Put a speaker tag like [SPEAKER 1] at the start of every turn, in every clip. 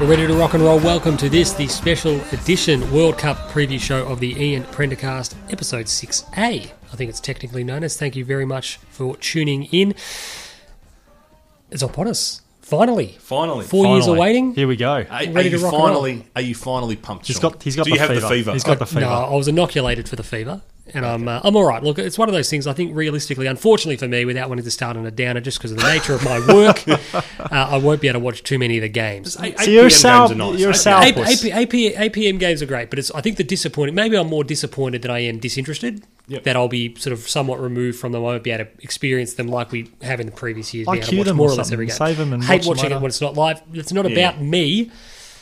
[SPEAKER 1] We're ready to rock and roll. Welcome to this, the special edition World Cup preview show of the Ian Prendercast, episode 6A. I think it's technically known as. Thank you very much for tuning in. It's upon us. Finally.
[SPEAKER 2] Finally.
[SPEAKER 1] Four years of
[SPEAKER 3] Finally.
[SPEAKER 1] waiting.
[SPEAKER 3] Here we go.
[SPEAKER 2] Are,
[SPEAKER 1] Ready
[SPEAKER 2] are you
[SPEAKER 1] to rock and roll.
[SPEAKER 2] finally? Are you finally pumped?
[SPEAKER 3] He's
[SPEAKER 2] Sean?
[SPEAKER 3] got. He's got.
[SPEAKER 2] Do
[SPEAKER 3] the
[SPEAKER 2] you have
[SPEAKER 3] fever.
[SPEAKER 2] the fever?
[SPEAKER 3] He's got the fever.
[SPEAKER 1] No, I was inoculated for the fever, and I'm uh, I'm all right. Look, it's one of those things. I think realistically, unfortunately for me, without wanting to start on a downer, just because of the nature of my work, uh, I won't be able to watch too many of the games.
[SPEAKER 2] Eight-
[SPEAKER 3] So
[SPEAKER 2] 8
[SPEAKER 3] you're
[SPEAKER 2] PM
[SPEAKER 3] Sal-
[SPEAKER 2] games are nice.
[SPEAKER 3] you're
[SPEAKER 2] Okay.
[SPEAKER 3] Sal-
[SPEAKER 1] AP,
[SPEAKER 3] Puss.
[SPEAKER 1] AP, APM games are great, but it's I think the disappointing. Maybe I'm more disappointed than I am disinterested.
[SPEAKER 2] Yep.
[SPEAKER 1] That I'll be sort of somewhat removed from them. I won't be able to experience them like we have in the previous years.
[SPEAKER 3] I
[SPEAKER 1] be able to
[SPEAKER 3] queue
[SPEAKER 1] watch
[SPEAKER 3] them
[SPEAKER 1] more
[SPEAKER 3] or
[SPEAKER 1] or less every game.
[SPEAKER 3] something. Save 'em and
[SPEAKER 1] Hate
[SPEAKER 3] watch 'em
[SPEAKER 1] watching it
[SPEAKER 3] later.
[SPEAKER 1] when it's not live. It's not about me.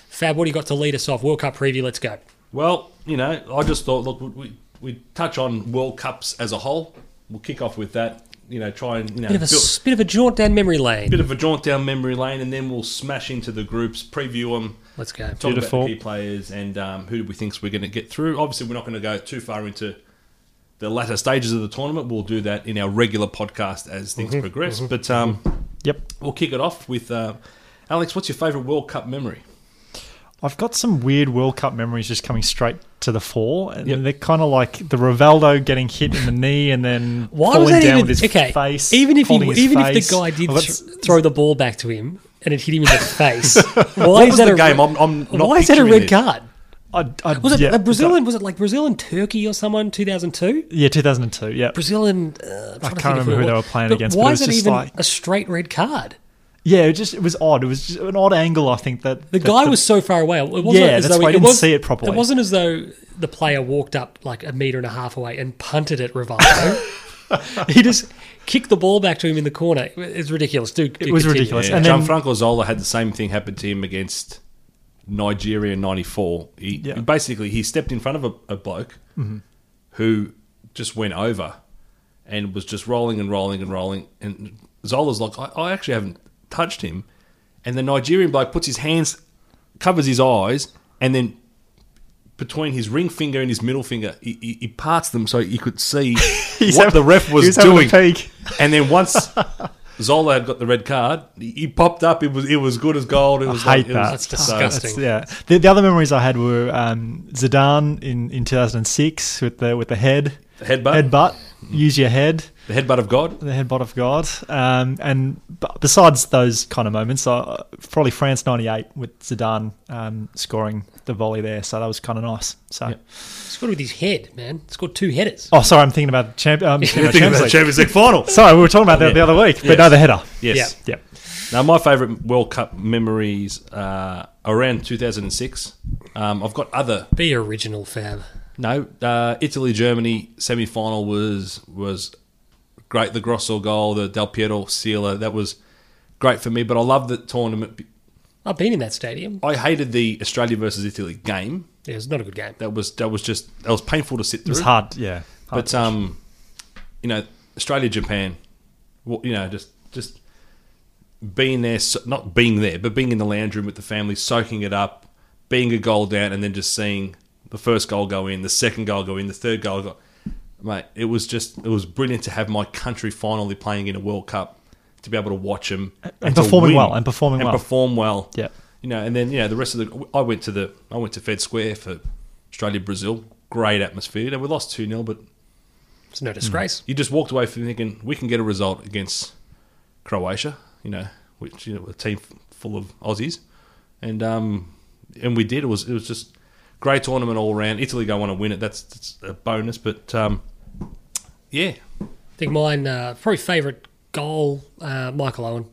[SPEAKER 1] Fab, what do you got to lead us off? World Cup preview. Let's go.
[SPEAKER 2] Well, you know, I just thought, look, we we touch on World Cups as a whole. We'll kick off with that. You know, try and you know,
[SPEAKER 1] Bit of a
[SPEAKER 2] build-
[SPEAKER 1] s- bit of a jaunt down memory lane.
[SPEAKER 2] bit of a jaunt down memory lane, and then we'll smash into the groups, preview them,
[SPEAKER 1] Let's go.
[SPEAKER 2] talk
[SPEAKER 3] Beautiful.
[SPEAKER 2] about the key players, and um, who do we think we're going to get through. Obviously, we're not going to go too far into the latter stages of the tournament. We'll do that in our regular podcast as things progress. But um,
[SPEAKER 3] Yep.
[SPEAKER 2] we'll kick it off with uh, Alex. What's your favourite World Cup memory?
[SPEAKER 3] I've got some weird World Cup memories just coming straight to the fore, and
[SPEAKER 2] Yep.
[SPEAKER 3] they're kind of like the Rivaldo getting hit in the knee and then
[SPEAKER 1] Why
[SPEAKER 3] falling
[SPEAKER 1] was that
[SPEAKER 3] down
[SPEAKER 1] even
[SPEAKER 3] with his
[SPEAKER 1] okay?
[SPEAKER 3] face.
[SPEAKER 1] even if he,
[SPEAKER 3] holding his
[SPEAKER 1] even if
[SPEAKER 3] face.
[SPEAKER 1] the guy did
[SPEAKER 3] I've got
[SPEAKER 1] th-
[SPEAKER 3] s-
[SPEAKER 1] throw the ball back to him and it hit him in the face, why
[SPEAKER 2] What
[SPEAKER 1] is
[SPEAKER 2] was
[SPEAKER 1] that
[SPEAKER 2] the
[SPEAKER 1] a
[SPEAKER 2] game?
[SPEAKER 1] Red,
[SPEAKER 2] I'm, I'm not
[SPEAKER 1] why is that a
[SPEAKER 2] picturing
[SPEAKER 1] red
[SPEAKER 2] this.
[SPEAKER 1] card?
[SPEAKER 3] I, I,
[SPEAKER 1] Was it
[SPEAKER 3] yeah,
[SPEAKER 1] a Brazilian? Was it like Brazil and Turkey or someone? Two thousand two.
[SPEAKER 3] Yeah, 2002. Yeah,
[SPEAKER 1] Brazil and uh, I'm trying to think
[SPEAKER 3] can't
[SPEAKER 1] of
[SPEAKER 3] remember who
[SPEAKER 1] it
[SPEAKER 3] they
[SPEAKER 1] was.
[SPEAKER 3] were playing
[SPEAKER 1] But
[SPEAKER 3] against,
[SPEAKER 1] Why
[SPEAKER 3] but it
[SPEAKER 1] is
[SPEAKER 3] was
[SPEAKER 1] it
[SPEAKER 3] just
[SPEAKER 1] even
[SPEAKER 3] like-
[SPEAKER 1] a straight red card?
[SPEAKER 3] yeah. It just it was odd. It was just an odd angle. I think that
[SPEAKER 1] The
[SPEAKER 3] that
[SPEAKER 1] guy was so far away. It wasn't
[SPEAKER 3] Yeah,
[SPEAKER 1] as
[SPEAKER 3] that's
[SPEAKER 1] though
[SPEAKER 3] why I
[SPEAKER 1] it
[SPEAKER 3] didn't
[SPEAKER 1] was-
[SPEAKER 3] see it properly.
[SPEAKER 1] It wasn't as though the player walked up like a meter and a half away and punted at Rivaldo. he just kicked the ball back to him in the corner. It's ridiculous. Do, do
[SPEAKER 3] It was
[SPEAKER 1] continue.
[SPEAKER 3] ridiculous.
[SPEAKER 2] Yeah,
[SPEAKER 3] And then-
[SPEAKER 2] Gianfranco Zola had the same thing happen to him against Nigeria in '94. He
[SPEAKER 3] Yeah. Mm-hmm.
[SPEAKER 2] he basically he stepped in front of a, a bloke who just went over and was just rolling and rolling and rolling. And Zola's like, I, I actually haven't touched him. And the Nigerian bloke puts his hands, covers his eyes, and then between his ring finger and his middle finger, he, he, he parts them so he could see
[SPEAKER 3] He's
[SPEAKER 2] what
[SPEAKER 3] having-
[SPEAKER 2] the ref
[SPEAKER 3] he
[SPEAKER 2] was,
[SPEAKER 3] was having a
[SPEAKER 2] doing.
[SPEAKER 3] peek.
[SPEAKER 2] And then once Zola had got the red card, he- he popped up. It was it was good as gold. It was like, it
[SPEAKER 3] hate
[SPEAKER 2] was-
[SPEAKER 3] that.
[SPEAKER 1] That's
[SPEAKER 2] so-
[SPEAKER 1] disgusting.
[SPEAKER 3] That's- yeah. The, the other memories I had were um, Zidane in, in 2006 with the with the head
[SPEAKER 2] The headbutt. Mm-hmm.
[SPEAKER 3] Headbutt. Use your head.
[SPEAKER 2] the headbutt of God.
[SPEAKER 3] The headbutt of God. Um, and b- besides those kind of moments, uh, probably France '98 with Zidane um, scoring the volley there. So that was kind of nice. So.
[SPEAKER 1] Scored with his head, man. Scored two headers.
[SPEAKER 3] Oh, sorry, I'm thinking about the champ. Um, thinking about Champions League.
[SPEAKER 2] Champions League final.
[SPEAKER 3] Sorry, we were talking about that the
[SPEAKER 2] Yeah.
[SPEAKER 3] other week, but
[SPEAKER 2] Yes.
[SPEAKER 3] no, the header.
[SPEAKER 2] Yes.
[SPEAKER 3] Yeah.
[SPEAKER 2] Now my favourite World Cup memories uh, around 2006. Um, I've got other
[SPEAKER 1] Be original, Fab.
[SPEAKER 2] no uh, Italy Germany semi final was was great. The Grosso goal, the Del Piero sealer, that was great for me. But I love the tournament.
[SPEAKER 1] I've been in that stadium.
[SPEAKER 2] I hated the Australia versus Italy game.
[SPEAKER 1] It was not a good game.
[SPEAKER 2] That was that was just that was painful to sit
[SPEAKER 3] It
[SPEAKER 2] through.
[SPEAKER 3] was hard. Yeah. Hard
[SPEAKER 2] But um, you know, Australia, Japan, well, you know, just just being there, so- not being there, but being in the lounge room with the family, soaking it up, being a goal down, and then just seeing the first goal go in, the second goal go in, the third goal go. Mate, it was just it was brilliant to have my country finally playing in a World Cup, to be able to watch them and, to
[SPEAKER 3] performing
[SPEAKER 2] win
[SPEAKER 3] well, and performing well.
[SPEAKER 2] perform well.
[SPEAKER 3] Yeah.
[SPEAKER 2] You know, and then you know the rest of the. I went to the I went to Fed Square for Australia Brazil. Great atmosphere. And we lost two 0 but
[SPEAKER 1] It's no
[SPEAKER 3] Mm.
[SPEAKER 1] disgrace.
[SPEAKER 2] you just walked away from thinking we can get a result against Croatia, you know, which you know, a team full of Aussies, and um, and we did. It was it was just great tournament all round. Italy go on to win it. That's, that's a bonus, but um, yeah,
[SPEAKER 1] I think mine, uh, probably favourite goal, uh, Michael Owen.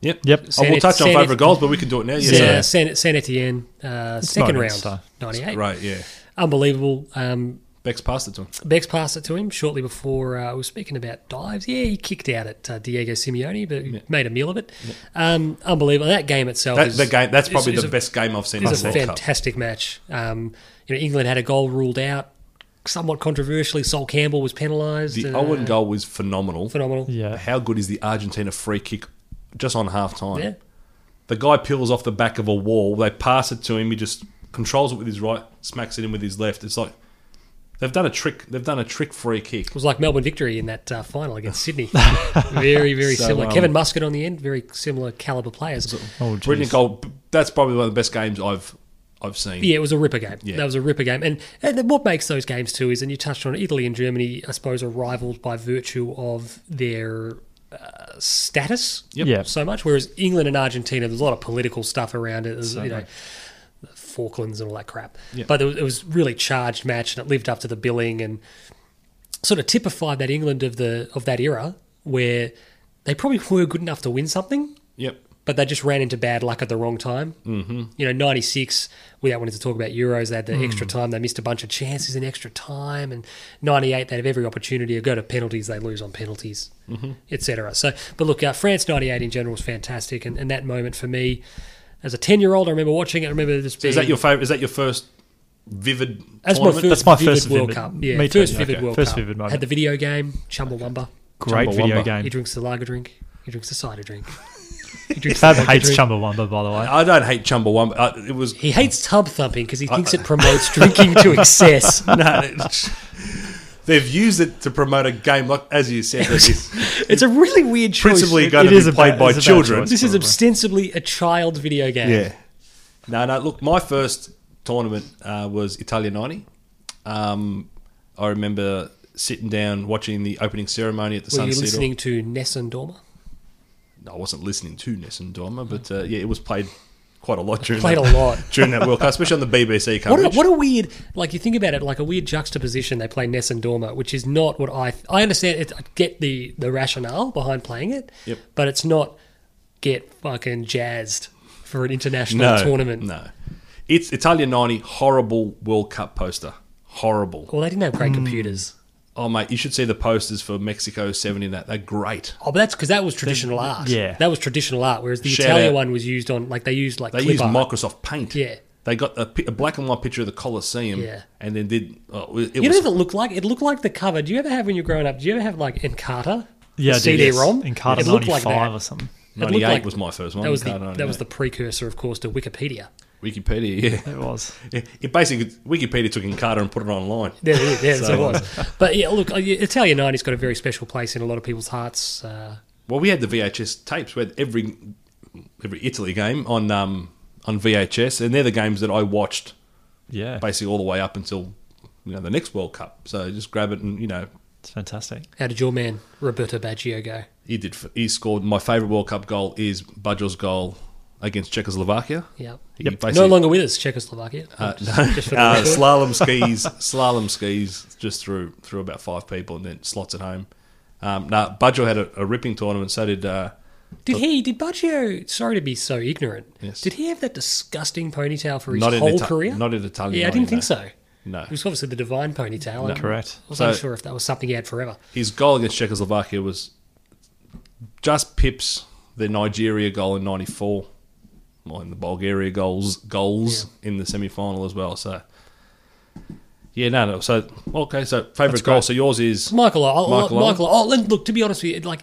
[SPEAKER 2] yep,
[SPEAKER 3] Yep.
[SPEAKER 2] I will
[SPEAKER 1] San-
[SPEAKER 2] touch on
[SPEAKER 1] San-
[SPEAKER 2] favourite goals, but we can do it now. Yeah,
[SPEAKER 1] Yeah,
[SPEAKER 2] yeah.
[SPEAKER 1] San, San Etienne, uh, second
[SPEAKER 3] not
[SPEAKER 1] round,
[SPEAKER 3] against, uh,
[SPEAKER 1] 98.
[SPEAKER 2] right, yeah.
[SPEAKER 1] Unbelievable. Um,
[SPEAKER 2] Beck's passed it to him.
[SPEAKER 1] Bex passed it to him shortly before uh, we were speaking about dives. Yeah, he kicked out at uh, Diego Simeone, but he made a meal of it. Um, unbelievable. That game itself
[SPEAKER 2] That,
[SPEAKER 1] is-
[SPEAKER 2] the game. That's
[SPEAKER 1] is-
[SPEAKER 2] probably
[SPEAKER 1] is
[SPEAKER 2] the
[SPEAKER 1] a-
[SPEAKER 2] best game I've seen in
[SPEAKER 1] It
[SPEAKER 2] the
[SPEAKER 1] was a
[SPEAKER 2] World Cup.
[SPEAKER 1] fantastic match. Um, you know, England had a goal ruled out, somewhat controversially. Sol Campbell was penalised.
[SPEAKER 2] The
[SPEAKER 1] uh,
[SPEAKER 2] Owen goal was phenomenal.
[SPEAKER 1] phenomenal.
[SPEAKER 3] Yeah.
[SPEAKER 2] How good is the Argentina free kick just on half time?
[SPEAKER 1] Yeah.
[SPEAKER 2] The guy peels off the back of a wall. They pass it to him. He just controls it with his right, smacks it in with his left. It's like they've done a trick. They've done a trick free kick.
[SPEAKER 1] It was like Melbourne victory in that uh, final against Sydney. very, very
[SPEAKER 2] So,
[SPEAKER 1] similar.
[SPEAKER 2] um,
[SPEAKER 1] Kevin Muscat on the end, very similar caliber players.
[SPEAKER 3] Oh, geez.
[SPEAKER 2] Brilliant goal. B- that's probably one of the best games I've I've seen.
[SPEAKER 1] Yeah, it was a ripper game.
[SPEAKER 2] Yeah.
[SPEAKER 1] That was a ripper game. And, and then what makes those games too is, and you touched on it, Italy and Germany, I suppose, are rivaled by virtue of their uh, status
[SPEAKER 2] Yep.
[SPEAKER 3] Yeah.
[SPEAKER 1] so much. Whereas England and Argentina, there's a lot of political stuff around it. There's, you know, the Falklands and all that crap.
[SPEAKER 2] Yeah.
[SPEAKER 1] But it was, it was really charged match, and it lived up to the billing and sort of typified that England of the of that era where they probably were good enough to win something
[SPEAKER 2] Yep.
[SPEAKER 1] but they just ran into bad luck at the wrong time. Mm-hmm. You know, 96, without wanting to talk about Euros, they had
[SPEAKER 3] Mm.
[SPEAKER 1] the extra time. They missed a bunch of chances in extra time. And 98, they have every opportunity to go to penalties. They lose on penalties,
[SPEAKER 3] Mm-hmm.
[SPEAKER 1] etc. So, but look, uh, France 98 in general was fantastic. And, and that moment for me, as a 10 year old, I remember watching it. I remember this being.
[SPEAKER 2] Is that your favorite? Is that your first vivid?
[SPEAKER 1] that's my
[SPEAKER 2] tournament?
[SPEAKER 1] first,
[SPEAKER 3] That's my
[SPEAKER 1] vivid
[SPEAKER 3] first
[SPEAKER 1] World
[SPEAKER 3] vivid-
[SPEAKER 1] Cup. Yeah,
[SPEAKER 3] me too,
[SPEAKER 1] first
[SPEAKER 3] yeah,
[SPEAKER 1] vivid
[SPEAKER 2] okay.
[SPEAKER 1] World
[SPEAKER 3] First
[SPEAKER 1] Cup.
[SPEAKER 3] vivid moment.
[SPEAKER 1] Had the video game, Chumbawamba.
[SPEAKER 3] Great video
[SPEAKER 2] Chumbawamba.
[SPEAKER 3] game.
[SPEAKER 1] He drinks the lager drink. He drinks the cider drink. He drinks
[SPEAKER 3] Fab
[SPEAKER 1] the vodka
[SPEAKER 3] hates
[SPEAKER 1] drink.
[SPEAKER 3] Chumbawamba, by the way.
[SPEAKER 2] I don't hate Chumbawamba. Uh, it was
[SPEAKER 1] He hates tub thumping because he thinks it promotes drinking to excess.
[SPEAKER 2] no. it- They've used it to promote a game like as you said. That is
[SPEAKER 1] It's a really weird choice.
[SPEAKER 2] principally
[SPEAKER 1] It-
[SPEAKER 2] going
[SPEAKER 3] it
[SPEAKER 2] to
[SPEAKER 3] is
[SPEAKER 2] be
[SPEAKER 3] a
[SPEAKER 2] played
[SPEAKER 3] bad-
[SPEAKER 2] by
[SPEAKER 3] it's a bad
[SPEAKER 2] children.
[SPEAKER 3] choice.
[SPEAKER 1] This is ostensibly a child video game.
[SPEAKER 2] Yeah. No, no. Look, my first tournament uh, was Italia '90. Um, I remember sitting down watching the opening ceremony at the
[SPEAKER 1] Were
[SPEAKER 2] Sun
[SPEAKER 1] you
[SPEAKER 2] City.
[SPEAKER 1] listening to Nessun Dorma?
[SPEAKER 2] I wasn't listening to Nessun Dorma, but uh, yeah, it was played quite a lot during
[SPEAKER 1] Played a
[SPEAKER 2] that,
[SPEAKER 1] lot.
[SPEAKER 2] during that World Cup, especially on the BBC
[SPEAKER 1] What
[SPEAKER 2] coverage.
[SPEAKER 1] a, what a weird, like you think about it, like a weird juxtaposition. They play Nessun Dorma, which is not what I I understand. It, I get the the rationale behind playing it,
[SPEAKER 2] Yep.
[SPEAKER 1] but it's not get fucking jazzed for an international
[SPEAKER 2] no
[SPEAKER 1] tournament.
[SPEAKER 2] No, it's Italia '90 horrible World Cup poster. Horrible.
[SPEAKER 1] Well, they didn't have
[SPEAKER 2] Hmm.
[SPEAKER 1] great computers.
[SPEAKER 2] Oh mate, you should see the posters for Mexico '70. That they're great.
[SPEAKER 1] Oh, but that's because that was traditional art.
[SPEAKER 3] yeah.
[SPEAKER 1] that was traditional art. Whereas the
[SPEAKER 2] Shout
[SPEAKER 1] Italia
[SPEAKER 2] out.
[SPEAKER 1] one was used on, like they used like
[SPEAKER 2] They
[SPEAKER 1] clip
[SPEAKER 2] used
[SPEAKER 1] art.
[SPEAKER 2] Microsoft Paint.
[SPEAKER 1] Yeah.
[SPEAKER 2] They got a, pi- a black and white picture of the Colosseum,
[SPEAKER 1] Yeah.
[SPEAKER 2] and then did. Oh, it
[SPEAKER 1] You know
[SPEAKER 2] was
[SPEAKER 1] what it looked like? It looked like the cover. Do you ever have when you're growing up? Do you ever have like Encarta?
[SPEAKER 3] Yeah, I did, yes.
[SPEAKER 1] CD-ROM.
[SPEAKER 3] Encarta
[SPEAKER 1] It looked like
[SPEAKER 3] 95
[SPEAKER 1] that.
[SPEAKER 3] or something.
[SPEAKER 1] it looked
[SPEAKER 2] ninety eight
[SPEAKER 1] like-
[SPEAKER 2] was my first one.
[SPEAKER 1] That was the
[SPEAKER 2] Card 98.
[SPEAKER 1] that was the precursor, of course, to Wikipedia.
[SPEAKER 2] Wikipedia. Yeah,
[SPEAKER 3] It was.
[SPEAKER 2] it, it basically Wikipedia took Encarta and put it online.
[SPEAKER 1] There, there, there so, it was. But yeah, look, uh, yeah, Italian '90s got a very special place in a lot of people's hearts. Uh,
[SPEAKER 2] Well, we had the VHS tapes. We had every every Italy game on um, on VHS, and they're the games that I watched
[SPEAKER 3] Yeah.
[SPEAKER 2] basically all the way up until you know the next World Cup. So just grab it and you know
[SPEAKER 3] It's fantastic.
[SPEAKER 1] how did your man Roberto Baggio go?
[SPEAKER 2] he did. He scored my favourite World Cup goal is Budgel's goal against Czechoslovakia.
[SPEAKER 1] Yeah,
[SPEAKER 2] He basically-
[SPEAKER 1] no longer with us, Czechoslovakia. just, just for the
[SPEAKER 2] Uh,
[SPEAKER 1] record.
[SPEAKER 2] slalom skis, slalom skis, just through through about five people, and then slots it home. Um, now Budgel had a, a ripping tournament. So did uh,
[SPEAKER 1] Did he? Did Baggio? Sorry to be so ignorant.
[SPEAKER 2] Yes.
[SPEAKER 1] Did he have that disgusting ponytail for his
[SPEAKER 2] not in
[SPEAKER 1] whole
[SPEAKER 2] Ita-
[SPEAKER 1] career?
[SPEAKER 2] Not in Italian.
[SPEAKER 1] yeah, I didn't think so.
[SPEAKER 2] No,
[SPEAKER 1] It was obviously the divine ponytail. and
[SPEAKER 3] Correct.
[SPEAKER 1] I was
[SPEAKER 2] So-
[SPEAKER 1] unsure if that was something he had forever.
[SPEAKER 2] his goal against Czechoslovakia was just pips the Nigeria goal in '94, well, and the Bulgaria goals goals in the semi final as well. So. Yeah, no, no. So okay, so favorite goal. So yours is
[SPEAKER 1] Michael, I'll, Michael, I'll,
[SPEAKER 2] Michael Owen?
[SPEAKER 1] Michael I'll- and look, to be honest with you, like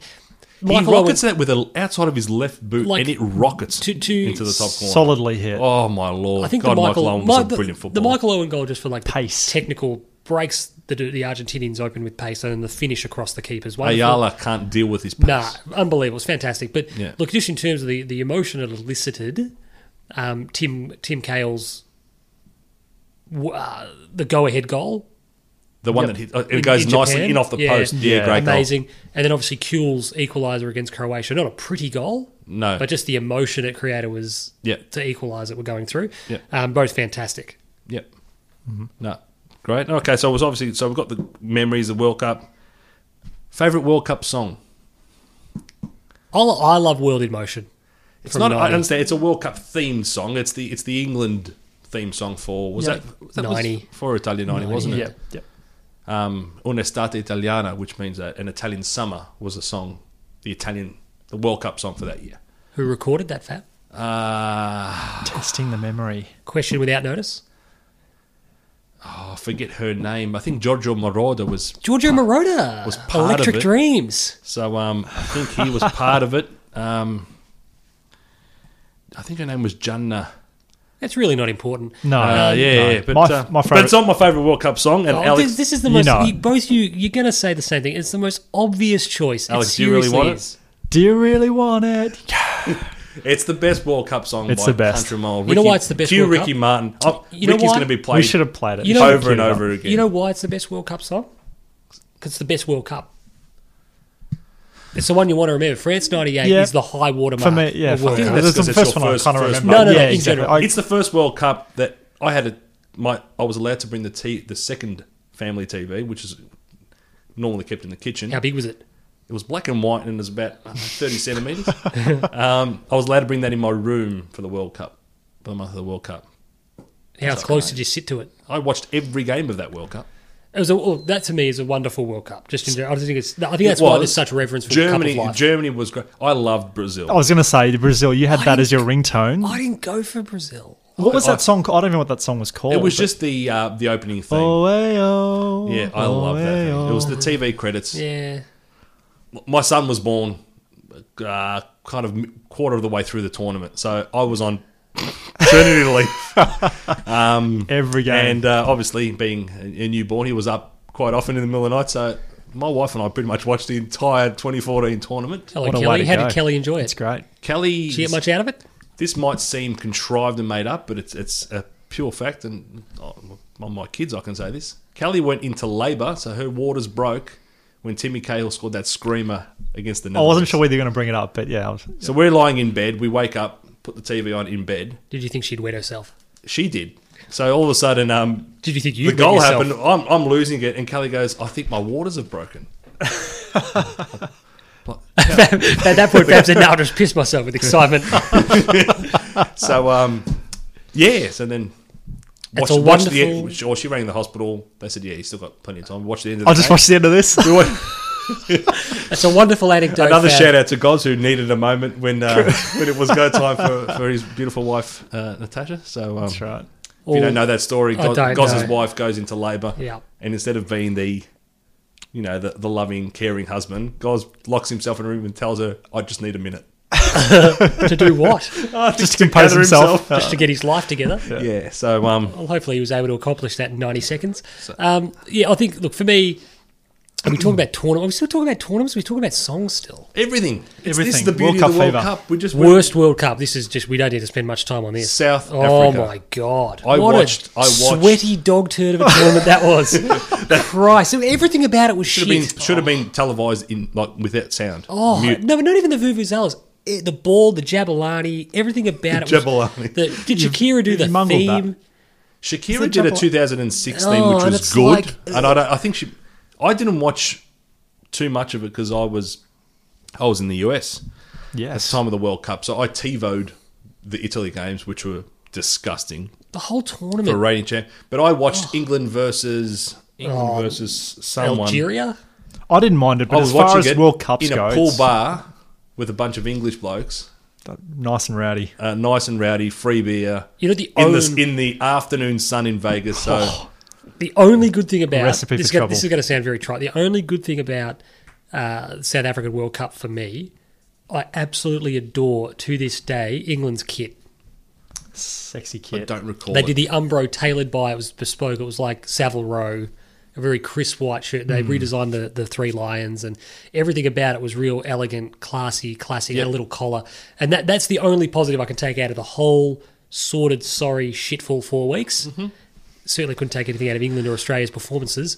[SPEAKER 2] He
[SPEAKER 1] Michael
[SPEAKER 2] rockets
[SPEAKER 1] Owen,
[SPEAKER 2] that with a, outside of his left boot,
[SPEAKER 1] Like,
[SPEAKER 2] and it rockets
[SPEAKER 1] to- to
[SPEAKER 2] into the top corner.
[SPEAKER 3] Solidly hit.
[SPEAKER 2] Oh my lord!
[SPEAKER 1] I think
[SPEAKER 2] God,
[SPEAKER 1] the Michael,
[SPEAKER 2] Michael Owen was
[SPEAKER 1] Mi-
[SPEAKER 2] a
[SPEAKER 1] the,
[SPEAKER 2] brilliant
[SPEAKER 1] the
[SPEAKER 2] footballer.
[SPEAKER 1] Michael Owen goal just for like the
[SPEAKER 3] Pace.
[SPEAKER 1] technical breaks the the Argentinians open with pace, and then the finish across the keepers. Wonderful.
[SPEAKER 2] Ayala can't deal with his pace.
[SPEAKER 1] Nah, unbelievable. It's fantastic. But
[SPEAKER 2] Yeah.
[SPEAKER 1] look, just in terms of the, the emotion it elicited, um, Tim Tim Cale's w- uh, the go ahead goal
[SPEAKER 2] The one that hit, uh, it goes nicely
[SPEAKER 1] Japan.
[SPEAKER 2] in off the post. Yeah, great
[SPEAKER 1] amazing. And then obviously Kuhl's equaliser against Croatia. Not a pretty goal,
[SPEAKER 2] No.
[SPEAKER 1] but just the emotion it created was
[SPEAKER 2] Yeah.
[SPEAKER 1] to equalise it. We're going through.
[SPEAKER 2] Yeah.
[SPEAKER 1] Um, both fantastic.
[SPEAKER 2] goal. Yep. No, great. Okay, so it was obviously so we've got the memories of World Cup. Favorite World Cup song?
[SPEAKER 1] I, lo- I love World in Motion.
[SPEAKER 2] It's
[SPEAKER 1] From
[SPEAKER 2] not. I
[SPEAKER 1] 90.
[SPEAKER 2] understand. It's a World Cup themed song. It's the it's the England theme song for was
[SPEAKER 1] Yeah,
[SPEAKER 2] that, that
[SPEAKER 1] 90.
[SPEAKER 2] was for Italia 90 wasn't it?
[SPEAKER 3] Yeah. yeah.
[SPEAKER 2] um, Un'estate Italiana, which means that an Italian summer was a song, the Italian, the World Cup song for that year.
[SPEAKER 1] Who recorded that fab?
[SPEAKER 2] Uh,
[SPEAKER 3] Testing the memory.
[SPEAKER 1] Question without notice.
[SPEAKER 2] oh, I forget her name. I think Giorgio Moroder was.
[SPEAKER 1] Giorgio Moroder.
[SPEAKER 2] Ah, Was part of
[SPEAKER 1] Electric
[SPEAKER 2] it.
[SPEAKER 1] Dreams.
[SPEAKER 2] So um, I think he was part of it. Um, I think her name was Janna.
[SPEAKER 1] That's really not important.
[SPEAKER 3] No.
[SPEAKER 2] Uh, yeah,
[SPEAKER 3] no.
[SPEAKER 2] yeah, but,
[SPEAKER 3] my,
[SPEAKER 2] uh,
[SPEAKER 3] my
[SPEAKER 2] but it's
[SPEAKER 3] favorite.
[SPEAKER 2] not my favourite World Cup song. And
[SPEAKER 1] Oh,
[SPEAKER 2] Alex,
[SPEAKER 1] this, this is the
[SPEAKER 3] you
[SPEAKER 1] most.
[SPEAKER 3] know it.
[SPEAKER 1] You, both you, you're going to say the same thing. It's the most obvious choice.
[SPEAKER 2] Alex,
[SPEAKER 1] it
[SPEAKER 2] do you really
[SPEAKER 1] seriously
[SPEAKER 2] want it?
[SPEAKER 1] is.
[SPEAKER 3] Do you really want it?
[SPEAKER 2] It's the best World Cup song.
[SPEAKER 3] It's
[SPEAKER 2] by
[SPEAKER 3] the best.
[SPEAKER 2] Country Mile.
[SPEAKER 1] You know why it's the best
[SPEAKER 2] Cue
[SPEAKER 1] World
[SPEAKER 2] Ricky
[SPEAKER 1] Cup?
[SPEAKER 2] Martin. Oh,
[SPEAKER 1] You know
[SPEAKER 2] Ricky's
[SPEAKER 1] why?
[SPEAKER 2] going to be playing.
[SPEAKER 3] We should have played it.
[SPEAKER 1] You
[SPEAKER 3] You
[SPEAKER 1] know-
[SPEAKER 3] know,
[SPEAKER 2] over and over again.
[SPEAKER 1] You know why it's the best World Cup song? Because it's the best World Cup. It's the one you want to remember. France '98
[SPEAKER 3] Yeah.
[SPEAKER 1] is the high watermark.
[SPEAKER 3] for me, yeah,
[SPEAKER 1] of
[SPEAKER 3] for
[SPEAKER 1] World
[SPEAKER 3] me,
[SPEAKER 2] think
[SPEAKER 1] Cup.
[SPEAKER 2] that's
[SPEAKER 3] that's the
[SPEAKER 2] 'cause it's
[SPEAKER 3] first
[SPEAKER 2] your
[SPEAKER 3] one I
[SPEAKER 2] first-
[SPEAKER 3] kind of
[SPEAKER 2] first
[SPEAKER 3] remember.
[SPEAKER 1] World Cup.
[SPEAKER 3] yeah,
[SPEAKER 1] In
[SPEAKER 3] exactly.
[SPEAKER 1] general.
[SPEAKER 3] I-
[SPEAKER 2] it's the first World Cup that I had a my I was allowed to bring the t the second family TV, which is normally kept in the kitchen.
[SPEAKER 1] How big was it?
[SPEAKER 2] It was black and white and it was about I don't know, thirty centimeters. Um, I was allowed to bring that in my room for the World Cup, for the month of the World Cup.
[SPEAKER 1] How close did you sit to it?
[SPEAKER 2] I watched every game of that World Cup.
[SPEAKER 1] It was a, well, that to me is a wonderful World Cup. Just in general, I just think it's. I think that's
[SPEAKER 2] It
[SPEAKER 1] why
[SPEAKER 2] was.
[SPEAKER 1] there's such reverence for
[SPEAKER 2] Germany.
[SPEAKER 1] Cup of life.
[SPEAKER 2] Germany was great. I loved Brazil.
[SPEAKER 3] I was going to say Brazil. You had that
[SPEAKER 1] didn't-
[SPEAKER 3] as your ringtone.
[SPEAKER 1] I didn't go for Brazil.
[SPEAKER 3] What was
[SPEAKER 2] I-
[SPEAKER 3] that song? called? I don't know what that song was called.
[SPEAKER 2] it was
[SPEAKER 3] but-
[SPEAKER 2] just the uh, the opening thing.
[SPEAKER 3] Oh, hey, oh,
[SPEAKER 2] yeah, I
[SPEAKER 3] oh,
[SPEAKER 2] love that.
[SPEAKER 3] hey,
[SPEAKER 2] Thing. It was
[SPEAKER 3] oh.
[SPEAKER 2] the TV credits.
[SPEAKER 1] Yeah,
[SPEAKER 2] my son was born uh, kind of m- quarter of the way through the tournament, so I was on maternity leave,
[SPEAKER 3] every game.
[SPEAKER 2] and uh, obviously being a a newborn, he was up quite often in the middle of the night. So my wife and I pretty much watched the entire 2014 tournament.
[SPEAKER 1] hello
[SPEAKER 3] What a way
[SPEAKER 1] Kelly.
[SPEAKER 3] to
[SPEAKER 1] How did
[SPEAKER 3] go.
[SPEAKER 1] Kelly enjoy
[SPEAKER 3] it's
[SPEAKER 1] it?
[SPEAKER 3] great.
[SPEAKER 2] Kelly,
[SPEAKER 1] Did you get much out of it?
[SPEAKER 2] this might seem contrived and made up, but it's it's a pure fact. And on on my kids, I can say this: Kelly went into labour, so her waters broke when Timmy Cahill scored that screamer against the.
[SPEAKER 3] I wasn't
[SPEAKER 2] Netherlands.
[SPEAKER 3] sure whether you were going to bring it up, but yeah, I was,
[SPEAKER 2] So we're lying in bed. We wake up, put the TV on in bed.
[SPEAKER 1] Did you think she'd wet herself?
[SPEAKER 2] She did. So all of a sudden, um,
[SPEAKER 1] Did you think you
[SPEAKER 2] the goal
[SPEAKER 1] yourself?
[SPEAKER 2] happened. I'm, I'm losing it, and Kelly goes, "I think my waters have broken."
[SPEAKER 1] At that point, Fab said, "No, I just pissed myself with excitement."
[SPEAKER 3] Oh.
[SPEAKER 2] So um, yeah. So then.
[SPEAKER 1] That's
[SPEAKER 2] Watch,
[SPEAKER 1] a
[SPEAKER 2] watch the
[SPEAKER 1] wonderful-
[SPEAKER 2] end, or she rang the hospital. They said, "Yeah, you still got plenty of time. Watch the end of the
[SPEAKER 3] I'll just
[SPEAKER 2] game."
[SPEAKER 3] watch the end of this.
[SPEAKER 2] We watched-
[SPEAKER 1] That's a wonderful anecdote.
[SPEAKER 2] Another
[SPEAKER 1] Fab.
[SPEAKER 2] shout out to Goz who needed a moment when uh, when it was go time for, for his beautiful wife uh, Natasha. So um,
[SPEAKER 3] That's right.
[SPEAKER 2] if you
[SPEAKER 1] All-
[SPEAKER 2] don't know that story,
[SPEAKER 1] I
[SPEAKER 2] Goz,
[SPEAKER 1] don't
[SPEAKER 2] Goz's
[SPEAKER 1] know.
[SPEAKER 2] wife goes into labour,
[SPEAKER 1] Yeah.
[SPEAKER 2] and instead of being the you know the, the loving, caring husband, Goz locks himself in a room and tells her, "I just need a minute."
[SPEAKER 1] to do what?
[SPEAKER 3] Ah, Just to compose
[SPEAKER 2] gather
[SPEAKER 3] himself. Uh,
[SPEAKER 1] just to get his life together.
[SPEAKER 2] Yeah. so um,
[SPEAKER 1] Well, hopefully he was able to accomplish that in 90 seconds. Um, yeah, I think, look, for me, are we talking about tournaments? Are we still talking about tournaments? Are we talking about songs still?
[SPEAKER 2] everything. It's, This is
[SPEAKER 3] Everything.
[SPEAKER 2] the beauty
[SPEAKER 3] World
[SPEAKER 2] of the
[SPEAKER 3] Cup
[SPEAKER 2] World
[SPEAKER 3] fever.
[SPEAKER 2] Cup. We just went,
[SPEAKER 1] Worst World Cup. This is just, we don't need to spend much time on this.
[SPEAKER 2] South
[SPEAKER 1] Oh
[SPEAKER 2] Africa.
[SPEAKER 1] my God.
[SPEAKER 2] I
[SPEAKER 1] What a
[SPEAKER 2] watched- I watched-
[SPEAKER 1] Sweaty dog turd of a tournament that was. Christ. Everything about it was
[SPEAKER 2] should
[SPEAKER 1] shit.
[SPEAKER 2] have been should have been televised in like without sound.
[SPEAKER 1] Oh,
[SPEAKER 2] Mute.
[SPEAKER 1] no, but not even the Vuvuzelas. Eh, The ball, the Jabalani, everything about it. was-
[SPEAKER 2] Jabulani.
[SPEAKER 1] the, did Shakira do
[SPEAKER 3] you've
[SPEAKER 1] the
[SPEAKER 3] mumbled that.
[SPEAKER 1] theme?
[SPEAKER 2] Shakira
[SPEAKER 3] Isn't
[SPEAKER 2] did a
[SPEAKER 3] Jabba-
[SPEAKER 2] 2006 thing,
[SPEAKER 1] Oh,
[SPEAKER 2] which
[SPEAKER 1] that's
[SPEAKER 2] was good,
[SPEAKER 1] like-
[SPEAKER 2] and I, don't, I think she. I didn't watch too much of it because I was, I was in the US at the
[SPEAKER 3] Yes.
[SPEAKER 2] time of the World Cup, so I TiVoed the Italy games, which were disgusting
[SPEAKER 1] The whole tournament.
[SPEAKER 2] for a rating champ. But I
[SPEAKER 1] Oh.
[SPEAKER 2] watched England versus England versus someone.
[SPEAKER 1] Algeria?
[SPEAKER 3] I didn't mind it,
[SPEAKER 2] I
[SPEAKER 3] but
[SPEAKER 2] was
[SPEAKER 3] as far
[SPEAKER 2] watching
[SPEAKER 3] as
[SPEAKER 2] it
[SPEAKER 3] World Cups
[SPEAKER 2] in
[SPEAKER 3] go,
[SPEAKER 2] a pool
[SPEAKER 3] it's
[SPEAKER 2] bar with a bunch of English blokes,
[SPEAKER 3] nice and rowdy.
[SPEAKER 2] uh, nice and rowdy, free beer.
[SPEAKER 1] You know, the
[SPEAKER 2] in
[SPEAKER 1] own- Oh.
[SPEAKER 2] the in the afternoon sun in Vegas. So.
[SPEAKER 1] The only good thing about
[SPEAKER 3] Recipe
[SPEAKER 1] this,
[SPEAKER 3] for
[SPEAKER 1] is gonna,
[SPEAKER 3] trouble.
[SPEAKER 1] this is going to sound very trite. The only good thing about uh, South African World Cup for me, I absolutely adore to this day England's kit.
[SPEAKER 3] Sexy
[SPEAKER 2] I
[SPEAKER 3] kid.
[SPEAKER 2] don't recall.
[SPEAKER 1] They
[SPEAKER 2] it.
[SPEAKER 1] did the Umbro tailored by it was bespoke. It was like Savile Row, a very crisp white shirt. They redesigned the the three lions and everything about it was real elegant, classy, classic. Had a little collar, and that that's the only positive I can take out of the whole sordid, sorry, shitful four weeks. Certainly couldn't take anything out of England or Australia's performances,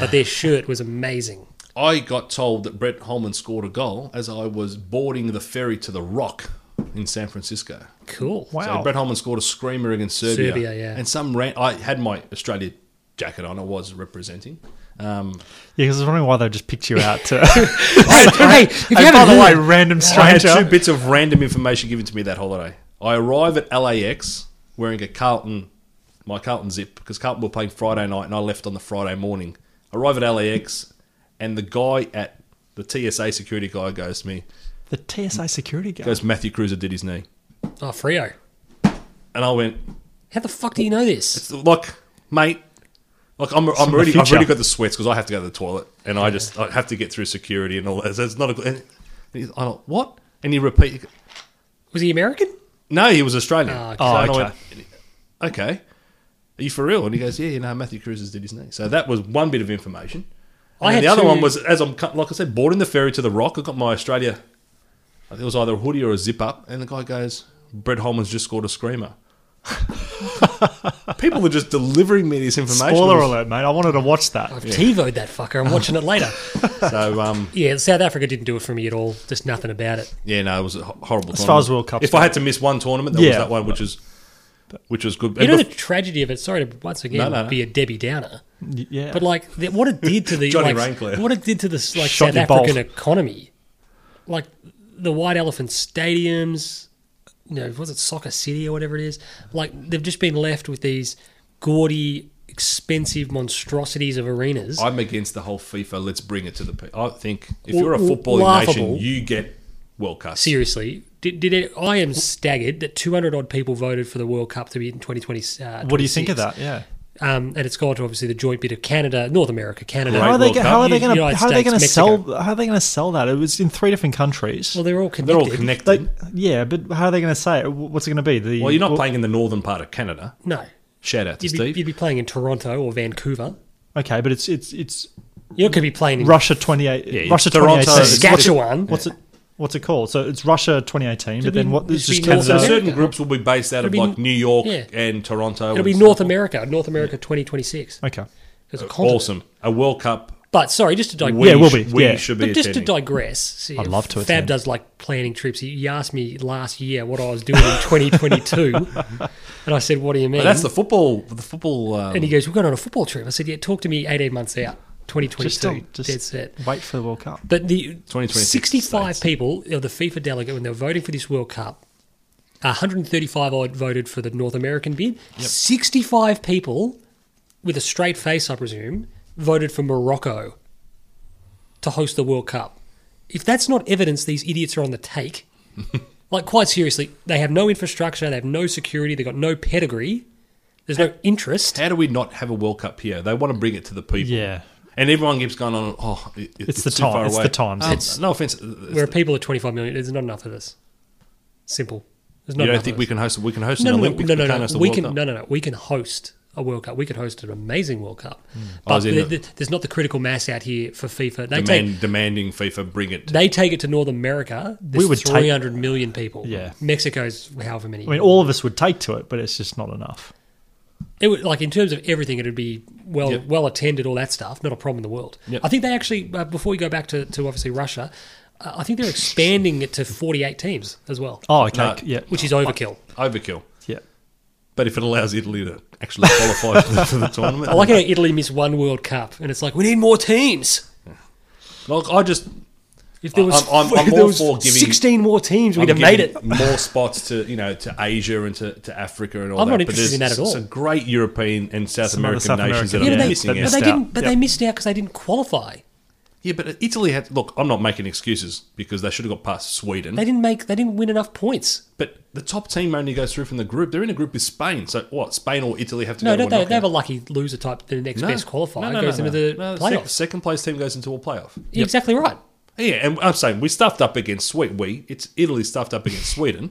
[SPEAKER 1] but their shirt was amazing.
[SPEAKER 2] I got told that Brett Holman scored a goal as I was boarding the ferry to the Rock in San Francisco.
[SPEAKER 1] Cool.
[SPEAKER 2] So Brett Holman scored a screamer against Serbia.
[SPEAKER 1] Serbia, yeah.
[SPEAKER 2] And some ran- I had my Australia jacket on. I was representing. Um,
[SPEAKER 3] Yeah, 'cause I was wondering why they just picked you out. To,
[SPEAKER 1] hey, if you
[SPEAKER 3] and by
[SPEAKER 1] haven't
[SPEAKER 3] the way,
[SPEAKER 1] heard,
[SPEAKER 3] random
[SPEAKER 2] I had two
[SPEAKER 3] stranger.
[SPEAKER 2] bits of random information given to me that holiday. I arrive at LAX wearing a Carlton, my Carlton zip, because Carlton were playing Friday night, and I left on the Friday morning. Arrive at LAX, and the guy at the TSA security guy goes to me,
[SPEAKER 3] The TSA security guard.
[SPEAKER 2] goes Matthew Cruiser did his knee,
[SPEAKER 1] oh Frio,
[SPEAKER 2] and I went.
[SPEAKER 1] how the fuck do you know this?
[SPEAKER 2] It's like, mate, like I'm, I'm
[SPEAKER 3] the
[SPEAKER 2] already, I've
[SPEAKER 3] future.
[SPEAKER 2] already got the sweats because I have to go to the toilet and I just I have to get through security and all that. So it's not a. good- And he's, I'm like, what? And you repeat.
[SPEAKER 1] Was he American?
[SPEAKER 2] No, he was Australian.
[SPEAKER 1] Oh, okay.
[SPEAKER 2] So I
[SPEAKER 3] Oh,
[SPEAKER 2] went, okay. Are you for real? And he goes, yeah, you know, Matthew Cruises did his knee. So that was one bit of information.
[SPEAKER 1] I
[SPEAKER 2] And
[SPEAKER 1] had
[SPEAKER 2] then the other
[SPEAKER 1] two-
[SPEAKER 2] one was as I'm cut- like I said, boarding the ferry to the Rock. I got my Australia It was either a hoodie or a zip up, and the guy goes, "Brett Holman's just scored a screamer." People are just delivering me this information.
[SPEAKER 3] Spoiler alert, mate. I wanted to watch that.
[SPEAKER 1] I've TiVo'd that fucker. I'm watching it later.
[SPEAKER 2] So um,
[SPEAKER 1] Yeah, South Africa didn't do it for me at all. Just nothing about it.
[SPEAKER 2] Yeah, no, it was a ho- horrible.
[SPEAKER 3] As
[SPEAKER 2] tournament.
[SPEAKER 3] far as World Cup's
[SPEAKER 2] if I had to miss one tournament, that was
[SPEAKER 3] Yeah.
[SPEAKER 2] that one, which is which was good.
[SPEAKER 1] You know
[SPEAKER 2] And
[SPEAKER 1] the
[SPEAKER 2] bef-
[SPEAKER 1] tragedy of it. Sorry to once again
[SPEAKER 2] No, no, no.
[SPEAKER 1] be a Debbie Downer,
[SPEAKER 3] Yeah.
[SPEAKER 1] but like th- what it did to the
[SPEAKER 2] Johnny
[SPEAKER 1] like,
[SPEAKER 2] Raincliffe.
[SPEAKER 1] what it did to this like
[SPEAKER 3] Shot
[SPEAKER 1] South
[SPEAKER 3] your bolt.
[SPEAKER 1] African economy, like the White Elephant stadiums. You know, was it Soccer City or whatever it is? Like they've just been left with these gaudy, expensive monstrosities of arenas.
[SPEAKER 2] I'm against the whole FIFA. Let's bring it to the. pe- I think if
[SPEAKER 1] Well,
[SPEAKER 2] you're a
[SPEAKER 1] well,
[SPEAKER 2] footballing
[SPEAKER 1] laughable.
[SPEAKER 2] nation, you get World Cup.
[SPEAKER 1] Seriously, did, did it, I am staggered that 200 odd people voted for the World Cup to be in 2020. Uh,
[SPEAKER 3] what do you think
[SPEAKER 1] 26.
[SPEAKER 3] of that? Yeah.
[SPEAKER 1] um, and it's gone to obviously the joint bit of Canada, North America, Canada.
[SPEAKER 2] Great
[SPEAKER 3] How are they?
[SPEAKER 2] World
[SPEAKER 3] go-
[SPEAKER 2] Cup.
[SPEAKER 3] How are they going to?
[SPEAKER 1] United
[SPEAKER 3] How are they
[SPEAKER 1] States,
[SPEAKER 3] going to
[SPEAKER 1] Mexico.
[SPEAKER 3] sell? How are they going to sell that? It was in three different countries.
[SPEAKER 1] Well, they're all connected.
[SPEAKER 2] They're all connected.
[SPEAKER 3] They, yeah, but how are they going to say it? Wh- What's it going to be? The
[SPEAKER 2] well, you're not playing in the northern part of Canada.
[SPEAKER 1] No,
[SPEAKER 2] Shout out to
[SPEAKER 1] you'd be,
[SPEAKER 2] Steve.
[SPEAKER 1] you'd be playing in Toronto or Vancouver.
[SPEAKER 3] okay, but it's it's it's
[SPEAKER 1] You could be playing in
[SPEAKER 3] Russia 28.
[SPEAKER 2] Yeah,
[SPEAKER 3] Russia
[SPEAKER 2] Toronto,
[SPEAKER 3] 2018.
[SPEAKER 2] it's-
[SPEAKER 1] Saskatchewan.
[SPEAKER 3] What's it? What's it called? So it's Russia 2018, but
[SPEAKER 1] It'd be-
[SPEAKER 3] then what?
[SPEAKER 1] it'd
[SPEAKER 3] It's just
[SPEAKER 1] be North
[SPEAKER 2] so
[SPEAKER 1] America.
[SPEAKER 3] Canada.
[SPEAKER 2] certain groups will be based out of
[SPEAKER 1] It'll be-
[SPEAKER 2] like New York
[SPEAKER 1] yeah.
[SPEAKER 2] and Toronto.
[SPEAKER 1] It'll be
[SPEAKER 2] and-
[SPEAKER 1] North America, North America 2026.
[SPEAKER 3] Okay.
[SPEAKER 1] There's a continent.
[SPEAKER 2] Awesome, a World Cup.
[SPEAKER 1] But sorry, just to digress.
[SPEAKER 2] We
[SPEAKER 3] Yeah, it will
[SPEAKER 2] sh-
[SPEAKER 3] be,
[SPEAKER 2] We
[SPEAKER 3] yeah.
[SPEAKER 2] should be
[SPEAKER 1] But just to
[SPEAKER 2] attending.
[SPEAKER 1] digress, see,
[SPEAKER 3] I'd
[SPEAKER 1] if
[SPEAKER 3] love to
[SPEAKER 1] Fab
[SPEAKER 3] attend.
[SPEAKER 1] does like planning trips. He, he asked me last year what I was doing in 2022, and I said, "What do you mean?"
[SPEAKER 2] But that's the football. The football. Um,
[SPEAKER 1] and he goes, "We're going on a football trip." I said, "Yeah, talk to me 18 months out, 2022,
[SPEAKER 3] Just don't. Just
[SPEAKER 1] dead set."
[SPEAKER 3] wait for the World Cup.
[SPEAKER 1] But the
[SPEAKER 2] 2026
[SPEAKER 1] 65
[SPEAKER 2] states.
[SPEAKER 1] people of the FIFA delegate when they were voting for this World Cup, 135 odd voted for the North American bid. 65 people, with a straight face, I presume, voted for Morocco to host the World Cup. If that's not evidence these idiots are on the take, like quite seriously, they have no infrastructure, they have no security, they've got no pedigree, there's no interest.
[SPEAKER 2] How do we not have a World Cup here? They want to bring it to the people.
[SPEAKER 3] Yeah.
[SPEAKER 2] And everyone keeps going on. Oh, it- it-
[SPEAKER 3] It's
[SPEAKER 2] it's
[SPEAKER 3] the
[SPEAKER 2] too
[SPEAKER 3] time-
[SPEAKER 2] Far
[SPEAKER 3] it's
[SPEAKER 2] away.
[SPEAKER 3] the times.
[SPEAKER 2] Um,
[SPEAKER 1] It's-
[SPEAKER 2] no offense. it's
[SPEAKER 1] We're a people of 25 million, there's not enough of this. Simple. There's not
[SPEAKER 2] You
[SPEAKER 1] enough
[SPEAKER 2] don't
[SPEAKER 1] of
[SPEAKER 2] think
[SPEAKER 1] this.
[SPEAKER 2] we can host? We can host
[SPEAKER 1] no, no,
[SPEAKER 2] an
[SPEAKER 1] no,
[SPEAKER 2] Olympics.
[SPEAKER 1] no,
[SPEAKER 2] we
[SPEAKER 1] no,
[SPEAKER 2] can't
[SPEAKER 1] no.
[SPEAKER 2] host a
[SPEAKER 1] We
[SPEAKER 2] World
[SPEAKER 1] can
[SPEAKER 2] Cup.
[SPEAKER 1] no, no, no. We can host a World Cup. We can host an amazing World Cup.
[SPEAKER 3] Hmm.
[SPEAKER 2] I
[SPEAKER 1] But
[SPEAKER 2] was in
[SPEAKER 1] the,
[SPEAKER 2] the-
[SPEAKER 1] the- there's not the critical mass out here for FIFA. They take
[SPEAKER 2] Demand, demanding FIFA bring it. To,
[SPEAKER 1] they take it to North America. There's
[SPEAKER 3] We would take-
[SPEAKER 1] 300 million people.
[SPEAKER 3] Yeah.
[SPEAKER 1] Mexico's however many.
[SPEAKER 3] I mean, all of us would take to it, but it's just not enough.
[SPEAKER 1] it would, like in terms of everything, it would be well
[SPEAKER 2] Yep.
[SPEAKER 1] well attended, all that stuff. Not a problem in the world.
[SPEAKER 2] Yep.
[SPEAKER 1] I think they actually uh, before we go back to, to obviously Russia, uh, I think they're expanding it to 48 teams as well,
[SPEAKER 3] Oh, okay.
[SPEAKER 2] No.
[SPEAKER 3] Yeah.
[SPEAKER 1] which is overkill.
[SPEAKER 2] overkill.
[SPEAKER 3] Yeah.
[SPEAKER 2] But if it allows Italy to actually qualify for the- for the tournament,
[SPEAKER 1] I like how Italy missed one World Cup, and it's like we need more teams.
[SPEAKER 2] Look, I just
[SPEAKER 1] If there was,
[SPEAKER 2] I'm- I'm- I'm
[SPEAKER 1] if there
[SPEAKER 2] all
[SPEAKER 1] was
[SPEAKER 2] for giving-
[SPEAKER 1] 16 more teams, we'd
[SPEAKER 2] I'm
[SPEAKER 1] have made
[SPEAKER 2] giving
[SPEAKER 1] it.
[SPEAKER 2] more spots to you know to Asia and to, to Africa and all
[SPEAKER 1] I'm
[SPEAKER 2] that.
[SPEAKER 1] not
[SPEAKER 2] but
[SPEAKER 1] interested
[SPEAKER 2] there's
[SPEAKER 1] in that at all.
[SPEAKER 2] Some great European and South
[SPEAKER 3] Some other
[SPEAKER 2] American
[SPEAKER 3] South
[SPEAKER 2] nations
[SPEAKER 3] American
[SPEAKER 2] that
[SPEAKER 1] Yeah,
[SPEAKER 2] are
[SPEAKER 1] but they,
[SPEAKER 3] missing
[SPEAKER 1] but
[SPEAKER 2] missing
[SPEAKER 3] out.
[SPEAKER 1] they
[SPEAKER 3] Missed
[SPEAKER 1] didn't.
[SPEAKER 3] out.
[SPEAKER 1] But they missed out because they didn't qualify.
[SPEAKER 2] Yeah, but Italy had look. I'm not making excuses because they should have got past Sweden.
[SPEAKER 1] They didn't make. They didn't win enough points.
[SPEAKER 2] but the top team only goes through from the group. They're in a group with Spain. So what? Spain or Italy have to
[SPEAKER 1] No,
[SPEAKER 2] go.
[SPEAKER 1] don't
[SPEAKER 2] to a
[SPEAKER 1] they? They
[SPEAKER 2] knockout?
[SPEAKER 1] have a lucky loser type. The next best qualifier
[SPEAKER 2] No, no,
[SPEAKER 1] goes
[SPEAKER 2] no,
[SPEAKER 1] into
[SPEAKER 2] no.
[SPEAKER 1] the
[SPEAKER 2] No, sec-
[SPEAKER 1] playoffs.
[SPEAKER 2] second place team goes into a playoff.
[SPEAKER 1] You're exactly right.
[SPEAKER 2] Yeah, and I'm saying we stuffed up against Sweden. We it's Italy stuffed up against Sweden.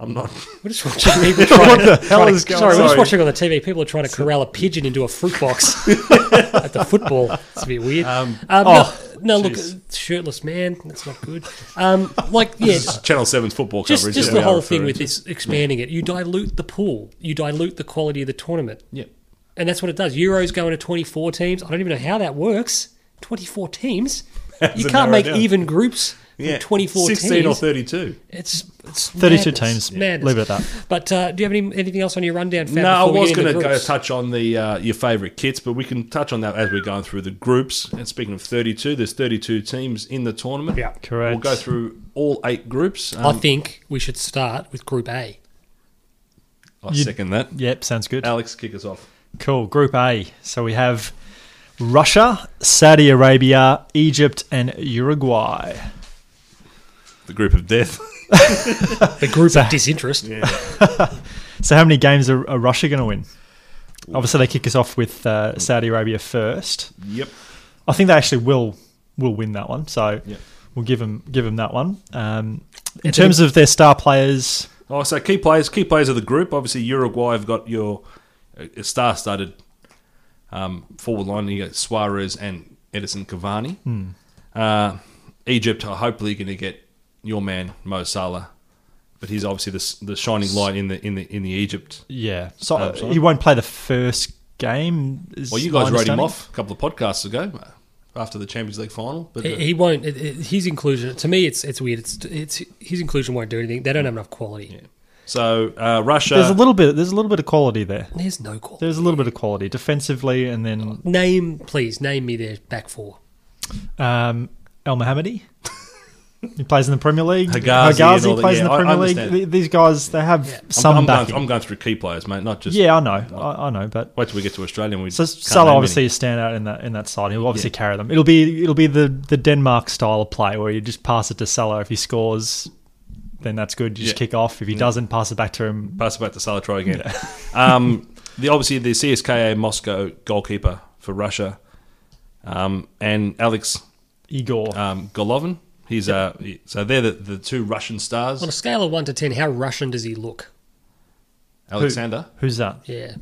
[SPEAKER 2] I'm not.
[SPEAKER 1] We're just watching people trying to.
[SPEAKER 3] hell
[SPEAKER 1] trying to-
[SPEAKER 3] is going
[SPEAKER 1] sorry, we're just
[SPEAKER 2] on?
[SPEAKER 1] watching on the TV. People are trying to corral a pigeon into a fruit box at the football. It's a bit weird. Um,
[SPEAKER 3] oh,
[SPEAKER 1] no, no,
[SPEAKER 2] jeez.
[SPEAKER 1] look, shirtless man. That's not good. Um, like, yeah,
[SPEAKER 2] Channel 7's football
[SPEAKER 1] just,
[SPEAKER 2] coverage.
[SPEAKER 1] just
[SPEAKER 2] that
[SPEAKER 1] the
[SPEAKER 2] we are
[SPEAKER 1] whole thing
[SPEAKER 2] referring
[SPEAKER 1] with
[SPEAKER 2] to.
[SPEAKER 1] this expanding it. You dilute the pool. You dilute the quality of the tournament,
[SPEAKER 2] Yeah,
[SPEAKER 1] and that's what it does. Euros going to twenty four teams. I don't even know how that works. Twenty four teams. you
[SPEAKER 2] to
[SPEAKER 1] can't
[SPEAKER 2] narrow
[SPEAKER 1] make
[SPEAKER 2] down.
[SPEAKER 1] even groups.
[SPEAKER 2] yeah.
[SPEAKER 1] Yeah, twenty four teams.
[SPEAKER 2] 16 or 32.
[SPEAKER 1] It's, it's
[SPEAKER 3] 32
[SPEAKER 1] madness.
[SPEAKER 3] teams.
[SPEAKER 1] Madness.
[SPEAKER 3] Leave it at that.
[SPEAKER 1] But uh, do you have any, anything else on your rundown? Fab,
[SPEAKER 2] No, I
[SPEAKER 1] before we
[SPEAKER 2] was
[SPEAKER 1] get into
[SPEAKER 2] going to go
[SPEAKER 1] groups?
[SPEAKER 2] touch on the uh, your favourite kits, but we can touch on that as we're going through the groups. And speaking of 32, there's 32 teams in the tournament.
[SPEAKER 1] Yeah.
[SPEAKER 3] Correct.
[SPEAKER 2] We'll go through all eight groups.
[SPEAKER 1] I
[SPEAKER 2] Um,
[SPEAKER 1] think we should start with Group A.
[SPEAKER 2] I
[SPEAKER 3] You-
[SPEAKER 2] second that.
[SPEAKER 3] Yep. Sounds good.
[SPEAKER 2] Alex, kick us off.
[SPEAKER 3] Cool. Group A. So we have Russia, Saudi Arabia, Egypt, and Uruguay.
[SPEAKER 2] The group of death.
[SPEAKER 1] The group of disinterest.
[SPEAKER 3] So how many games are, are Russia going to win? Obviously, they kick us off with uh, Saudi Arabia first.
[SPEAKER 2] yep.
[SPEAKER 3] I think they actually will will win that one. So
[SPEAKER 2] Yep.
[SPEAKER 3] we'll give them give them that one. Um, in terms of their star players,
[SPEAKER 2] Oh, so key players, key players of the group. Obviously, Uruguay have got your uh, star-studded um, forward line. You got
[SPEAKER 3] Hmm.
[SPEAKER 2] Suarez and Edison Cavani. Uh, Egypt are hopefully going to get your man Mo Salah, but he's obviously the, s- the shining light in the in the in the Egypt.
[SPEAKER 3] Yeah. So uh,
[SPEAKER 2] Absolutely.
[SPEAKER 3] he won't play the first game. is
[SPEAKER 2] Well, you
[SPEAKER 3] my
[SPEAKER 2] guys wrote him
[SPEAKER 3] understanding.
[SPEAKER 2] off a couple of podcasts ago uh, after the Champions League final, but uh,
[SPEAKER 1] He, he won't. It, it, his inclusion to me, it's it's weird. It's it's his inclusion won't do anything. They don't have enough quality.
[SPEAKER 2] so uh, Russia.
[SPEAKER 3] There's a little bit. There's a little bit of quality there.
[SPEAKER 1] There's no quality.
[SPEAKER 3] There's a little bit of quality defensively, and then
[SPEAKER 1] Name, please name me their back four.
[SPEAKER 3] um, El Mohammedi. he plays in the Premier League.
[SPEAKER 2] Higazi and all
[SPEAKER 3] Higazi
[SPEAKER 2] that.
[SPEAKER 3] plays in
[SPEAKER 2] Yeah, I-
[SPEAKER 3] the
[SPEAKER 2] I
[SPEAKER 3] Premier League.
[SPEAKER 2] understand.
[SPEAKER 3] Th- These guys, they have
[SPEAKER 1] Yeah. I'm-
[SPEAKER 3] some
[SPEAKER 2] I'm,
[SPEAKER 3] backing.
[SPEAKER 2] going, I'm going through key players, mate. Not just
[SPEAKER 3] yeah, I know. I, I know, but
[SPEAKER 2] Wait till we get to Australia. And we
[SPEAKER 3] So
[SPEAKER 2] can't
[SPEAKER 3] Salah
[SPEAKER 2] name
[SPEAKER 3] obviously
[SPEAKER 2] any.
[SPEAKER 3] is standout in that in that side. He'll obviously carry them. It'll be it'll be the the Denmark style of play where you just pass it to Salah. If he scores, then that's good. You just
[SPEAKER 2] Yeah.
[SPEAKER 3] kick off. If he doesn't, pass it back to him.
[SPEAKER 2] pass it back to Salah. Try again. um, the obviously the CSKA Moscow goalkeeper for Russia, um, and Alex
[SPEAKER 3] Igor.
[SPEAKER 2] um, Golovin. He's uh, he- so they're the, the two Russian stars.
[SPEAKER 1] On a scale of one to ten, how Russian does he look?
[SPEAKER 2] Alexander.
[SPEAKER 3] Who's that?
[SPEAKER 1] Yeah,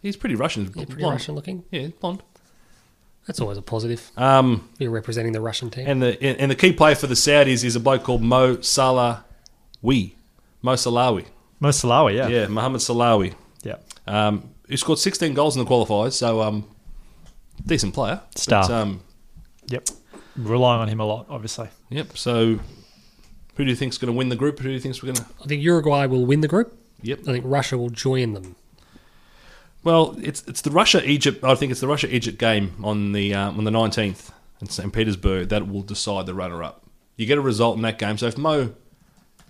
[SPEAKER 2] He's pretty Russian.
[SPEAKER 1] yeah, pretty
[SPEAKER 2] blonde.
[SPEAKER 1] Russian looking.
[SPEAKER 2] Yeah, blonde.
[SPEAKER 1] That's always a positive.
[SPEAKER 2] Um,
[SPEAKER 1] You're representing the Russian team.
[SPEAKER 2] and the and the key player for the Saudis is a bloke called Mo Salah, Salawi, Mo Salawi.
[SPEAKER 3] Mo Salawi. Yeah. yeah.
[SPEAKER 2] Yeah, Mohammed Salawi. Um, he scored 16 goals in the qualifiers, so um, decent player.
[SPEAKER 3] Star.
[SPEAKER 2] But, um,
[SPEAKER 3] Yep. Relying on him a lot, obviously.
[SPEAKER 2] yep. So, who do you think's going to win the group? Who do you think's going to?
[SPEAKER 1] I think Uruguay will win the group.
[SPEAKER 2] Yep.
[SPEAKER 1] I think Russia will join them.
[SPEAKER 2] Well, it's it's the Russia Egypt. I think it's the Russia Egypt game on the um, on the 19th in St Petersburg that will decide the runner up. You get a result in that game. So if Mo,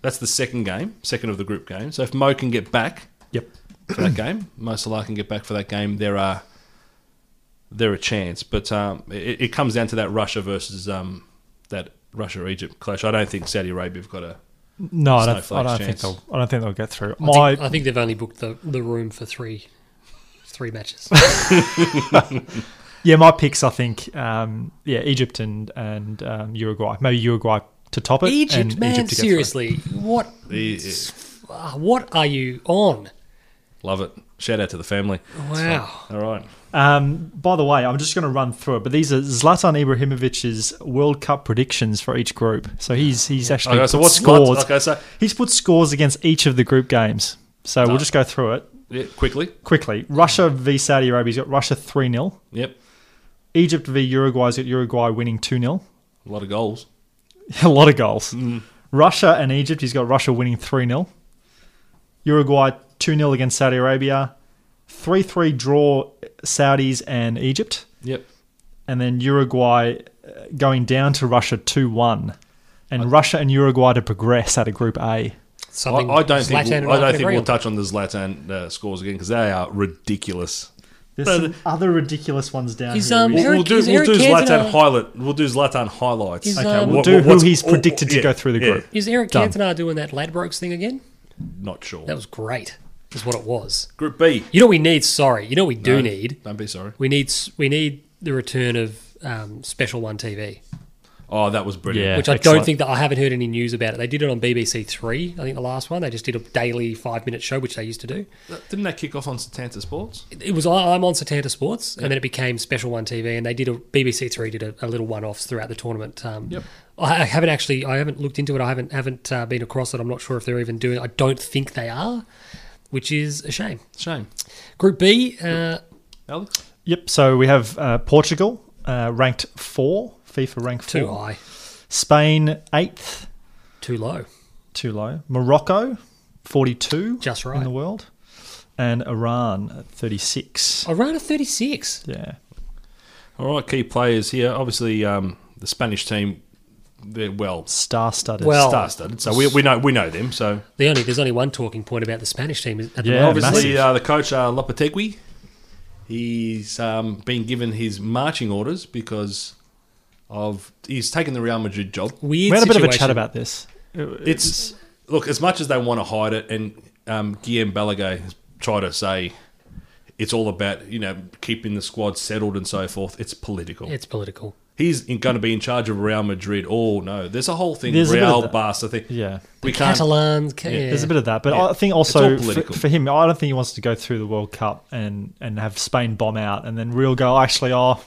[SPEAKER 2] that's the second game, second of the group game. So if Mo can get back
[SPEAKER 3] Yep.
[SPEAKER 2] for that game, Mo Salah can get back for that game. There are there a chance, but um, it, it comes down to that Russia versus um, that Russia Egypt clash. I don't think Saudi Arabia have got a.
[SPEAKER 3] No, I don't, I
[SPEAKER 2] Snowflake's
[SPEAKER 3] don't think
[SPEAKER 2] chance.
[SPEAKER 3] they'll. I don't think they'll get through.
[SPEAKER 1] I think,
[SPEAKER 3] My
[SPEAKER 1] I think they've only booked the, the room for three three matches.
[SPEAKER 3] yeah, my picks. I think um, yeah, Egypt and and um, Uruguay. Maybe Uruguay to top it.
[SPEAKER 1] Egypt,
[SPEAKER 3] and
[SPEAKER 1] man,
[SPEAKER 3] Egypt to get through.
[SPEAKER 1] seriously, what
[SPEAKER 2] The-
[SPEAKER 1] ah, what are you on?
[SPEAKER 2] Love it. Shout out to the family.
[SPEAKER 1] Wow,
[SPEAKER 2] All right.
[SPEAKER 3] Um, by the way, I'm just going to run through it, but these are Zlatan Ibrahimovic's World Cup predictions for each group. So he's he's actually
[SPEAKER 2] Okay,
[SPEAKER 3] put
[SPEAKER 2] so what's
[SPEAKER 3] scores.
[SPEAKER 2] Okay, so
[SPEAKER 3] He's put scores against each of the group games. So we'll just go through it
[SPEAKER 2] yeah, quickly.
[SPEAKER 3] quickly. Russia v Saudi Arabia. He's got Russia three 0
[SPEAKER 2] Yep.
[SPEAKER 3] Egypt v Uruguay. He's got Uruguay winning two 0
[SPEAKER 2] A lot of goals.
[SPEAKER 3] A lot of goals.
[SPEAKER 2] Mm.
[SPEAKER 3] Russia and Egypt. He's got Russia winning three 0 Uruguay two 0 against Saudi Arabia. Three three draw Saudis and Egypt.
[SPEAKER 2] Yep.
[SPEAKER 3] and then Uruguay uh, going down to Russia 2 1. And Russia and Uruguay to progress out of Group A.
[SPEAKER 2] I,
[SPEAKER 1] something
[SPEAKER 2] I don't think
[SPEAKER 1] Zlatan and
[SPEAKER 2] we'll, I
[SPEAKER 1] can
[SPEAKER 2] don't think
[SPEAKER 1] agree
[SPEAKER 2] we'll
[SPEAKER 1] on.
[SPEAKER 2] touch on the Zlatan uh, scores again because they are ridiculous.
[SPEAKER 3] There's
[SPEAKER 2] But-
[SPEAKER 3] some other ridiculous ones down
[SPEAKER 1] Is,
[SPEAKER 3] here.
[SPEAKER 1] um,
[SPEAKER 2] We'll,
[SPEAKER 1] Eric-
[SPEAKER 2] we'll do
[SPEAKER 1] is
[SPEAKER 2] we'll
[SPEAKER 1] Eric
[SPEAKER 2] do
[SPEAKER 1] Cantona-
[SPEAKER 2] Zlatan highlight. We'll do Zlatan highlights.
[SPEAKER 1] Is,
[SPEAKER 3] okay,
[SPEAKER 1] um,
[SPEAKER 3] we'll
[SPEAKER 1] what-
[SPEAKER 3] do who
[SPEAKER 2] what's-
[SPEAKER 3] he's
[SPEAKER 2] oh,
[SPEAKER 3] predicted to
[SPEAKER 2] yeah,
[SPEAKER 3] go through the
[SPEAKER 2] yeah.
[SPEAKER 3] group.
[SPEAKER 1] Is Eric
[SPEAKER 3] Done.
[SPEAKER 1] Cantona doing that Ladbrokes thing again?
[SPEAKER 2] Not sure.
[SPEAKER 1] That was great. Is what it was.
[SPEAKER 2] Group B.
[SPEAKER 1] You know what we need. Sorry, you know what we do need.
[SPEAKER 2] Don't be sorry.
[SPEAKER 1] We need s- we need the return of um, Special One TV,
[SPEAKER 2] Oh, that was brilliant.
[SPEAKER 3] Yeah.
[SPEAKER 1] which I don't
[SPEAKER 3] excellent.
[SPEAKER 1] think that I haven't heard any news about it. They did it on BBC Three, I think the last one. They just did a daily five minute show, which they used to do.
[SPEAKER 2] That- Didn't that kick off on Satanta Sports?
[SPEAKER 1] It, it was I- I'm on Satanta Sports, and then it became Special One TV, and they did a BBC Three did a, a little one offs throughout the tournament. Um,
[SPEAKER 2] Yep.
[SPEAKER 1] I I haven't actually. I haven't looked into it. I haven't haven't uh, been across it. I'm not sure if they're even doing. it. I don't think they are, which is a shame.
[SPEAKER 2] Shame,
[SPEAKER 1] Group B, uh,
[SPEAKER 2] Alex.
[SPEAKER 3] Yep, so we have uh, Portugal uh, ranked four, FIFA ranked
[SPEAKER 1] too
[SPEAKER 3] four.
[SPEAKER 1] high,
[SPEAKER 3] Spain, eighth,
[SPEAKER 1] too low.
[SPEAKER 3] too low. Morocco, 42
[SPEAKER 1] Just
[SPEAKER 3] in
[SPEAKER 1] right.
[SPEAKER 3] the world. And Iran, at 36.
[SPEAKER 1] Iran are 36.
[SPEAKER 3] Yeah.
[SPEAKER 2] All right, key players here. Obviously, um, the Spanish team. They're well
[SPEAKER 3] Star studded.
[SPEAKER 1] Well-
[SPEAKER 2] star studded, so we, we know we know them. So
[SPEAKER 1] The only there's only one talking point about the Spanish team at the
[SPEAKER 3] Yeah,
[SPEAKER 1] moment.
[SPEAKER 2] obviously,
[SPEAKER 3] massive.
[SPEAKER 2] uh, the coach uh, Lopetegui. He's um, been given his marching orders because of he's taken the Real Madrid job.
[SPEAKER 1] Weird
[SPEAKER 3] we had a bit of a
[SPEAKER 1] situation.
[SPEAKER 3] chat about this.
[SPEAKER 2] It's look as much as they want to hide it, and um, Guillaume Balaguer has tried to say it's all about you know keeping the squad settled and so forth. It's political.
[SPEAKER 1] It's political.
[SPEAKER 2] He's going to be in charge of Real Madrid. Oh no, there's a whole thing
[SPEAKER 3] There's a bit
[SPEAKER 2] Real
[SPEAKER 3] of that.
[SPEAKER 2] Barca thing.
[SPEAKER 3] Yeah.
[SPEAKER 2] we can't.
[SPEAKER 1] Catalans. ca- yeah.
[SPEAKER 3] There's a bit of that, but
[SPEAKER 2] Yeah.
[SPEAKER 3] I think
[SPEAKER 2] It's
[SPEAKER 3] also
[SPEAKER 2] all
[SPEAKER 3] for,
[SPEAKER 2] political.
[SPEAKER 3] for him, I don't think he wants to go through the World Cup and and have Spain bomb out, and then Real go actually, oh,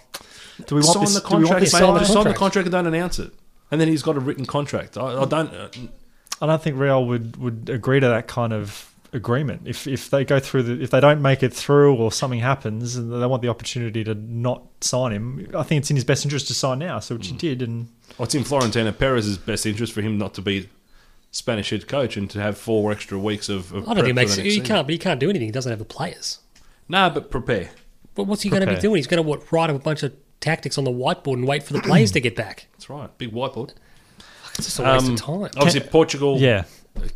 [SPEAKER 3] do we want
[SPEAKER 2] sign
[SPEAKER 3] this?
[SPEAKER 2] the
[SPEAKER 3] do we want
[SPEAKER 2] contract.
[SPEAKER 3] this
[SPEAKER 2] mate.
[SPEAKER 1] Sign the
[SPEAKER 2] Just sign the
[SPEAKER 1] contract.
[SPEAKER 2] contract and don't announce it. and then he's got a written contract. I, I don't. Uh,
[SPEAKER 3] I don't think Real would, would agree to that kind of agreement. If if they go through the if they don't make it through or something happens and they want the opportunity to not sign him, I think it's in his best interest to sign now. So which he did, and
[SPEAKER 2] what's in Florentino Perez's best interest for him not to be Spanish head coach and to have four extra weeks of. of
[SPEAKER 1] I don't think
[SPEAKER 2] prep for
[SPEAKER 1] it makes
[SPEAKER 2] the
[SPEAKER 1] he
[SPEAKER 2] next season.
[SPEAKER 1] can't, but he can't do anything. He doesn't have the players.
[SPEAKER 2] Nah, but prepare.
[SPEAKER 1] But what's he going to be
[SPEAKER 3] Prepare.
[SPEAKER 1] doing? He's going to what, write up a bunch of tactics on the whiteboard and wait for the players to get back.
[SPEAKER 2] That's right. Big whiteboard.
[SPEAKER 1] It's just a waste
[SPEAKER 2] Um,
[SPEAKER 1] of time.
[SPEAKER 2] Obviously, Portugal.
[SPEAKER 3] yeah,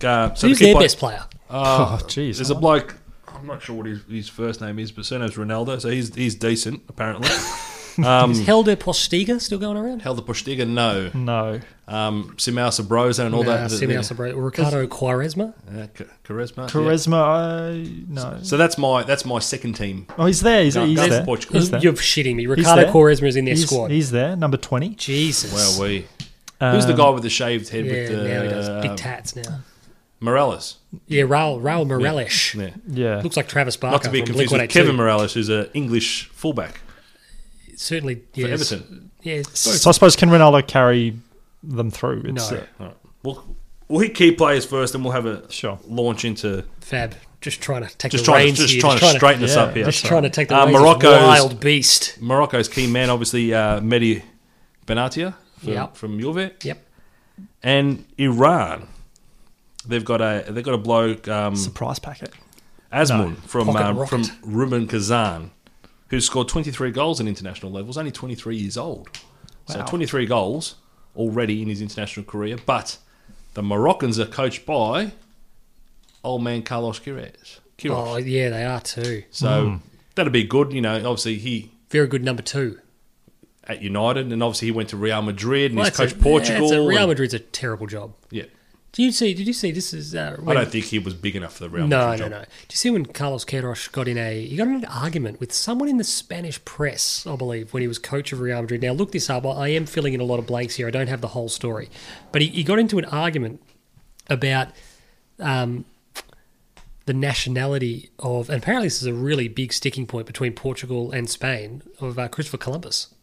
[SPEAKER 2] Uh, so
[SPEAKER 1] Who's
[SPEAKER 2] the key
[SPEAKER 1] their
[SPEAKER 2] play-
[SPEAKER 1] best player?
[SPEAKER 2] Uh,
[SPEAKER 3] Oh, jeez.
[SPEAKER 2] There's a bloke. I'm not sure what his, his first name is, but surname's Ronaldo. So he's he's decent apparently.
[SPEAKER 3] Hmm.
[SPEAKER 1] Is Helder Postiga still going around?
[SPEAKER 2] Held the Postiga, no.
[SPEAKER 3] no,
[SPEAKER 2] Um, Simao Sabrosa and all
[SPEAKER 1] Nah,
[SPEAKER 2] that.
[SPEAKER 1] Simeon Sabro- Ricardo Quaresma.
[SPEAKER 2] Uh, K- Quaresma. yeah.
[SPEAKER 3] Charisma, uh, no.
[SPEAKER 2] So that's my that's my second team.
[SPEAKER 3] Oh, he's there. He's,
[SPEAKER 2] Go-
[SPEAKER 3] he's
[SPEAKER 2] go for
[SPEAKER 3] there.
[SPEAKER 2] Portugal.
[SPEAKER 3] He's there.
[SPEAKER 1] You're shitting me. Ricardo
[SPEAKER 3] there.
[SPEAKER 1] Quaresma is in their
[SPEAKER 3] He's-
[SPEAKER 1] squad.
[SPEAKER 3] He's there, number twenty.
[SPEAKER 1] Jesus.
[SPEAKER 2] Wow, we. Who's the guy with the shaved
[SPEAKER 1] Um,
[SPEAKER 2] head
[SPEAKER 1] yeah,
[SPEAKER 2] with the
[SPEAKER 1] now he does big
[SPEAKER 2] uh,
[SPEAKER 1] tats now.
[SPEAKER 2] Morales?
[SPEAKER 1] Yeah, Raul Raul Morelish.
[SPEAKER 2] Yeah.
[SPEAKER 3] Yeah,
[SPEAKER 1] Looks like Travis Barker.
[SPEAKER 2] Not to be
[SPEAKER 1] from
[SPEAKER 2] confused with
[SPEAKER 1] Blink 182.
[SPEAKER 2] Kevin Morales, who's an English fullback
[SPEAKER 1] Certainly,
[SPEAKER 2] for
[SPEAKER 1] yes.
[SPEAKER 2] Everton.
[SPEAKER 1] Yeah,
[SPEAKER 3] so I suppose can Ronaldo carry them through? It's,
[SPEAKER 1] No.
[SPEAKER 3] uh,
[SPEAKER 2] All right. We'll, we'll hit key players first, and we'll have a
[SPEAKER 3] Sure.
[SPEAKER 2] launch into
[SPEAKER 1] Fab. Just trying to take
[SPEAKER 2] just
[SPEAKER 1] the
[SPEAKER 2] trying to,
[SPEAKER 1] reins
[SPEAKER 2] just
[SPEAKER 1] here.
[SPEAKER 2] trying to straighten us
[SPEAKER 3] yeah,
[SPEAKER 2] up here.
[SPEAKER 3] just
[SPEAKER 1] Just trying to take the
[SPEAKER 2] Uh,
[SPEAKER 1] reins. of
[SPEAKER 2] Morocco's-
[SPEAKER 1] wild beast.
[SPEAKER 2] Morocco's key man, obviously uh, Mehdi Benatia from,
[SPEAKER 1] Yep.
[SPEAKER 2] from Juve,
[SPEAKER 1] Yep.
[SPEAKER 2] and Iran. They've got a they've got a bloke um,
[SPEAKER 3] Surprise packet.
[SPEAKER 2] Asmun from
[SPEAKER 1] Pocket
[SPEAKER 2] um, from
[SPEAKER 1] rocket.
[SPEAKER 2] Ruben Kazan, who scored 23 goals in international levels, only 23 years old. So
[SPEAKER 3] Wow.
[SPEAKER 2] 23 goals already in his international career, but the Moroccans are coached by old man Carlos Queiroz. Queiroz.
[SPEAKER 1] Oh yeah, they are too.
[SPEAKER 2] so that'll be good. You know, obviously he
[SPEAKER 1] Very good number two.
[SPEAKER 2] at United, and obviously he went to Real Madrid, and
[SPEAKER 1] Well,
[SPEAKER 2] he's
[SPEAKER 1] that's
[SPEAKER 2] coached
[SPEAKER 1] a-
[SPEAKER 2] Portugal.
[SPEAKER 1] that's a- Real
[SPEAKER 2] and-
[SPEAKER 1] Madrid's a terrible job.
[SPEAKER 2] yeah,
[SPEAKER 1] Do you see? Did you see? This is uh,
[SPEAKER 2] I
[SPEAKER 1] when-
[SPEAKER 2] don't think he was big enough for the Real
[SPEAKER 1] no,
[SPEAKER 2] Madrid
[SPEAKER 1] no, no.
[SPEAKER 2] job.
[SPEAKER 1] Do you see when Carlos Queiroz got in a he got in an argument with someone in the Spanish press, I believe, when he was coach of Real Madrid. Now look this up. I I am filling in a lot of blanks here. I don't have the whole story, but he, he got into an argument about um, the nationality of, and apparently this is a really big sticking point between Portugal and Spain of uh, Christopher Columbus.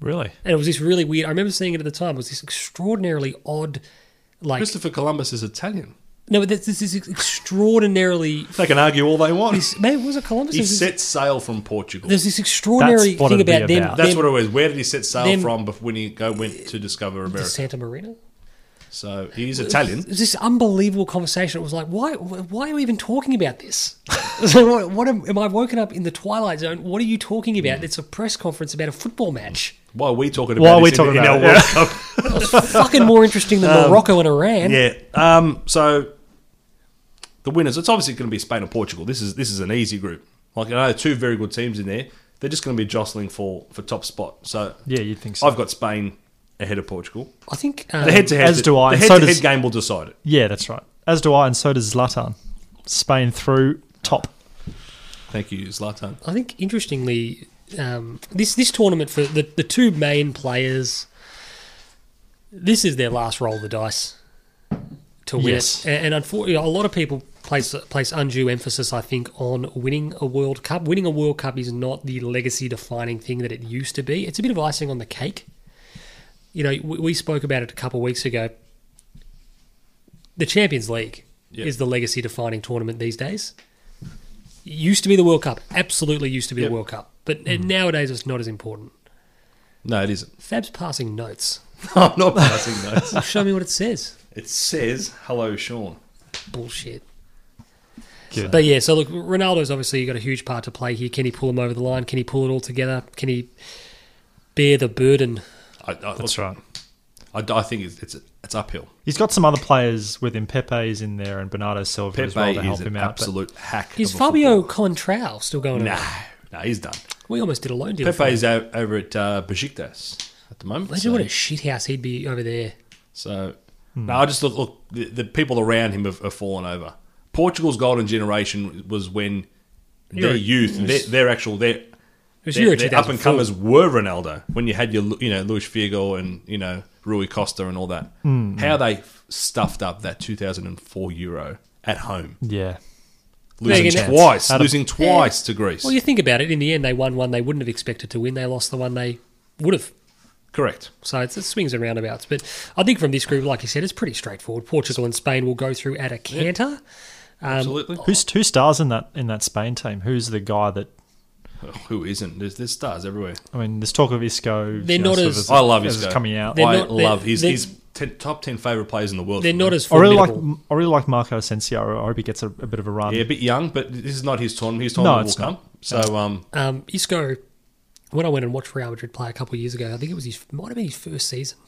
[SPEAKER 3] Really?
[SPEAKER 1] And it was this really weird. I remember seeing it at the time. It was this extraordinarily odd, like
[SPEAKER 2] Christopher Columbus is Italian.
[SPEAKER 1] no, but this, this is extraordinarily.
[SPEAKER 2] They can argue all they want.
[SPEAKER 1] Man, was it Columbus?
[SPEAKER 2] he
[SPEAKER 1] There's this,
[SPEAKER 2] set sail from Portugal.
[SPEAKER 1] there's this extraordinary
[SPEAKER 3] That's what
[SPEAKER 1] thing
[SPEAKER 3] it'd be
[SPEAKER 1] about them.
[SPEAKER 3] about.
[SPEAKER 2] That's
[SPEAKER 1] them-
[SPEAKER 2] what it was. Where did he set sail
[SPEAKER 1] them-
[SPEAKER 2] from before when he go went to discover
[SPEAKER 1] the
[SPEAKER 2] America?
[SPEAKER 1] Santa Marina.
[SPEAKER 2] So he's
[SPEAKER 1] It
[SPEAKER 2] Italian.
[SPEAKER 1] was this unbelievable conversation. It was like, why, why are we even talking about this? so what, what am, am I woken up in the twilight zone? What are you talking
[SPEAKER 3] Mm.
[SPEAKER 1] about? It's a press conference about a football match.
[SPEAKER 2] Why are we talking about?
[SPEAKER 3] Why are we
[SPEAKER 2] this
[SPEAKER 3] talking
[SPEAKER 2] in,
[SPEAKER 3] about
[SPEAKER 2] in
[SPEAKER 3] it?
[SPEAKER 2] our
[SPEAKER 3] Yeah.
[SPEAKER 2] World Cup?
[SPEAKER 1] Fucking more interesting than Morocco and Iran.
[SPEAKER 2] Um, Yeah. Um, so the winners. It's obviously going to be Spain or Portugal. This is this is an easy group. Like I know two very good teams in there. They're just going to be jostling for for top spot. So
[SPEAKER 3] Yeah, you'd think so.
[SPEAKER 2] I've got Spain ahead of Portugal.
[SPEAKER 1] I think um,
[SPEAKER 2] The head to head.
[SPEAKER 3] as do I,
[SPEAKER 2] The
[SPEAKER 3] and
[SPEAKER 2] head
[SPEAKER 3] so
[SPEAKER 2] to head
[SPEAKER 3] does-
[SPEAKER 2] game will decide it.
[SPEAKER 3] Yeah, that's right. As do I, and so does Zlatan. Spain through top.
[SPEAKER 2] Thank you, Zlatan.
[SPEAKER 1] I think interestingly, um, this this tournament for the, the two main players, this is their last roll of the dice to win
[SPEAKER 3] Yes.
[SPEAKER 1] it. And, and unfortunately, a lot of people place place undue emphasis, I think, on winning a World Cup. Winning a World Cup is not the legacy defining thing that it used to be. It's a bit of icing on the cake. You know, we, we spoke about it a couple of weeks ago. The Champions League
[SPEAKER 2] Yeah.
[SPEAKER 1] is the legacy defining tournament these days used to be the World Cup. Absolutely used to be
[SPEAKER 2] Yep. Hmm.
[SPEAKER 1] the World Cup. But uh nowadays it's not as important.
[SPEAKER 2] No, it isn't.
[SPEAKER 1] Fab's passing notes.
[SPEAKER 2] I'm not passing those.
[SPEAKER 1] Show me what it says.
[SPEAKER 2] It says hello, Sean.
[SPEAKER 1] Bullshit.
[SPEAKER 3] Good.
[SPEAKER 1] But yeah, so look, Ronaldo's obviously got a huge part to play here. Can he pull him over the line? Can he pull it all together? Can he bear the burden?
[SPEAKER 2] I, I,
[SPEAKER 3] That's right.
[SPEAKER 2] I, I think it's it's, it's uphill.
[SPEAKER 3] He's got some other players with him. Pepe's in there, and Bernardo Silva as
[SPEAKER 2] Pepe
[SPEAKER 3] well to help
[SPEAKER 2] is an
[SPEAKER 3] him out. but-
[SPEAKER 2] absolute hack.
[SPEAKER 1] Is
[SPEAKER 2] of a
[SPEAKER 1] Fabio
[SPEAKER 2] footballer.
[SPEAKER 1] Contral still going?
[SPEAKER 2] No,
[SPEAKER 1] around?
[SPEAKER 2] no, he's done.
[SPEAKER 1] We almost did a loan deal. for him.
[SPEAKER 2] Pepe's out over at uh, Besiktas at the moment.
[SPEAKER 1] Imagine
[SPEAKER 2] so
[SPEAKER 1] what a shithouse he'd be over there.
[SPEAKER 2] so,
[SPEAKER 3] Hmm.
[SPEAKER 2] no, I just look. Look, the, the people around him have, have fallen over. Portugal's golden generation was when their
[SPEAKER 1] Euro-
[SPEAKER 2] youth, their, their actual their,
[SPEAKER 1] It was
[SPEAKER 2] their,
[SPEAKER 1] Euro
[SPEAKER 2] their up and
[SPEAKER 1] 2004.
[SPEAKER 2] comers were Ronaldo. When you had your you know Luis Figo and you know Rui Costa and all that,
[SPEAKER 3] Hmm.
[SPEAKER 2] how they f- stuffed up that 2004 Euro at home.
[SPEAKER 3] yeah.
[SPEAKER 2] losing
[SPEAKER 1] again, that's-
[SPEAKER 2] twice,
[SPEAKER 3] Adam-
[SPEAKER 2] losing twice to Greece.
[SPEAKER 1] Well, you think about it. In the end, they won one they wouldn't have expected to win. They lost the one they would have.
[SPEAKER 2] Correct.
[SPEAKER 1] So it's, it swings and roundabouts. But I think from this group, like you said, it's pretty straightforward. Portugal and Spain will go through at a canter.
[SPEAKER 2] Absolutely.
[SPEAKER 1] Oh,
[SPEAKER 3] Who's who stars in that in that Spain team? Who's the guy that?
[SPEAKER 2] Oh, who isn't? There's, there's stars everywhere.
[SPEAKER 3] I mean, there's talk of Isco. you
[SPEAKER 1] They're
[SPEAKER 3] know,
[SPEAKER 1] not
[SPEAKER 3] sort
[SPEAKER 1] as-
[SPEAKER 3] of
[SPEAKER 2] I love his
[SPEAKER 3] as coming out.
[SPEAKER 1] They're
[SPEAKER 2] I
[SPEAKER 1] not- they're-
[SPEAKER 2] love he's
[SPEAKER 1] they're-
[SPEAKER 2] he's ten, top ten favorite players in the world.
[SPEAKER 1] They're
[SPEAKER 2] for
[SPEAKER 1] not
[SPEAKER 2] me.
[SPEAKER 1] as
[SPEAKER 3] I really
[SPEAKER 1] formidable.
[SPEAKER 3] like I really like Marco Asensio. I hope he gets a, a bit of a run.
[SPEAKER 2] yeah, a bit young, but this is not his tournament. His tournament
[SPEAKER 3] it's
[SPEAKER 2] will come.
[SPEAKER 3] not.
[SPEAKER 2] So um,
[SPEAKER 1] um, Isco, when I went and watched Real Madrid play a couple of years ago, I think it was his might have been his first season.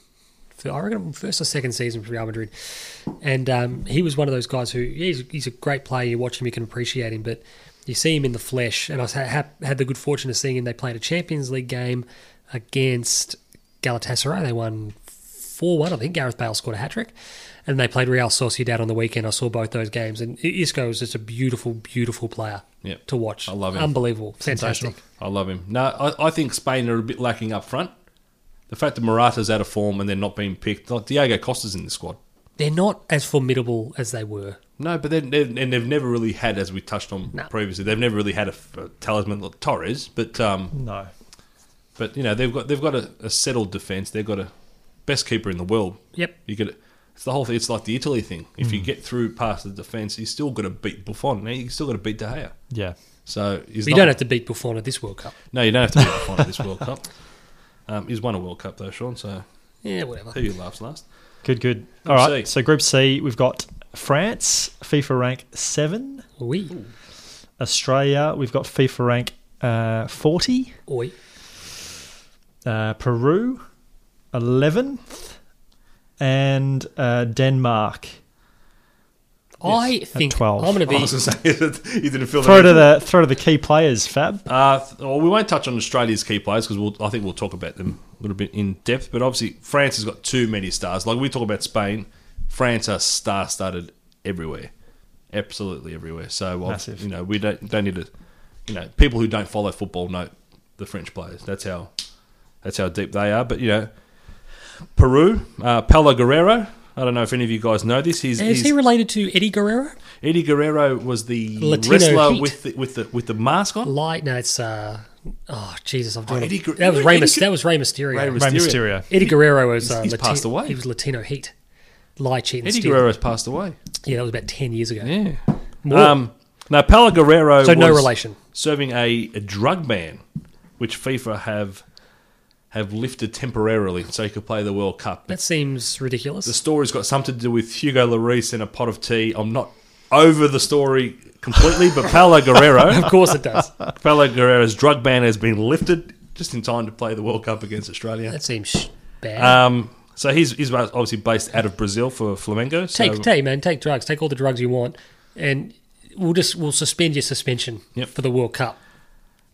[SPEAKER 1] For- I reckon first or second season for Real Madrid, and um, he was one of those guys who yeah, he's, he's a great player. You watch him, you can appreciate him, but you see him in the flesh. And I ha- ha- had the good fortune of seeing him. They played a Champions League game against Galatasaray. They won four one. I think Gareth Bale scored a hat trick, and they played Real Sociedad on the weekend. I saw both those games, and I- Isco is just a beautiful, beautiful player
[SPEAKER 2] Yep.
[SPEAKER 1] to watch. Um,
[SPEAKER 2] I love him.
[SPEAKER 1] Unbelievable, fantastic.
[SPEAKER 2] I love him. No, I, I think Spain are a bit lacking up front. The fact that Morata's out of form and they're not being picked, like Diego Costa's in the squad.
[SPEAKER 1] they're not as formidable as they were.
[SPEAKER 2] No, but they're, they're, and they've never really had, as we touched on
[SPEAKER 1] No.
[SPEAKER 2] previously, they've never really had a, f- a talisman like Torres. But um,
[SPEAKER 3] No,
[SPEAKER 2] but you know they've got they've got a, a settled defense. They've got a best keeper in the world.
[SPEAKER 1] Yep. Hmm.
[SPEAKER 2] You could. It's the whole thing. It's like the Italy thing. If you get through past the defense, you still got to beat Buffon. Now you still got to beat De Gea.
[SPEAKER 3] yeah.
[SPEAKER 2] So he's
[SPEAKER 1] But you
[SPEAKER 2] not-
[SPEAKER 1] don't have to beat Buffon at this World Cup.
[SPEAKER 2] No, you don't have to beat Buffon at this World Cup. Um, he's won a World Cup though, Sean. So
[SPEAKER 1] Yeah, whatever.
[SPEAKER 2] who you laughs last?
[SPEAKER 3] Good, good. All
[SPEAKER 2] Group
[SPEAKER 3] right.
[SPEAKER 2] C.
[SPEAKER 3] So Group C, we've got France, FIFA rank seven.
[SPEAKER 1] Oui.
[SPEAKER 3] Australia, we've got FIFA rank uh, forty.
[SPEAKER 1] Oi.
[SPEAKER 3] uh, Peru, 11th, and uh, Denmark.
[SPEAKER 1] I think
[SPEAKER 3] 12.
[SPEAKER 1] I'm going to
[SPEAKER 2] I
[SPEAKER 1] be.
[SPEAKER 2] was going to say that you didn't feel
[SPEAKER 3] Throw
[SPEAKER 2] that.
[SPEAKER 3] to the throw to the key players, Fab.
[SPEAKER 2] Uh, th- well, we won't touch on Australia's key players because we'll, I think we'll talk about them a little bit in depth. But obviously, France has got too many stars. Like we talk about Spain, France are star-studded everywhere, absolutely everywhere. So well,
[SPEAKER 3] Massive.
[SPEAKER 2] you know, we don't don't need to. You know, people who don't follow football know the French players. That's how that's how deep they are. But you know, Peru, uh, Paulo Guerrero. I don't know if any of you guys know this. He's,
[SPEAKER 1] Is
[SPEAKER 2] he's
[SPEAKER 1] he related to Eddie Guerrero?
[SPEAKER 2] Eddie Guerrero was the
[SPEAKER 1] Latino
[SPEAKER 2] wrestler
[SPEAKER 1] Heat.
[SPEAKER 2] with the, with the with the mask on.
[SPEAKER 1] Like, no, it's. Uh, oh, Jesus, I'm doing
[SPEAKER 2] Eddie
[SPEAKER 1] it.
[SPEAKER 2] Guer-
[SPEAKER 1] that, was
[SPEAKER 2] you know,
[SPEAKER 1] Rey
[SPEAKER 2] Eddie
[SPEAKER 1] Myster-
[SPEAKER 2] Guer-
[SPEAKER 1] that was Rey Mysterio.
[SPEAKER 2] Rey
[SPEAKER 3] Rey
[SPEAKER 2] Mysterio.
[SPEAKER 3] Mysterio.
[SPEAKER 1] Eddie Guerrero was. Uh,
[SPEAKER 2] he's
[SPEAKER 1] Latin-
[SPEAKER 2] passed away.
[SPEAKER 1] He was Latino Heat. Lie, cheat, and
[SPEAKER 2] Eddie
[SPEAKER 1] steal.
[SPEAKER 2] Guerrero's passed away.
[SPEAKER 1] Yeah, that was about 10 years ago.
[SPEAKER 2] Yeah.
[SPEAKER 1] More.
[SPEAKER 2] Um, now, Paulo Guerrero
[SPEAKER 1] So no
[SPEAKER 2] was
[SPEAKER 1] relation.
[SPEAKER 2] serving a, a drug ban, which FIFA have have lifted temporarily so he could play the World Cup.
[SPEAKER 1] that seems ridiculous.
[SPEAKER 2] the story's got something to do with Hugo Lloris and a pot of tea. I'm not over the story completely, but Paulo Guerrero,
[SPEAKER 1] of course it does.
[SPEAKER 2] Paulo Guerrero's drug ban has been lifted just in time to play the World Cup against Australia.
[SPEAKER 1] That seems bad.
[SPEAKER 2] Um, so he's, he's obviously based out of Brazil for Flamengo. So
[SPEAKER 1] take take man take drugs take all the drugs you want and we'll just we'll suspend your suspension
[SPEAKER 2] Yep.
[SPEAKER 1] for the world cup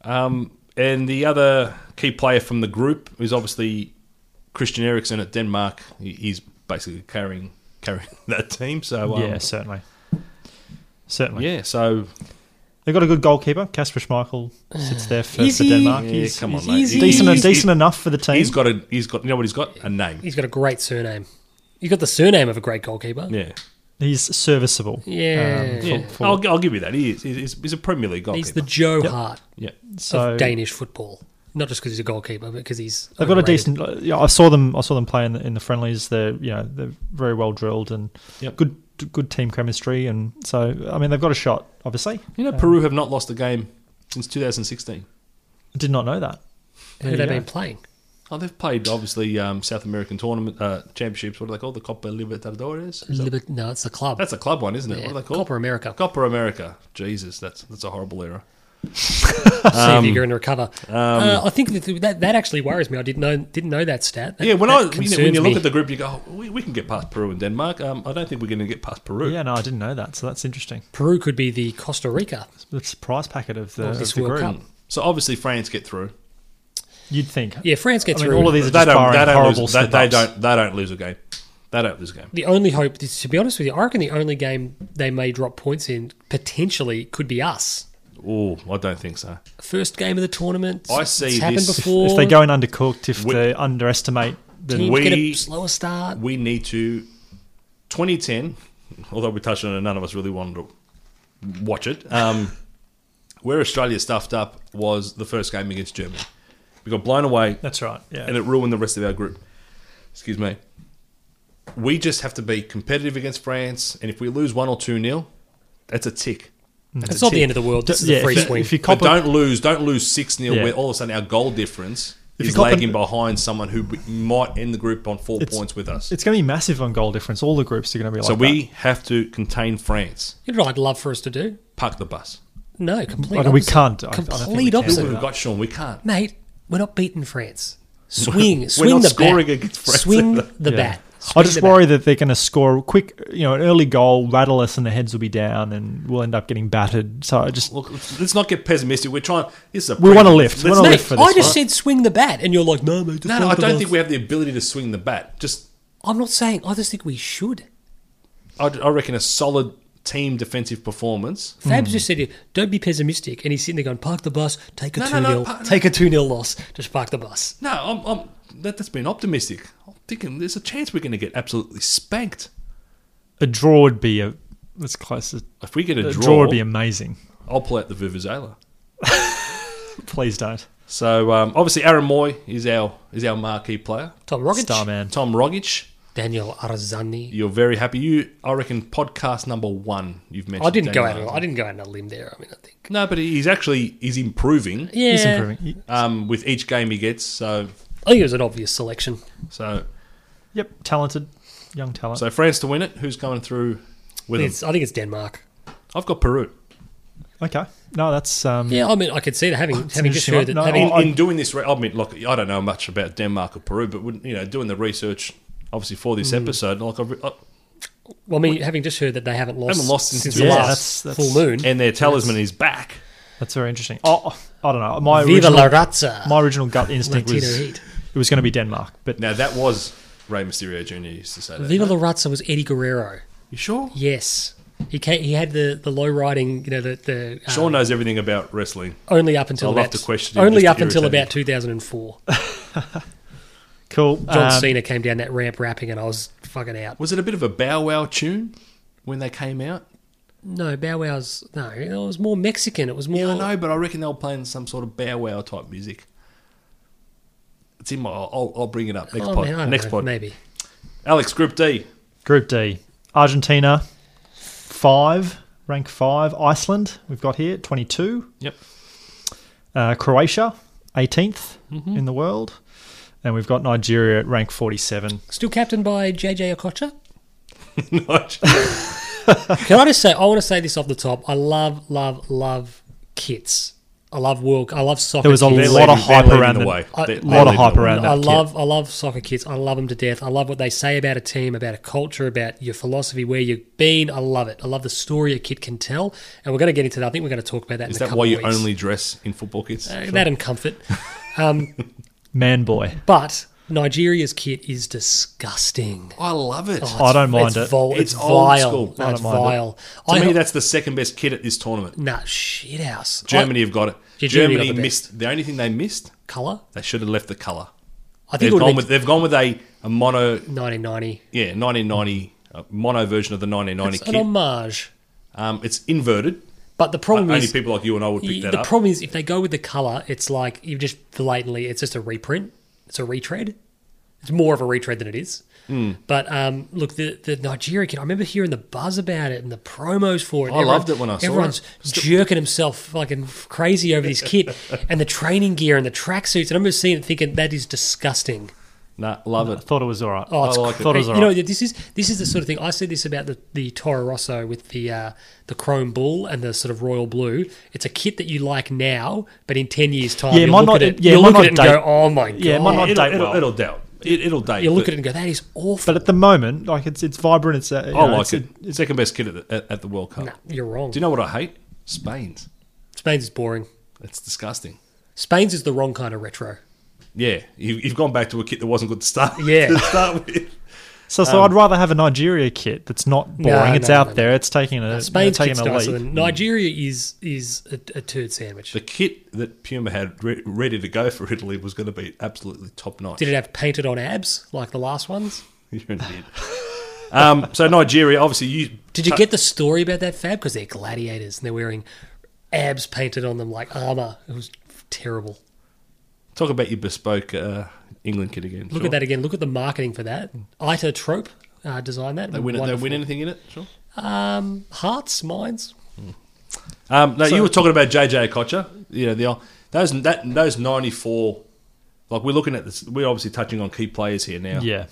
[SPEAKER 2] Um, and the other key player from the group is obviously Christian Eriksen at Denmark. He- He's basically carrying carrying that team. So um,
[SPEAKER 3] yeah, certainly, certainly.
[SPEAKER 2] yeah. So
[SPEAKER 3] They've got a good goalkeeper. Casper Schmeichel sits there for,
[SPEAKER 1] Is
[SPEAKER 3] for
[SPEAKER 1] he-
[SPEAKER 3] Denmark.
[SPEAKER 2] yeah,
[SPEAKER 3] he's
[SPEAKER 2] come on,
[SPEAKER 1] he's
[SPEAKER 2] mate.
[SPEAKER 1] easy.
[SPEAKER 3] decent,
[SPEAKER 1] he's-
[SPEAKER 3] decent enough for the team.
[SPEAKER 2] He's got a he's got you know what he's got a name.
[SPEAKER 1] he's got a great surname he's got the surname of a great goalkeeper
[SPEAKER 2] Yeah, Um,
[SPEAKER 3] He's serviceable.
[SPEAKER 1] Yeah.
[SPEAKER 3] for-
[SPEAKER 2] yeah.
[SPEAKER 3] for-
[SPEAKER 2] I'll, I'll give you that. He is he's, he's a Premier League goalkeeper.
[SPEAKER 1] he's the joe hart
[SPEAKER 2] yeah.
[SPEAKER 3] so
[SPEAKER 1] of danish football not just because he's a goalkeeper but because he's
[SPEAKER 3] they've got a
[SPEAKER 1] overrated.
[SPEAKER 3] decent. uh, Yeah, I saw them. I saw them play in the, in the friendlies. They're you know they're very well drilled and
[SPEAKER 2] Yep.
[SPEAKER 3] good good team chemistry. And so I mean they've got a shot. Obviously,
[SPEAKER 2] You know, Peru have not lost a game since 2016.
[SPEAKER 3] I did not know that.
[SPEAKER 1] who
[SPEAKER 3] There
[SPEAKER 1] they've
[SPEAKER 3] you
[SPEAKER 1] been
[SPEAKER 3] go.
[SPEAKER 1] playing
[SPEAKER 2] Oh, they've played obviously um, South American tournament uh, championships. What are they called? The Copa Libertadores. Is that-
[SPEAKER 1] Liber- no it's the club
[SPEAKER 2] That's a club one, isn't it?
[SPEAKER 1] Yeah,
[SPEAKER 2] What are they called?
[SPEAKER 1] Copa America
[SPEAKER 2] Copper America. Jesus, that's that's a horrible error.
[SPEAKER 1] see
[SPEAKER 2] Um,
[SPEAKER 1] if you're going to recover uh, i think that, that that actually worries me i didn't know didn't know that stat That-
[SPEAKER 2] Yeah, when
[SPEAKER 1] that
[SPEAKER 2] I you know, when
[SPEAKER 1] concerns
[SPEAKER 2] you look
[SPEAKER 1] me.
[SPEAKER 2] at the group, you go, oh, we, we can get past Peru and Denmark. Um, I don't think we're going to get past Peru.
[SPEAKER 3] Yeah, no, I didn't know that. So that's interesting.
[SPEAKER 1] peru could be the costa rica
[SPEAKER 3] The surprise packet of the,
[SPEAKER 1] Of
[SPEAKER 3] of
[SPEAKER 1] this
[SPEAKER 3] the
[SPEAKER 1] World
[SPEAKER 3] group.
[SPEAKER 1] Cup.
[SPEAKER 2] So obviously France get through.
[SPEAKER 3] You'd think.
[SPEAKER 1] yeah france
[SPEAKER 3] I
[SPEAKER 1] gets
[SPEAKER 3] mean,
[SPEAKER 1] through
[SPEAKER 3] all of these are just barring horrible
[SPEAKER 2] lose, they, they don't
[SPEAKER 3] slip-ups.
[SPEAKER 2] they don't lose a game. They don't lose a game.
[SPEAKER 1] the only hope, to be honest with you, I reckon the only game they may drop points in potentially could be us.
[SPEAKER 2] Oh, I don't think so.
[SPEAKER 1] First game of the tournament.
[SPEAKER 2] I see
[SPEAKER 1] It's happened
[SPEAKER 2] this- if-
[SPEAKER 1] before.
[SPEAKER 3] If they go in undercooked, if
[SPEAKER 2] We-
[SPEAKER 3] they underestimate the
[SPEAKER 1] teams get a
[SPEAKER 2] we-
[SPEAKER 1] slower start.
[SPEAKER 2] We need to 2010. Although we touched on it, none of us really wanted to watch it. Um, where Australia stuffed up was the first game against Germany. We got blown away,
[SPEAKER 3] That's right. Yeah.
[SPEAKER 2] and it ruined the rest of our group. Excuse me. We just have to be competitive against France, and if we lose one or two nil, that's a tick.
[SPEAKER 3] Hmm.
[SPEAKER 2] That's
[SPEAKER 1] It's not the end of the world. This is a
[SPEAKER 3] Yeah,
[SPEAKER 1] free
[SPEAKER 3] if-
[SPEAKER 1] swing.
[SPEAKER 3] if you
[SPEAKER 2] But
[SPEAKER 3] cop a-
[SPEAKER 2] don't lose, don't lose six 0
[SPEAKER 3] Yeah.
[SPEAKER 2] where all of a sudden our goal difference
[SPEAKER 3] If you
[SPEAKER 2] is
[SPEAKER 3] cop an-
[SPEAKER 2] lagging behind someone who b- might end the group on four
[SPEAKER 3] It's-
[SPEAKER 2] points with us.
[SPEAKER 3] it's going to be massive on goal difference. All the groups are going to be like
[SPEAKER 2] So we
[SPEAKER 3] that.
[SPEAKER 2] have to contain France.
[SPEAKER 1] you know what I'd love for us to do?
[SPEAKER 2] Park the bus.
[SPEAKER 1] No, complete
[SPEAKER 3] Oh, no, we
[SPEAKER 1] opposite.
[SPEAKER 3] can't. I- I don't think we
[SPEAKER 1] Complete
[SPEAKER 3] can.
[SPEAKER 2] Who have
[SPEAKER 1] opposite.
[SPEAKER 2] we got, Sean? We can't.
[SPEAKER 1] Mate, we're not beating France. Swing, swing
[SPEAKER 2] not
[SPEAKER 1] the
[SPEAKER 2] scoring
[SPEAKER 1] bat.
[SPEAKER 2] against France
[SPEAKER 1] Swing
[SPEAKER 2] either.
[SPEAKER 1] the
[SPEAKER 3] Yeah.
[SPEAKER 1] bat.
[SPEAKER 3] I
[SPEAKER 1] Swing
[SPEAKER 3] just
[SPEAKER 1] the bat.
[SPEAKER 3] worry that they're going to score a quick, you know, an early goal, rattle us, and the heads will be down, and we'll end up getting battered. So I just,
[SPEAKER 2] Look, let's not get pessimistic. We're trying. This is a
[SPEAKER 3] We want to
[SPEAKER 2] preview.
[SPEAKER 3] lift. We
[SPEAKER 2] Let's-
[SPEAKER 3] want to
[SPEAKER 1] Mate,
[SPEAKER 3] lift for this.
[SPEAKER 1] I just
[SPEAKER 3] one.
[SPEAKER 1] said swing the bat, and you're like, no, mate. just
[SPEAKER 2] No, no,
[SPEAKER 1] swing
[SPEAKER 2] I
[SPEAKER 1] the
[SPEAKER 2] don't
[SPEAKER 1] bat.
[SPEAKER 2] think we have the ability to swing the bat. Just,
[SPEAKER 1] I'm not saying. I just think we should.
[SPEAKER 2] I, I reckon, a solid team defensive performance.
[SPEAKER 1] Fabs just said, don't be pessimistic. And he's sitting there going, park the bus, take a
[SPEAKER 2] No,
[SPEAKER 1] 2
[SPEAKER 2] no,
[SPEAKER 1] 0
[SPEAKER 2] no, pa-
[SPEAKER 1] take a 2 0 loss, just park the bus.
[SPEAKER 2] No, I'm, I'm that, that's been optimistic. I'm thinking there's a chance we're going to get absolutely spanked.
[SPEAKER 3] a draw would be a that's close. A,
[SPEAKER 2] If we get a,
[SPEAKER 3] a
[SPEAKER 2] draw,
[SPEAKER 3] draw would be amazing.
[SPEAKER 2] I'll pull out the Vuvuzela.
[SPEAKER 3] Please don't,
[SPEAKER 2] So um, obviously, Aaron Moy is our is our marquee player.
[SPEAKER 1] Tom Rogic,
[SPEAKER 3] star man.
[SPEAKER 2] Tom Rogic,
[SPEAKER 1] Daniel Arzani.
[SPEAKER 2] you're very happy. You, I reckon, podcast number one. You've mentioned.
[SPEAKER 1] I didn't go out.
[SPEAKER 2] Daniel
[SPEAKER 1] on-
[SPEAKER 2] Arden.
[SPEAKER 1] I didn't go out on a limb there. I mean, I think.
[SPEAKER 2] No, but he's actually he's improving
[SPEAKER 1] Yeah,
[SPEAKER 3] He's improving. He-
[SPEAKER 2] um, with each game he gets. So
[SPEAKER 1] I think it was an obvious selection.
[SPEAKER 2] so
[SPEAKER 3] Yep, talented, young talent.
[SPEAKER 2] so France to win it. Who's going through with them?
[SPEAKER 1] It's, I think it's Denmark.
[SPEAKER 2] I've got Peru.
[SPEAKER 3] okay, no, that's um,
[SPEAKER 1] Yeah, I mean, I could see that having
[SPEAKER 3] It's
[SPEAKER 1] having
[SPEAKER 3] an
[SPEAKER 1] just
[SPEAKER 3] interesting
[SPEAKER 1] heard that
[SPEAKER 3] one. No,
[SPEAKER 1] having
[SPEAKER 2] In,
[SPEAKER 3] I-
[SPEAKER 2] in doing this, re- I mean, look, I don't know much about Denmark or Peru, but wouldn't- you know, doing the research obviously for
[SPEAKER 3] Hmm.
[SPEAKER 2] this episode, like, I've, uh, I,
[SPEAKER 1] Well, I mean, having just heard that they haven't lost,
[SPEAKER 2] Haven't lost since
[SPEAKER 1] since
[SPEAKER 2] the
[SPEAKER 1] the
[SPEAKER 2] Yeah,
[SPEAKER 1] last
[SPEAKER 3] that's-
[SPEAKER 1] full
[SPEAKER 3] that's-
[SPEAKER 1] moon.
[SPEAKER 2] and their talisman is back.
[SPEAKER 3] that's very interesting. Oh, I don't know. My
[SPEAKER 1] Viva
[SPEAKER 3] original,
[SPEAKER 1] la razza.
[SPEAKER 3] my original gut instinct
[SPEAKER 1] Latino
[SPEAKER 3] was
[SPEAKER 1] heat.
[SPEAKER 3] it was going to be Denmark, but
[SPEAKER 2] Now that was Ray Mysterio Jr. used to say that.
[SPEAKER 1] Viva la razza was Eddie Guerrero.
[SPEAKER 2] you sure?
[SPEAKER 1] Yes, he came, he had the the low riding. You know, the the uh,
[SPEAKER 2] Sean knows everything about wrestling.
[SPEAKER 1] only up until
[SPEAKER 2] I'll
[SPEAKER 1] about
[SPEAKER 2] have to question him just
[SPEAKER 1] only
[SPEAKER 2] to
[SPEAKER 1] up until
[SPEAKER 2] irritate him.
[SPEAKER 1] about 2004.
[SPEAKER 3] cool.
[SPEAKER 1] John
[SPEAKER 3] Um,
[SPEAKER 1] Cena came down that ramp rapping, and I was fucking out.
[SPEAKER 2] Was it a bit of a bow wow tune when they came out?
[SPEAKER 1] No, Bow Wow's no. It was more Mexican. It was more.
[SPEAKER 2] I know, but I reckon they were playing some sort of bow wow type music. It's in my. I'll, I'll bring it up next
[SPEAKER 1] Oh,
[SPEAKER 2] pod.
[SPEAKER 1] man, I don't
[SPEAKER 2] next
[SPEAKER 1] know,
[SPEAKER 2] pod.
[SPEAKER 1] maybe.
[SPEAKER 2] Alex Group D.
[SPEAKER 3] Group D, Argentina, five, rank five. Iceland, we've got here, 22.
[SPEAKER 2] Yep.
[SPEAKER 3] Uh, Croatia, 18th
[SPEAKER 1] Mm-hmm.
[SPEAKER 3] in the world. And we've got Nigeria at rank 47.
[SPEAKER 1] Still captained by JJ Okocha.
[SPEAKER 2] Nigeria.
[SPEAKER 1] Can I just say, I want to say this off the top. I love, love, love kits. I love world. I love soccer.
[SPEAKER 3] There was a
[SPEAKER 1] kits.
[SPEAKER 2] They're
[SPEAKER 3] lot of
[SPEAKER 2] leading- they're
[SPEAKER 3] hype
[SPEAKER 2] leading
[SPEAKER 3] around
[SPEAKER 2] the
[SPEAKER 3] them.
[SPEAKER 2] way.
[SPEAKER 1] I-
[SPEAKER 2] They're-
[SPEAKER 1] a
[SPEAKER 2] they're
[SPEAKER 3] lot
[SPEAKER 2] leading
[SPEAKER 3] of
[SPEAKER 2] the
[SPEAKER 3] hype
[SPEAKER 2] way.
[SPEAKER 3] around that
[SPEAKER 1] I
[SPEAKER 3] kit.
[SPEAKER 1] love, I love soccer kits. I love them to death. I love what they say about a team, about a culture, about your philosophy, where you've been. I love it. I love the story a kid can tell, and we're going to get into that. I think we're going to talk about that.
[SPEAKER 2] Is
[SPEAKER 1] in a
[SPEAKER 2] that
[SPEAKER 1] couple
[SPEAKER 2] why
[SPEAKER 1] of
[SPEAKER 2] you
[SPEAKER 1] weeks.
[SPEAKER 2] only dress in football kits?
[SPEAKER 1] Uh, that and comfort? Um,
[SPEAKER 3] Man boy.
[SPEAKER 1] But Nigeria's kit is disgusting.
[SPEAKER 2] I love it.
[SPEAKER 1] Oh, it's-
[SPEAKER 3] I don't mind
[SPEAKER 1] it's
[SPEAKER 3] it.
[SPEAKER 1] Vile.
[SPEAKER 2] It's
[SPEAKER 1] It's,
[SPEAKER 2] old
[SPEAKER 1] vile.
[SPEAKER 2] school.
[SPEAKER 1] No,
[SPEAKER 3] I
[SPEAKER 1] it's
[SPEAKER 3] don't mind it.
[SPEAKER 1] vile.
[SPEAKER 2] to
[SPEAKER 1] I
[SPEAKER 2] me,
[SPEAKER 1] ho-
[SPEAKER 2] that's the second best kit at this tournament.
[SPEAKER 1] nah, shit house.
[SPEAKER 2] Germany have got it.
[SPEAKER 1] Yeah, Germany
[SPEAKER 2] Germany,
[SPEAKER 1] got the
[SPEAKER 2] missed the only thing they missed.
[SPEAKER 1] color.
[SPEAKER 2] They should have left the colour.
[SPEAKER 1] I think
[SPEAKER 2] They've
[SPEAKER 1] it would
[SPEAKER 2] gone
[SPEAKER 1] have
[SPEAKER 2] with they've gone with a, a mono
[SPEAKER 1] 1990.
[SPEAKER 2] yeah 1990 a mono version of the 1990
[SPEAKER 1] It's an
[SPEAKER 2] kit.
[SPEAKER 1] homage.
[SPEAKER 2] um, it's inverted.
[SPEAKER 1] But the problem
[SPEAKER 2] Only
[SPEAKER 1] is,
[SPEAKER 2] people like you and I would pick that
[SPEAKER 1] the
[SPEAKER 2] up.
[SPEAKER 1] problem is if they go with the color, it's like you just blatantly, it's just a reprint. It's a retread. It's more of a retread than it is.
[SPEAKER 2] Hmm.
[SPEAKER 1] But um, look, the the Nigeria kid. I remember hearing the buzz about it and the promos for it.
[SPEAKER 2] I loved it when I saw it.
[SPEAKER 1] everyone's jerking himself fucking crazy over this kit and the training gear and the tracksuits. And I remember seeing it, thinking that is disgusting.
[SPEAKER 2] nah, love
[SPEAKER 3] I
[SPEAKER 2] it.
[SPEAKER 3] thought it was all right.
[SPEAKER 1] Oh, it's
[SPEAKER 2] I like it.
[SPEAKER 3] Thought it was
[SPEAKER 1] cra-
[SPEAKER 3] all
[SPEAKER 1] you know,
[SPEAKER 3] right.
[SPEAKER 1] this is this is the sort of thing. I said this about the the Toro Rosso with the uh, the chrome bull and the sort of royal blue. It's a kit that you like now, but in ten years' time,
[SPEAKER 3] Yeah, it
[SPEAKER 1] you'll
[SPEAKER 3] might
[SPEAKER 1] look at
[SPEAKER 3] not-
[SPEAKER 1] it,
[SPEAKER 3] yeah, it
[SPEAKER 1] you'll look at
[SPEAKER 3] might not
[SPEAKER 1] it and
[SPEAKER 3] date-
[SPEAKER 1] go, "Oh my god!"
[SPEAKER 3] Yeah, it might not
[SPEAKER 2] it'll,
[SPEAKER 3] date
[SPEAKER 2] it'll,
[SPEAKER 3] well.
[SPEAKER 2] it'll doubt. It, it'll date.
[SPEAKER 1] You'll look at
[SPEAKER 2] but
[SPEAKER 1] it and go, "That is awful."
[SPEAKER 3] but at the moment, like it's it's vibrant. It's uh, you
[SPEAKER 2] I
[SPEAKER 3] know,
[SPEAKER 2] like
[SPEAKER 3] it's
[SPEAKER 2] it. Second best kit at the, at, at the World Cup.
[SPEAKER 1] Nah, you're wrong.
[SPEAKER 2] Do you know what I hate? Spain's.
[SPEAKER 1] Spain's is boring.
[SPEAKER 2] It's disgusting.
[SPEAKER 1] Spain's is the wrong kind of retro.
[SPEAKER 2] Yeah, you, you've gone back to a kit that wasn't good to start.
[SPEAKER 1] Yeah.
[SPEAKER 2] to start with.
[SPEAKER 3] So, so I'd rather have a Nigeria kit that's not boring.
[SPEAKER 1] no,
[SPEAKER 3] it's
[SPEAKER 1] no,
[SPEAKER 3] out
[SPEAKER 1] no, no.
[SPEAKER 3] there. It's taking a
[SPEAKER 1] Spain's
[SPEAKER 3] taking
[SPEAKER 1] kit's
[SPEAKER 3] a
[SPEAKER 1] nicer
[SPEAKER 3] leap.
[SPEAKER 1] than Nigeria is is a, a turd sandwich.
[SPEAKER 2] The kit that Puma had re- ready to go for Italy was going to be absolutely top notch.
[SPEAKER 1] Did it have painted on abs like the last ones?
[SPEAKER 2] You're an idiot. um, so Nigeria, obviously, you
[SPEAKER 1] Did you get the story about that fab? Because they're gladiators and they're wearing abs painted on them like armor. It was terrible.
[SPEAKER 2] Talk about your bespoke uh, England kit again.
[SPEAKER 1] Look
[SPEAKER 2] sure.
[SPEAKER 1] at that again. Look at the marketing for that. Ita Trope uh, designed that.
[SPEAKER 2] They win, it- they
[SPEAKER 1] Wonderful.
[SPEAKER 2] win anything in it? Sure.
[SPEAKER 1] Um, hearts, minds.
[SPEAKER 2] Um, no,
[SPEAKER 1] So-
[SPEAKER 2] you were talking about JJ Kocher. You know, the, old- those that those ninety four. Like we're looking at this, we're obviously touching on key players here now.
[SPEAKER 3] Yeah.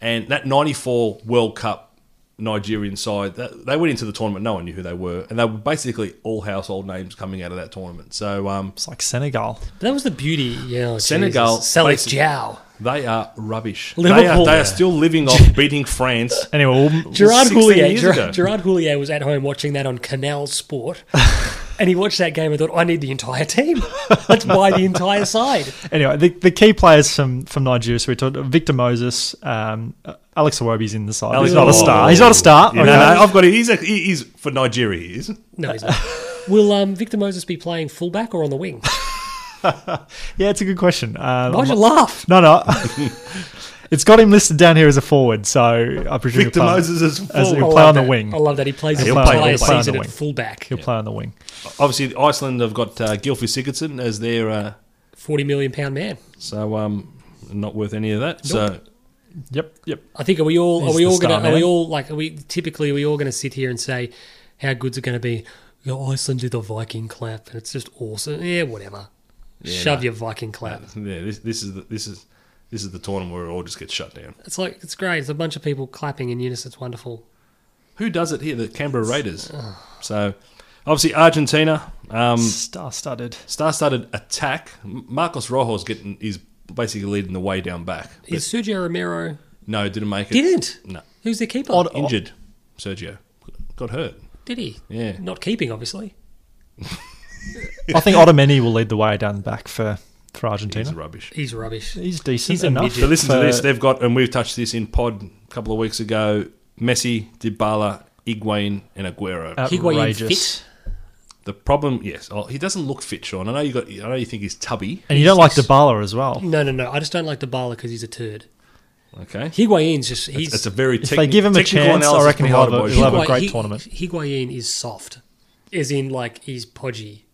[SPEAKER 2] And that ninety four World Cup Nigerian side, that, they went into the tournament. No one knew who they were, and they were basically all household names coming out of that tournament. So um,
[SPEAKER 3] It's like Senegal.
[SPEAKER 1] That was the beauty. Yeah, oh,
[SPEAKER 2] Senegal,
[SPEAKER 1] Jesus. Salif
[SPEAKER 2] basically-
[SPEAKER 1] Jiao.
[SPEAKER 2] they are rubbish. They are,
[SPEAKER 1] Liverpool.
[SPEAKER 2] they are still living off beating France.
[SPEAKER 3] Anyway, we'll-
[SPEAKER 1] Gerard
[SPEAKER 2] 16
[SPEAKER 1] Houllier.
[SPEAKER 2] years ago.
[SPEAKER 1] Gerard, Gerard Houllier was at home watching that on Canal Sport, and he watched that game and thought, "I need the entire team. Let's buy the entire side."
[SPEAKER 3] anyway, the, the key players from from Nigeria. So we talked Victor Moses, um, uh, Alex Iwobi's in the side.
[SPEAKER 2] Alex
[SPEAKER 3] he's not a star. He's not a star.
[SPEAKER 2] You know,
[SPEAKER 3] okay.
[SPEAKER 2] no, I've got it. He's, a, he- he's for Nigeria. He is.
[SPEAKER 1] No, he's not. Will um, Victor Moses be playing fullback or on the wing?
[SPEAKER 3] Yeah, it's a good question. Um,
[SPEAKER 1] Why'd you
[SPEAKER 3] I'm-
[SPEAKER 1] laugh?
[SPEAKER 3] no, no. it's got him listed down here as a forward, so I presume
[SPEAKER 2] Victor
[SPEAKER 3] he'll play,
[SPEAKER 2] Moses is
[SPEAKER 3] As
[SPEAKER 2] full.
[SPEAKER 3] He'll
[SPEAKER 1] I
[SPEAKER 3] play
[SPEAKER 1] love
[SPEAKER 3] on the
[SPEAKER 1] that.
[SPEAKER 3] wing.
[SPEAKER 1] I love that he plays his
[SPEAKER 2] He'll play-
[SPEAKER 1] entire
[SPEAKER 2] he'll play on
[SPEAKER 3] the
[SPEAKER 1] season at
[SPEAKER 3] wing.
[SPEAKER 1] fullback.
[SPEAKER 3] He'll play on the wing.
[SPEAKER 2] Obviously, Iceland have got uh, Gylfi Sigurdsson as their. Uh,
[SPEAKER 1] Forty million pound man.
[SPEAKER 2] So um, not worth any of that. So
[SPEAKER 3] Yep, yep.
[SPEAKER 1] I think are we all
[SPEAKER 3] He's
[SPEAKER 1] are we
[SPEAKER 3] the
[SPEAKER 1] all gonna
[SPEAKER 3] star
[SPEAKER 1] are we
[SPEAKER 3] man.
[SPEAKER 1] all like are we typically are we all gonna sit here and say how good's it gonna be? You know, Iceland do the Viking clap and it's just awesome. Yeah, whatever. Shove your Viking clap.
[SPEAKER 2] yeah, this, this is the, this is this is the tournament where it all just gets shut down.
[SPEAKER 1] It's like it's great. It's a bunch of people clapping in unison. It's wonderful.
[SPEAKER 2] Who does it here? The Canberra Raiders. So obviously Argentina um,
[SPEAKER 3] Mm. Star studded.
[SPEAKER 2] star-studded attack. M- Marcos Rojo's getting is basically leading the way down back. But
[SPEAKER 1] Is Sergio Romero
[SPEAKER 2] no, didn't make it.
[SPEAKER 1] didn't?
[SPEAKER 2] No,
[SPEAKER 1] Who's their keeper?
[SPEAKER 2] injured. Sergio got hurt.
[SPEAKER 1] Did he?
[SPEAKER 2] Yeah.
[SPEAKER 1] Not keeping, obviously.
[SPEAKER 3] I think Ottomeni will lead the way down the back for, for
[SPEAKER 2] He's
[SPEAKER 3] Argentina.
[SPEAKER 2] rubbish.
[SPEAKER 1] He's rubbish.
[SPEAKER 3] He's decent
[SPEAKER 1] He's a
[SPEAKER 3] enough.
[SPEAKER 1] midget.
[SPEAKER 2] But listen
[SPEAKER 3] for-
[SPEAKER 2] to this. They've got, and we've touched this in pod a couple of weeks ago. Messi, Dybala, Higuain, and Aguero.
[SPEAKER 1] Higuain
[SPEAKER 3] Uh, outrageous.
[SPEAKER 1] fit?
[SPEAKER 2] The problem, yes, oh, he doesn't look fit, Sean. I know you got. I know you think he's tubby.
[SPEAKER 3] And you don't like Dybala as well.
[SPEAKER 1] No, no, no. I just don't like Dybala because he's a turd.
[SPEAKER 2] Okay,
[SPEAKER 1] Higuain's just he's
[SPEAKER 2] it's a very.
[SPEAKER 3] If
[SPEAKER 2] techni-
[SPEAKER 3] they give him a
[SPEAKER 2] technical
[SPEAKER 3] chance, I
[SPEAKER 2] analysis
[SPEAKER 3] reckon he'll
[SPEAKER 2] provided
[SPEAKER 3] have a-
[SPEAKER 2] by
[SPEAKER 3] he'll have a
[SPEAKER 2] Higuain.
[SPEAKER 1] Higua-
[SPEAKER 3] great
[SPEAKER 1] Hi-
[SPEAKER 3] tournament.
[SPEAKER 1] Higuain is soft, as in like he's podgy.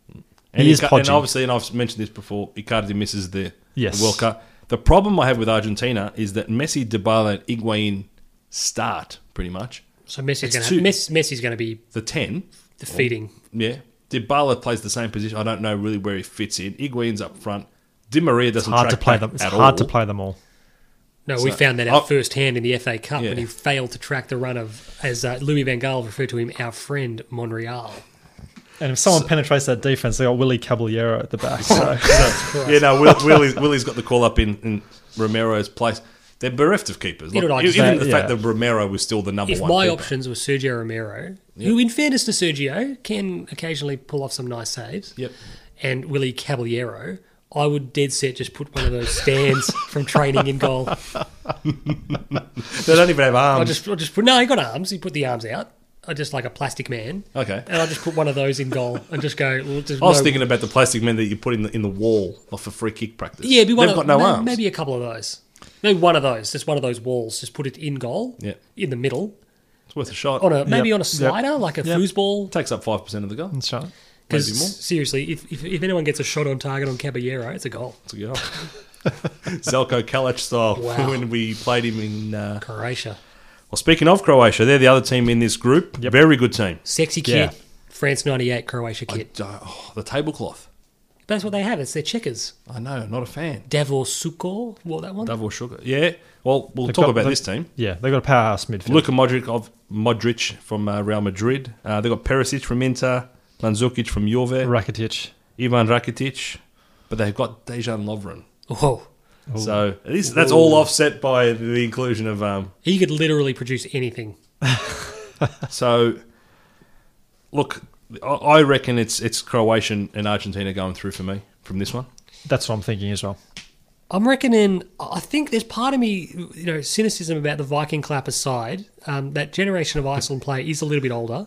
[SPEAKER 2] And
[SPEAKER 3] He is
[SPEAKER 2] Ica-
[SPEAKER 3] podgy.
[SPEAKER 2] And obviously, and I've mentioned this before. Icardi misses the
[SPEAKER 3] Yes.
[SPEAKER 2] the World Cup. The problem I have with Argentina is that Messi, Dybala, and Higuain start pretty much
[SPEAKER 1] So Messi's
[SPEAKER 2] It's
[SPEAKER 1] going to
[SPEAKER 2] too-
[SPEAKER 1] Messi, Messi's going to be
[SPEAKER 2] the ten.
[SPEAKER 1] defeating.
[SPEAKER 2] Yeah, Dybala plays the same position. I don't know really where he fits in. Higuain's up front. Di Maria doesn't
[SPEAKER 3] It's hard to
[SPEAKER 2] track
[SPEAKER 3] play
[SPEAKER 2] back
[SPEAKER 3] them. It's
[SPEAKER 2] at
[SPEAKER 3] hard
[SPEAKER 2] all.
[SPEAKER 3] to play them all.
[SPEAKER 1] No, we
[SPEAKER 2] So-
[SPEAKER 1] found that out
[SPEAKER 2] Oh.
[SPEAKER 1] firsthand in the FA Cup when
[SPEAKER 2] Yeah.
[SPEAKER 1] he failed to track the run of, as uh, Louis Van Gaal referred to him, our friend Monreal.
[SPEAKER 3] And if someone penetrates that defense, they got Willie Caballero at the back. So
[SPEAKER 2] Yeah, no, Will, Willie's, Willie's got the call up in, in Romero's place. They're bereft of keepers.
[SPEAKER 1] You know what I
[SPEAKER 2] even
[SPEAKER 1] say,
[SPEAKER 2] the
[SPEAKER 3] yeah.
[SPEAKER 2] fact that Romero was still the number
[SPEAKER 1] If
[SPEAKER 2] one.
[SPEAKER 1] my
[SPEAKER 2] keeper.
[SPEAKER 1] options were Sergio Romero, who, in fairness to Sergio, can occasionally pull off some nice saves,
[SPEAKER 2] Yep.
[SPEAKER 1] and Willie Caballero, I would dead set just put one of those stands from training in goal.
[SPEAKER 2] They don't even have
[SPEAKER 1] I
[SPEAKER 2] arms.
[SPEAKER 1] just, I just put no. He got arms. He put the arms out. I just like a plastic man.
[SPEAKER 2] Okay.
[SPEAKER 1] And I just put one of those in goal and just go. Well, just
[SPEAKER 2] I was
[SPEAKER 1] no-
[SPEAKER 2] thinking about the plastic men that you put in the, in the wall off for free kick practice.
[SPEAKER 1] Yeah, it'd be one
[SPEAKER 2] They've
[SPEAKER 1] of,
[SPEAKER 2] got no
[SPEAKER 1] may-
[SPEAKER 2] arms.
[SPEAKER 1] Maybe a couple of those. Maybe one of those. Just one of those walls. Just put it in goal.
[SPEAKER 2] Yeah.
[SPEAKER 1] In the middle
[SPEAKER 2] It's worth a shot.
[SPEAKER 1] on a maybe
[SPEAKER 3] Yep,
[SPEAKER 1] on a
[SPEAKER 3] yep,
[SPEAKER 1] slider like a
[SPEAKER 3] yep.
[SPEAKER 1] foosball.
[SPEAKER 2] Takes up 5% of the goal.
[SPEAKER 3] that's right.
[SPEAKER 1] Because
[SPEAKER 2] maybe more.
[SPEAKER 1] seriously, if, if if anyone gets a shot on target on Caballero, it's a goal.
[SPEAKER 2] It's a goal. Zelko Kalic style
[SPEAKER 1] Wow.
[SPEAKER 2] when we played him in. Uh,
[SPEAKER 1] Croatia,
[SPEAKER 2] well, speaking of Croatia, they're the other team in this group. Very good team.
[SPEAKER 1] sexy kid.
[SPEAKER 3] Yeah.
[SPEAKER 1] France '98, Croatia
[SPEAKER 2] I
[SPEAKER 1] kid.
[SPEAKER 2] don't- oh, the tablecloth.
[SPEAKER 1] That's what they have. It's their checkers.
[SPEAKER 2] I know, not a fan.
[SPEAKER 1] Davor Sukor wore that one.
[SPEAKER 2] Double sugar. Yeah. Well, we'll
[SPEAKER 3] They've
[SPEAKER 2] talk
[SPEAKER 3] got-
[SPEAKER 2] about
[SPEAKER 3] they've-
[SPEAKER 2] this team.
[SPEAKER 3] Yeah, they've got a powerhouse midfield.
[SPEAKER 2] Luka Modric of Modric from uh, Real Madrid. Uh, they got Perisic from Inter, Mandzukic from Juve,
[SPEAKER 3] Rakitic.
[SPEAKER 2] Ivan Rakitic, but they've got Dejan Lovren.
[SPEAKER 1] Whoa.
[SPEAKER 3] Oh.
[SPEAKER 2] So at least that's all offset by the inclusion of. Um,
[SPEAKER 1] He could literally produce anything.
[SPEAKER 2] so, look, I- I reckon it's it's Croatian and Argentina going through for me from this one.
[SPEAKER 3] That's what I'm thinking as well.
[SPEAKER 1] I'm reckoning. I think there's part of me, you know, cynicism about the Viking clap aside. Um, that generation of Iceland play is a little bit older,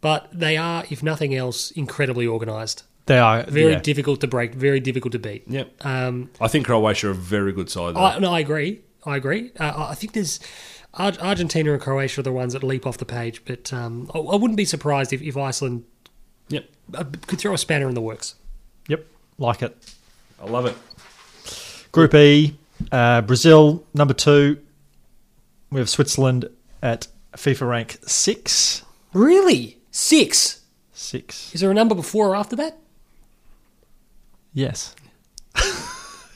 [SPEAKER 1] but they are, if nothing else, incredibly organised.
[SPEAKER 3] They are
[SPEAKER 1] Very
[SPEAKER 3] yeah.
[SPEAKER 1] difficult to break. Very difficult to beat.
[SPEAKER 2] Yep.
[SPEAKER 1] Um,
[SPEAKER 2] I think Croatia are a very good side. Though.
[SPEAKER 1] I, no, I agree. I agree. Uh, I- I think there's Ar- Argentina and Croatia are the ones that leap off the page, but um, I, I wouldn't be surprised if, if Iceland
[SPEAKER 2] yep.
[SPEAKER 1] uh, could throw a spanner in the works.
[SPEAKER 3] Yep, like it.
[SPEAKER 2] I love it.
[SPEAKER 3] Group E, uh, Brazil number two. We have Switzerland at FIFA rank six.
[SPEAKER 1] Really? Six?
[SPEAKER 3] Six.
[SPEAKER 1] Is there a number before or after that?
[SPEAKER 3] Yes.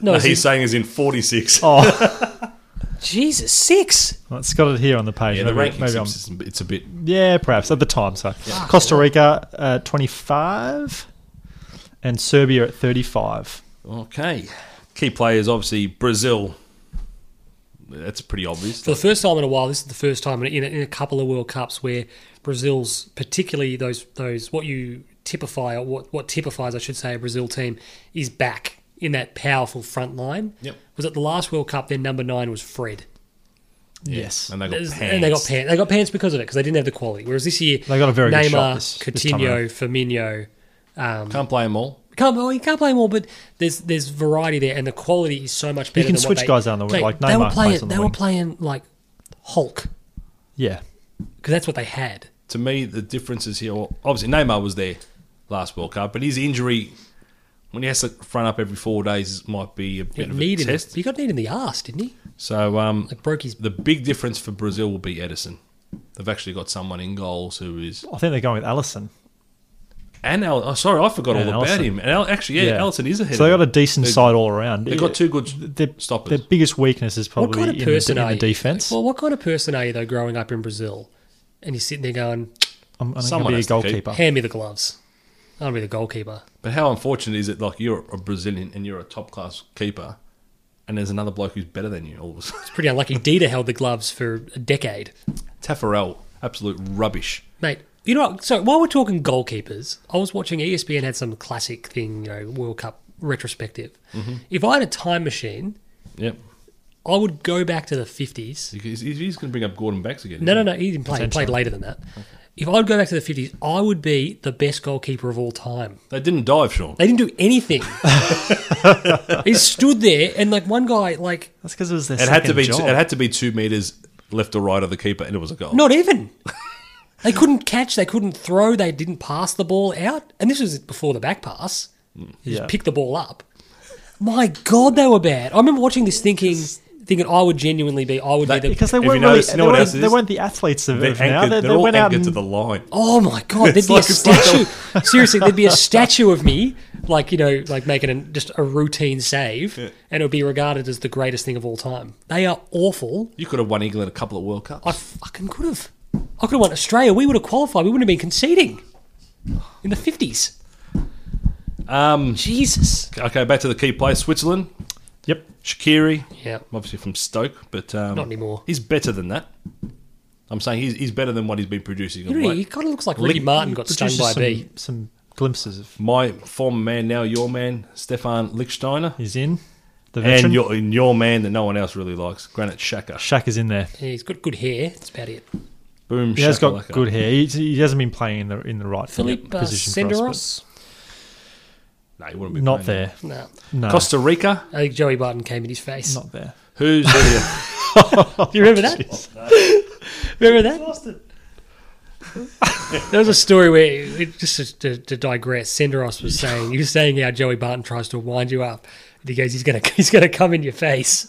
[SPEAKER 1] No,
[SPEAKER 2] No,
[SPEAKER 1] it's
[SPEAKER 2] he's saying is in 46.
[SPEAKER 3] Oh,
[SPEAKER 1] Jesus, six.
[SPEAKER 3] well, it's got it here on the page.
[SPEAKER 2] yeah, the
[SPEAKER 3] Maybe-
[SPEAKER 2] ranking
[SPEAKER 3] maybe
[SPEAKER 2] system
[SPEAKER 3] I'm-
[SPEAKER 2] is it's a bit.
[SPEAKER 3] Yeah, perhaps at the time. So
[SPEAKER 1] Ah,
[SPEAKER 3] Costa Rica uh, 25 and Serbia at 35.
[SPEAKER 2] Okay. Key players, obviously, Brazil. That's pretty obvious.
[SPEAKER 1] For the first time in a while, this is the first time in a, in a couple of World Cups where Brazil's, particularly those those what you typify or what what typifies, I should say, a Brazil team is back in that powerful front line.
[SPEAKER 2] Yep.
[SPEAKER 1] Was it the last World Cup? Their number nine was Fred,
[SPEAKER 3] Yes.
[SPEAKER 2] And they got pants.
[SPEAKER 1] and they got pants. They got pants because of it because they didn't have the quality. Whereas this year,
[SPEAKER 3] They got a very good
[SPEAKER 1] Neymar,
[SPEAKER 3] shot this- this time
[SPEAKER 1] Coutinho, Firmino.
[SPEAKER 2] Can't play them all.
[SPEAKER 1] Can't, well, you can't play them all, but there's there's variety there, and the quality is so much better.
[SPEAKER 3] can
[SPEAKER 1] than
[SPEAKER 3] switch
[SPEAKER 1] what they,
[SPEAKER 3] guys out on the wing,
[SPEAKER 1] Mate,
[SPEAKER 3] like
[SPEAKER 1] they were
[SPEAKER 3] Neymar plays
[SPEAKER 1] playing.
[SPEAKER 3] on the
[SPEAKER 1] They were
[SPEAKER 3] wing.
[SPEAKER 1] playing like Hulk
[SPEAKER 3] Yeah.
[SPEAKER 1] because that's what they had.
[SPEAKER 2] To me, the difference is here. Well, obviously, Neymar was there last World Cup, but his injury, when he has to front up every four days, might be a bit
[SPEAKER 1] It
[SPEAKER 2] of
[SPEAKER 1] needed.
[SPEAKER 2] a
[SPEAKER 1] him.
[SPEAKER 2] test.
[SPEAKER 1] He got needed in the arse, didn't he?
[SPEAKER 2] So, um,
[SPEAKER 1] Like broke his.
[SPEAKER 2] the big difference for Brazil will be Edison. They've actually got someone in goals who is
[SPEAKER 3] I think they're going with Allison.
[SPEAKER 2] and Al- oh, sorry, I forgot
[SPEAKER 3] Yeah,
[SPEAKER 2] all about
[SPEAKER 3] Alisson.
[SPEAKER 2] him. And Al- actually, yeah, Allison is ahead.
[SPEAKER 3] So they
[SPEAKER 2] of
[SPEAKER 3] got a
[SPEAKER 2] him.
[SPEAKER 3] decent
[SPEAKER 2] They-
[SPEAKER 3] side all around.
[SPEAKER 2] They've got two good
[SPEAKER 3] Their,
[SPEAKER 2] stoppers.
[SPEAKER 3] their biggest weakness is probably
[SPEAKER 1] What kind of
[SPEAKER 3] in, the,
[SPEAKER 1] person
[SPEAKER 3] in
[SPEAKER 1] are
[SPEAKER 3] the
[SPEAKER 1] you?
[SPEAKER 3] defense.
[SPEAKER 1] Well, what kind of person are you though? Growing up in Brazil, and you're sitting there going,
[SPEAKER 3] I'm, I'm going to
[SPEAKER 2] someone
[SPEAKER 3] be a
[SPEAKER 2] has to keep-
[SPEAKER 3] goalkeeper.
[SPEAKER 1] "Hand me the gloves. I'll be the goalkeeper."
[SPEAKER 2] But how unfortunate is it? Like you're a Brazilian and you're a top class keeper, and there's another bloke who's better than you. All of a sudden,
[SPEAKER 1] It's pretty unlucky. Dida held the gloves for a decade,
[SPEAKER 2] Taffarel, absolute rubbish.
[SPEAKER 1] mate. You know, what? so while we're talking goalkeepers, I was watching E ESPN had some classic thing, you know, World Cup retrospective.
[SPEAKER 3] Mm-hmm.
[SPEAKER 1] If I had a time machine,
[SPEAKER 2] Yep,
[SPEAKER 1] I would go back to the fifties.
[SPEAKER 2] he's, he's going to bring up Gordon Banks again.
[SPEAKER 1] No, no, no. He didn't play. He played later than that. If I would go back to the fifties, I would be the best goalkeeper of all time.
[SPEAKER 2] They didn't dive, Sean.
[SPEAKER 1] They didn't do anything. he stood there, and like one guy, like
[SPEAKER 3] That's because it was their
[SPEAKER 2] It had
[SPEAKER 3] second
[SPEAKER 2] to be.
[SPEAKER 3] job.
[SPEAKER 2] Two, it had to be two meters left or right of the keeper, and it was a goal.
[SPEAKER 1] not even. they couldn't catch. They couldn't throw. They didn't pass the ball out. And this was before the back pass. You
[SPEAKER 3] Yeah.
[SPEAKER 1] Just pick the ball up. My God, they were bad. I remember watching this, thinking, thinking I would genuinely be. I would be the.
[SPEAKER 3] because they
[SPEAKER 2] If you
[SPEAKER 3] weren't
[SPEAKER 2] notice, you
[SPEAKER 3] really, they,
[SPEAKER 2] know what
[SPEAKER 3] weren't,
[SPEAKER 2] else it
[SPEAKER 3] they
[SPEAKER 2] is?
[SPEAKER 3] weren't the athletes of,
[SPEAKER 2] They're
[SPEAKER 3] of now.
[SPEAKER 2] anchored-
[SPEAKER 3] They,
[SPEAKER 2] they're
[SPEAKER 3] they
[SPEAKER 2] all
[SPEAKER 3] went out
[SPEAKER 2] anchored
[SPEAKER 3] and,
[SPEAKER 2] to the line.
[SPEAKER 1] Oh my god, there'd be a
[SPEAKER 2] like a
[SPEAKER 1] statue. Seriously, there'd be a statue of me, like you know, like making a, just a routine save, and it would be regarded as the greatest thing of all time. They are awful.
[SPEAKER 2] You could have won England a couple of World Cups.
[SPEAKER 1] I fucking could have. I could have won Australia. We would have qualified. We wouldn't have been conceding in the fifties.
[SPEAKER 2] Um,
[SPEAKER 1] Jesus.
[SPEAKER 2] okay, back to the key players. Switzerland,
[SPEAKER 3] Yep.
[SPEAKER 2] Shakiri,
[SPEAKER 1] Yeah.
[SPEAKER 2] obviously from Stoke, but um,
[SPEAKER 1] Not anymore.
[SPEAKER 2] He's better than that. I'm saying he's, he's better than what he's been producing. of
[SPEAKER 1] You know,
[SPEAKER 2] late.
[SPEAKER 1] he kind of looks like Ricky
[SPEAKER 2] Link-
[SPEAKER 1] Martin got stung
[SPEAKER 3] Produces
[SPEAKER 1] by a
[SPEAKER 3] some,
[SPEAKER 1] bee.
[SPEAKER 3] some glimpses of
[SPEAKER 2] my former man, now your man, Stefan Lichtsteiner,
[SPEAKER 3] is in. The veteran.
[SPEAKER 2] and your, and your man that no one else really likes, Granite Shaka.
[SPEAKER 3] Shaq is in there.
[SPEAKER 1] Yeah, he's got good hair. That's about it.
[SPEAKER 2] Boom,
[SPEAKER 3] He has got
[SPEAKER 2] shakalaka.
[SPEAKER 3] good hair. He, he hasn't been playing in the in the right
[SPEAKER 1] Philippe uh,
[SPEAKER 3] position for us,
[SPEAKER 1] Senderos.
[SPEAKER 2] No, he wouldn't
[SPEAKER 3] but
[SPEAKER 2] be
[SPEAKER 3] not
[SPEAKER 2] playing
[SPEAKER 3] there.
[SPEAKER 1] No,
[SPEAKER 3] No,
[SPEAKER 2] Costa Rica,
[SPEAKER 1] I think Joey Barton came in his face.
[SPEAKER 3] not there.
[SPEAKER 2] who's
[SPEAKER 1] Do you remember that? remember that? there was a story where, it, just to, to digress, Senderos was saying he was saying how Joey Barton tries to wind you up, and he goes, "He's gonna, he's gonna come in your face."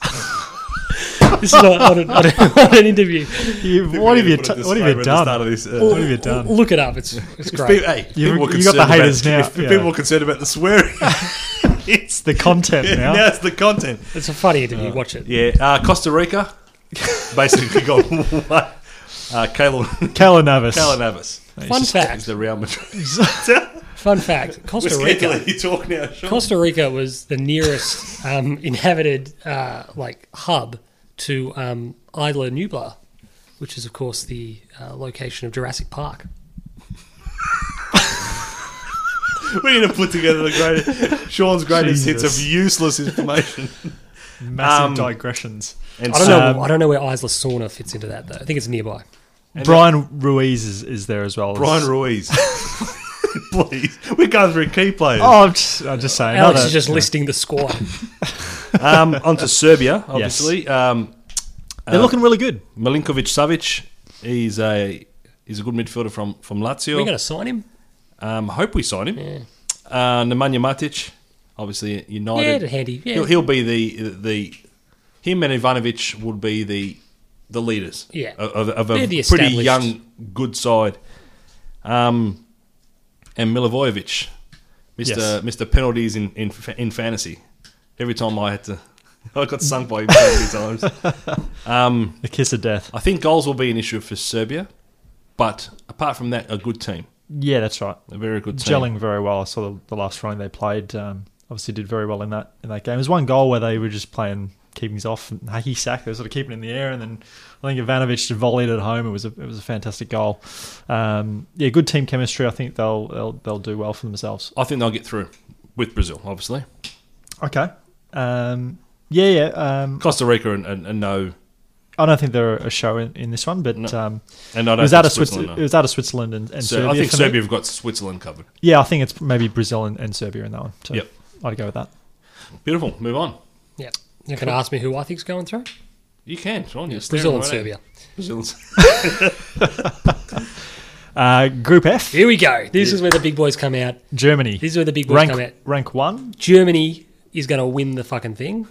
[SPEAKER 1] this is on, on, an, on, an- on an interview.
[SPEAKER 3] You, what have you t- What have you done?
[SPEAKER 2] uh,
[SPEAKER 3] What have you done?
[SPEAKER 1] Look it up. It's it's great.
[SPEAKER 2] Hey,
[SPEAKER 3] You-
[SPEAKER 2] people were
[SPEAKER 3] you
[SPEAKER 2] concerned
[SPEAKER 3] got the
[SPEAKER 2] about-
[SPEAKER 3] haters now,
[SPEAKER 2] if
[SPEAKER 3] yeah.
[SPEAKER 2] People were concerned about the swearing. it's
[SPEAKER 3] The content now.
[SPEAKER 2] now it's the content.
[SPEAKER 1] It's a funny interview. Watch it.
[SPEAKER 2] Yeah, uh, Costa Rica basically got one. Uh, Caleb
[SPEAKER 3] Kalen Navis.
[SPEAKER 2] Caleb Navis.
[SPEAKER 1] Fun
[SPEAKER 2] He's
[SPEAKER 1] fact.
[SPEAKER 2] the Real Madrid.
[SPEAKER 1] Fun fact. Costa Rica.
[SPEAKER 2] you talk now, Sean.
[SPEAKER 1] Costa Rica was the nearest um, inhabited uh, like hub to um, Isla Nublar, which is of course the uh, location of Jurassic Park.
[SPEAKER 2] We need to put together the greatest Sean's greatest hits
[SPEAKER 3] Jesus.
[SPEAKER 2] of useless information.
[SPEAKER 3] Massive
[SPEAKER 2] Um,
[SPEAKER 3] digressions.
[SPEAKER 2] And
[SPEAKER 1] I don't
[SPEAKER 2] so,
[SPEAKER 3] um,
[SPEAKER 1] know. I don't know where Isla Sauna fits into that though. I think it's nearby.
[SPEAKER 3] Brian Ruiz is, is there as well. as-
[SPEAKER 2] Brian Ruiz, please, we're going through key players.
[SPEAKER 3] Oh, I'm just, I'm just saying.
[SPEAKER 1] Alex
[SPEAKER 3] another-
[SPEAKER 1] is just listing the squad.
[SPEAKER 2] Um, on to Serbia, obviously. Um,
[SPEAKER 3] They're looking really good.
[SPEAKER 2] Milinkovic Savic, he's a he's a good midfielder from from
[SPEAKER 1] We're
[SPEAKER 2] Lazio.
[SPEAKER 1] going to sign him.
[SPEAKER 2] um, hope we sign him. Uh, Nemanja Matic, obviously at
[SPEAKER 1] Yeah,
[SPEAKER 2] United.
[SPEAKER 1] they're handy. Yeah.
[SPEAKER 2] He'll, he'll be the the him and Ivanovic would be the the leaders.
[SPEAKER 1] Yeah.
[SPEAKER 2] of, of, of a
[SPEAKER 1] They're the
[SPEAKER 2] pretty
[SPEAKER 1] established-
[SPEAKER 2] young good side. Um, and Milivojevic, Mister
[SPEAKER 3] Yes.
[SPEAKER 2] Mister penalties in, in fa- in fantasy. Every time I had to, I got sunk by him so many times.
[SPEAKER 3] The kiss of death.
[SPEAKER 2] I think goals will be an issue for Serbia, but apart from that, a good team,
[SPEAKER 3] Yeah, that's right.
[SPEAKER 2] a very good team.
[SPEAKER 3] gelling very well. I saw the, the last round they played. Um, obviously, did very well in that in that game. There was one goal where they were just playing keepings off. and Haki Sack, they were sort of keeping it in the air, and then I think Ivanovic volleyed it home. It was a it was a fantastic goal. Um, yeah, good team chemistry. I think they'll they'll they'll do well for themselves.
[SPEAKER 2] I think they'll get through with Brazil, obviously.
[SPEAKER 3] Okay. Um, yeah, yeah. Um,
[SPEAKER 2] Costa Rica and, and, and no,
[SPEAKER 3] I don't think they're a show in, in this one, but
[SPEAKER 2] No.
[SPEAKER 3] um,
[SPEAKER 2] and I
[SPEAKER 3] it
[SPEAKER 2] don't
[SPEAKER 3] was
[SPEAKER 2] think
[SPEAKER 3] out
[SPEAKER 2] Switzerland.
[SPEAKER 3] of Switzerland.
[SPEAKER 2] no.
[SPEAKER 3] It was out of Switzerland and, and
[SPEAKER 2] So
[SPEAKER 3] Serbia.
[SPEAKER 2] I think
[SPEAKER 3] for me.
[SPEAKER 2] Serbia have got Switzerland covered.
[SPEAKER 3] Yeah, I think it's maybe Brazil and, and Serbia in that one. So
[SPEAKER 2] Yep.
[SPEAKER 3] I'd go with that.
[SPEAKER 2] Beautiful. Move on.
[SPEAKER 1] Yeah. You can ask me who I think's going through.
[SPEAKER 2] You can. Sean, you're staring
[SPEAKER 1] Brazil and
[SPEAKER 2] right at
[SPEAKER 1] Serbia.
[SPEAKER 2] it. Brazil and Serbia.
[SPEAKER 3] Uh, group F,
[SPEAKER 1] Here we go. This is where the big boys come out.
[SPEAKER 3] Germany.
[SPEAKER 1] This is where the big boys come out.
[SPEAKER 3] rank rank one.
[SPEAKER 1] Germany is going to win the fucking thing.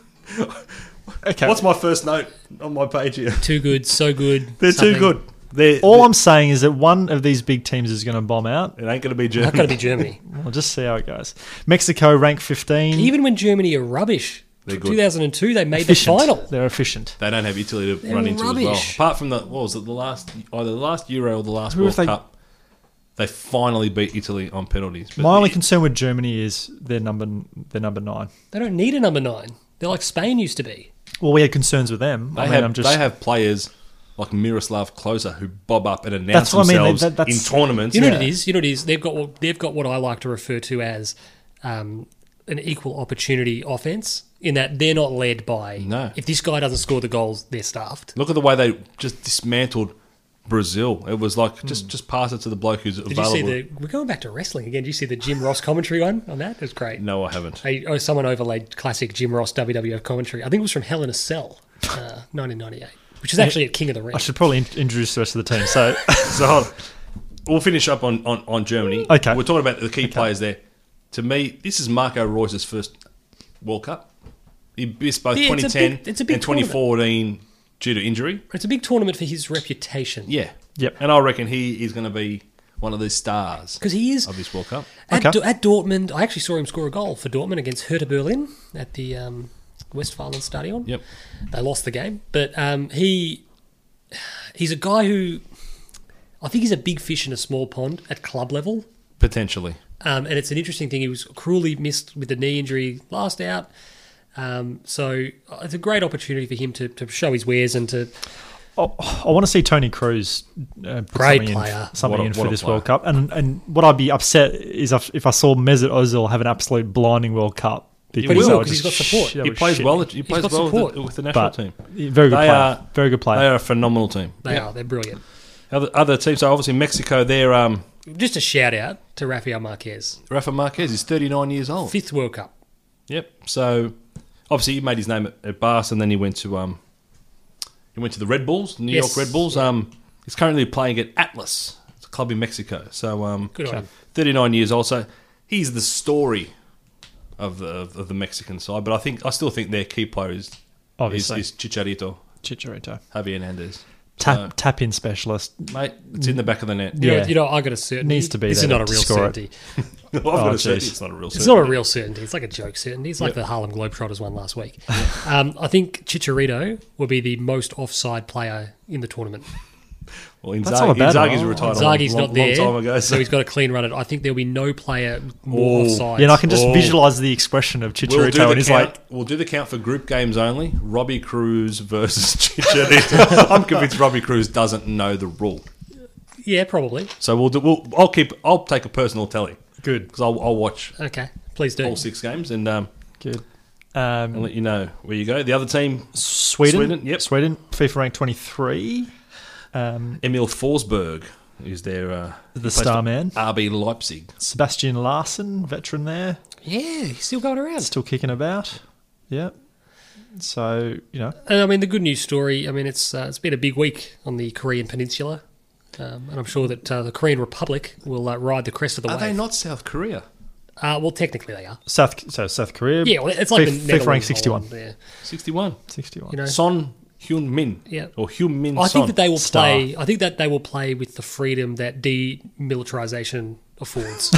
[SPEAKER 3] Okay.
[SPEAKER 2] What's my first note on my page here?
[SPEAKER 1] Too good, so good.
[SPEAKER 2] They're
[SPEAKER 1] something.
[SPEAKER 2] too good. They're,
[SPEAKER 3] all I'm saying is that one of these big teams is going to bomb out.
[SPEAKER 2] it ain't going to be
[SPEAKER 1] That's
[SPEAKER 2] Germany.
[SPEAKER 1] got to be Germany.
[SPEAKER 3] We'll just see how it goes. Mexico rank 15.
[SPEAKER 1] Even when Germany are rubbish,
[SPEAKER 2] They're good.
[SPEAKER 1] 2002 they made
[SPEAKER 3] efficient.
[SPEAKER 1] the final.
[SPEAKER 3] They're efficient.
[SPEAKER 2] they don't have Italy to
[SPEAKER 1] They're
[SPEAKER 2] run into as well.
[SPEAKER 1] rubbish.
[SPEAKER 2] Apart from the, what was it, the last, either the last Euro or the last
[SPEAKER 3] Who
[SPEAKER 2] World
[SPEAKER 3] have they-
[SPEAKER 2] Cup, they finally beat Italy on penalties. But
[SPEAKER 3] My only concern with Germany is their number their number nine.
[SPEAKER 1] They don't need a number nine. They're like Spain used to be.
[SPEAKER 3] Well, we had concerns with them.
[SPEAKER 2] they,
[SPEAKER 3] I mean,
[SPEAKER 2] have,
[SPEAKER 3] I'm just
[SPEAKER 2] they have players like Miroslav Klose who bob up and announce
[SPEAKER 3] That's what I mean, they-
[SPEAKER 2] themselves
[SPEAKER 3] that- that's-
[SPEAKER 2] in tournaments.
[SPEAKER 1] You know
[SPEAKER 3] Yeah.
[SPEAKER 1] what it is. You know what it is. They've got what they've got what I like to refer to as um, an equal opportunity offense. In that they're not led by.
[SPEAKER 2] No.
[SPEAKER 1] If this guy doesn't score the goals, they're stuffed.
[SPEAKER 2] Look at the way they just dismantled Brazil. It was like just just pass it to the bloke who's
[SPEAKER 1] Did
[SPEAKER 2] available.
[SPEAKER 1] you see the? We're going back to wrestling again. Did you see the Jim Ross commentary one on that? It was great.
[SPEAKER 2] no, I haven't.
[SPEAKER 1] They- oh, someone overlaid classic Jim Ross WWF commentary. I think it was from Hell in a Cell, uh, 1998, which is actually at King of the Ring.
[SPEAKER 3] I should probably in- introduce the rest of the team. So
[SPEAKER 2] So hold on. we'll finish up on, on, on Germany.
[SPEAKER 3] Okay.
[SPEAKER 2] we're talking about the key players there. To me, this is Marco Reus's first World Cup. He missed both
[SPEAKER 1] Yeah, it's a
[SPEAKER 2] 2010
[SPEAKER 1] big- it's a big
[SPEAKER 2] and 2014 due to injury.
[SPEAKER 1] It's a big tournament for his reputation.
[SPEAKER 2] Yeah.
[SPEAKER 3] Yep.
[SPEAKER 2] And I reckon he is going to be one of the stars
[SPEAKER 1] Because he is
[SPEAKER 2] of this World Cup.
[SPEAKER 1] at,
[SPEAKER 3] Okay.
[SPEAKER 1] Do- at Dortmund. I actually saw him score a goal for Dortmund against Hertha Berlin at the um, Westfalen Stadion.
[SPEAKER 2] Yep.
[SPEAKER 1] They lost the game, but um, he he's a guy who I think he's a big fish in a small pond at club level.
[SPEAKER 2] Potentially.
[SPEAKER 1] Um, and it's an interesting thing. He was cruelly missed with the knee injury last out. Um, so uh, it's a great opportunity for him to, to show his wares and to
[SPEAKER 3] Oh, I want to see Tony Cruz uh, put
[SPEAKER 1] Great
[SPEAKER 3] something
[SPEAKER 1] player.
[SPEAKER 3] in, something
[SPEAKER 2] What a-
[SPEAKER 3] in
[SPEAKER 2] what
[SPEAKER 3] for
[SPEAKER 2] a
[SPEAKER 3] this
[SPEAKER 2] player.
[SPEAKER 3] World Cup. And and what I'd be upset is if, if I saw Mesut Ozil have an absolute blinding World Cup
[SPEAKER 2] will,
[SPEAKER 3] I would
[SPEAKER 1] 'cause he's got
[SPEAKER 3] just-
[SPEAKER 1] support.
[SPEAKER 3] that
[SPEAKER 2] he
[SPEAKER 3] would
[SPEAKER 2] plays
[SPEAKER 3] shit
[SPEAKER 2] well.
[SPEAKER 3] me.
[SPEAKER 2] At, he plays
[SPEAKER 1] got
[SPEAKER 2] well with the,
[SPEAKER 1] support.
[SPEAKER 2] with the national
[SPEAKER 3] But
[SPEAKER 2] team.
[SPEAKER 3] very good
[SPEAKER 2] They
[SPEAKER 3] player.
[SPEAKER 2] are-
[SPEAKER 3] very good player.
[SPEAKER 2] They are a phenomenal team.
[SPEAKER 1] they are they're brilliant.
[SPEAKER 2] Other, other teams, so obviously Mexico, they're um,
[SPEAKER 1] Just a shout out to Rafael Marquez,
[SPEAKER 2] Rafa Marquez is 39 years old.
[SPEAKER 1] fifth World Cup.
[SPEAKER 2] Yep. So obviously he made his name at, at Barca and then he went to um he went to the Red Bulls, the New
[SPEAKER 1] Yes.
[SPEAKER 2] York Red Bulls. Um he's currently playing at Atlas. It's a club in Mexico. So um
[SPEAKER 1] Good on him.
[SPEAKER 2] 39 years old. So he's the story of the of, the Mexican side, but I think I still think their key player is is,
[SPEAKER 3] Obviously.
[SPEAKER 2] is Chicharito,
[SPEAKER 3] Chicharito.
[SPEAKER 2] Javier Hernandez.
[SPEAKER 3] Tap,
[SPEAKER 2] So,
[SPEAKER 3] tap in specialist.
[SPEAKER 2] mate, it's in the back of the net.
[SPEAKER 1] You, know,
[SPEAKER 3] Yeah.
[SPEAKER 1] you know, I got a certainty.
[SPEAKER 3] Needs to be
[SPEAKER 1] This is
[SPEAKER 3] there
[SPEAKER 1] not a
[SPEAKER 3] to
[SPEAKER 1] real
[SPEAKER 3] score it.
[SPEAKER 1] certainty.
[SPEAKER 2] I've got to
[SPEAKER 3] Oh,
[SPEAKER 2] say,
[SPEAKER 3] jeez.
[SPEAKER 2] it's not a real
[SPEAKER 1] It's
[SPEAKER 2] certainty.
[SPEAKER 1] not a real certainty. It's like a joke certainty. It's like the Harlem Globetrotters one last week. Um, I think Chicharito will be the most offside player in the tournament.
[SPEAKER 2] Well, Inzaghi,
[SPEAKER 3] That's not a bad
[SPEAKER 2] Inzaghi's
[SPEAKER 3] one.
[SPEAKER 2] retired
[SPEAKER 1] Zagi's
[SPEAKER 2] a long,
[SPEAKER 1] not there,
[SPEAKER 2] long time ago.
[SPEAKER 1] so
[SPEAKER 2] So,
[SPEAKER 1] he's got a clean run. It. I think there'll be no player more
[SPEAKER 2] Oh.
[SPEAKER 1] offside.
[SPEAKER 3] Yeah, and I can just
[SPEAKER 2] Oh.
[SPEAKER 3] visualize the expression of Chicharito,
[SPEAKER 2] We'll do, the
[SPEAKER 3] and he's
[SPEAKER 2] count,
[SPEAKER 3] like,
[SPEAKER 2] we'll do the count for group games only. Robbie Cruz versus Chicharito. I'm convinced Robbie Cruz doesn't know the rule,
[SPEAKER 1] yeah, probably.
[SPEAKER 2] so we'll do. We'll, I'll keep. I'll take a personal tally
[SPEAKER 3] "Good,
[SPEAKER 2] because I'll, I'll watch
[SPEAKER 1] Okay, please do.
[SPEAKER 2] all six games and um,
[SPEAKER 3] good." Um,
[SPEAKER 2] and let you know where you go. The other team,
[SPEAKER 3] Sweden,
[SPEAKER 2] Sweden, yep.
[SPEAKER 3] Sweden, FIFA rank twenty-three. Um,
[SPEAKER 2] Emil Forsberg, is their uh, he
[SPEAKER 3] the
[SPEAKER 2] plays
[SPEAKER 3] star
[SPEAKER 2] for
[SPEAKER 3] man,
[SPEAKER 2] RB Leipzig.
[SPEAKER 3] Sebastian Larsen, veteran there,
[SPEAKER 1] Yeah, he's still going around.
[SPEAKER 3] still kicking about. Yeah. So you know,
[SPEAKER 1] And I mean, the good news story. I mean, it's uh, it's been a big week on the Korean Peninsula, um, and I'm sure that uh, the Korean Republic will uh, ride the crest of the
[SPEAKER 2] Are
[SPEAKER 1] wave.
[SPEAKER 2] they not South Korea?
[SPEAKER 1] Uh, well, technically they are.
[SPEAKER 3] South so South Korea.
[SPEAKER 1] Yeah, well, it's like
[SPEAKER 3] fifth,
[SPEAKER 1] the
[SPEAKER 3] fifth ranked
[SPEAKER 1] Netherlands,
[SPEAKER 3] 61.
[SPEAKER 1] Holland, yeah.
[SPEAKER 2] 61.
[SPEAKER 3] Sixty-one.
[SPEAKER 1] You know,
[SPEAKER 2] Son Hyun Min.
[SPEAKER 1] Yeah.
[SPEAKER 2] Or Hyun Min
[SPEAKER 1] I
[SPEAKER 2] Son.
[SPEAKER 1] think that they will
[SPEAKER 3] Star.
[SPEAKER 1] play. I think that they will play with the freedom that demilitarization affords.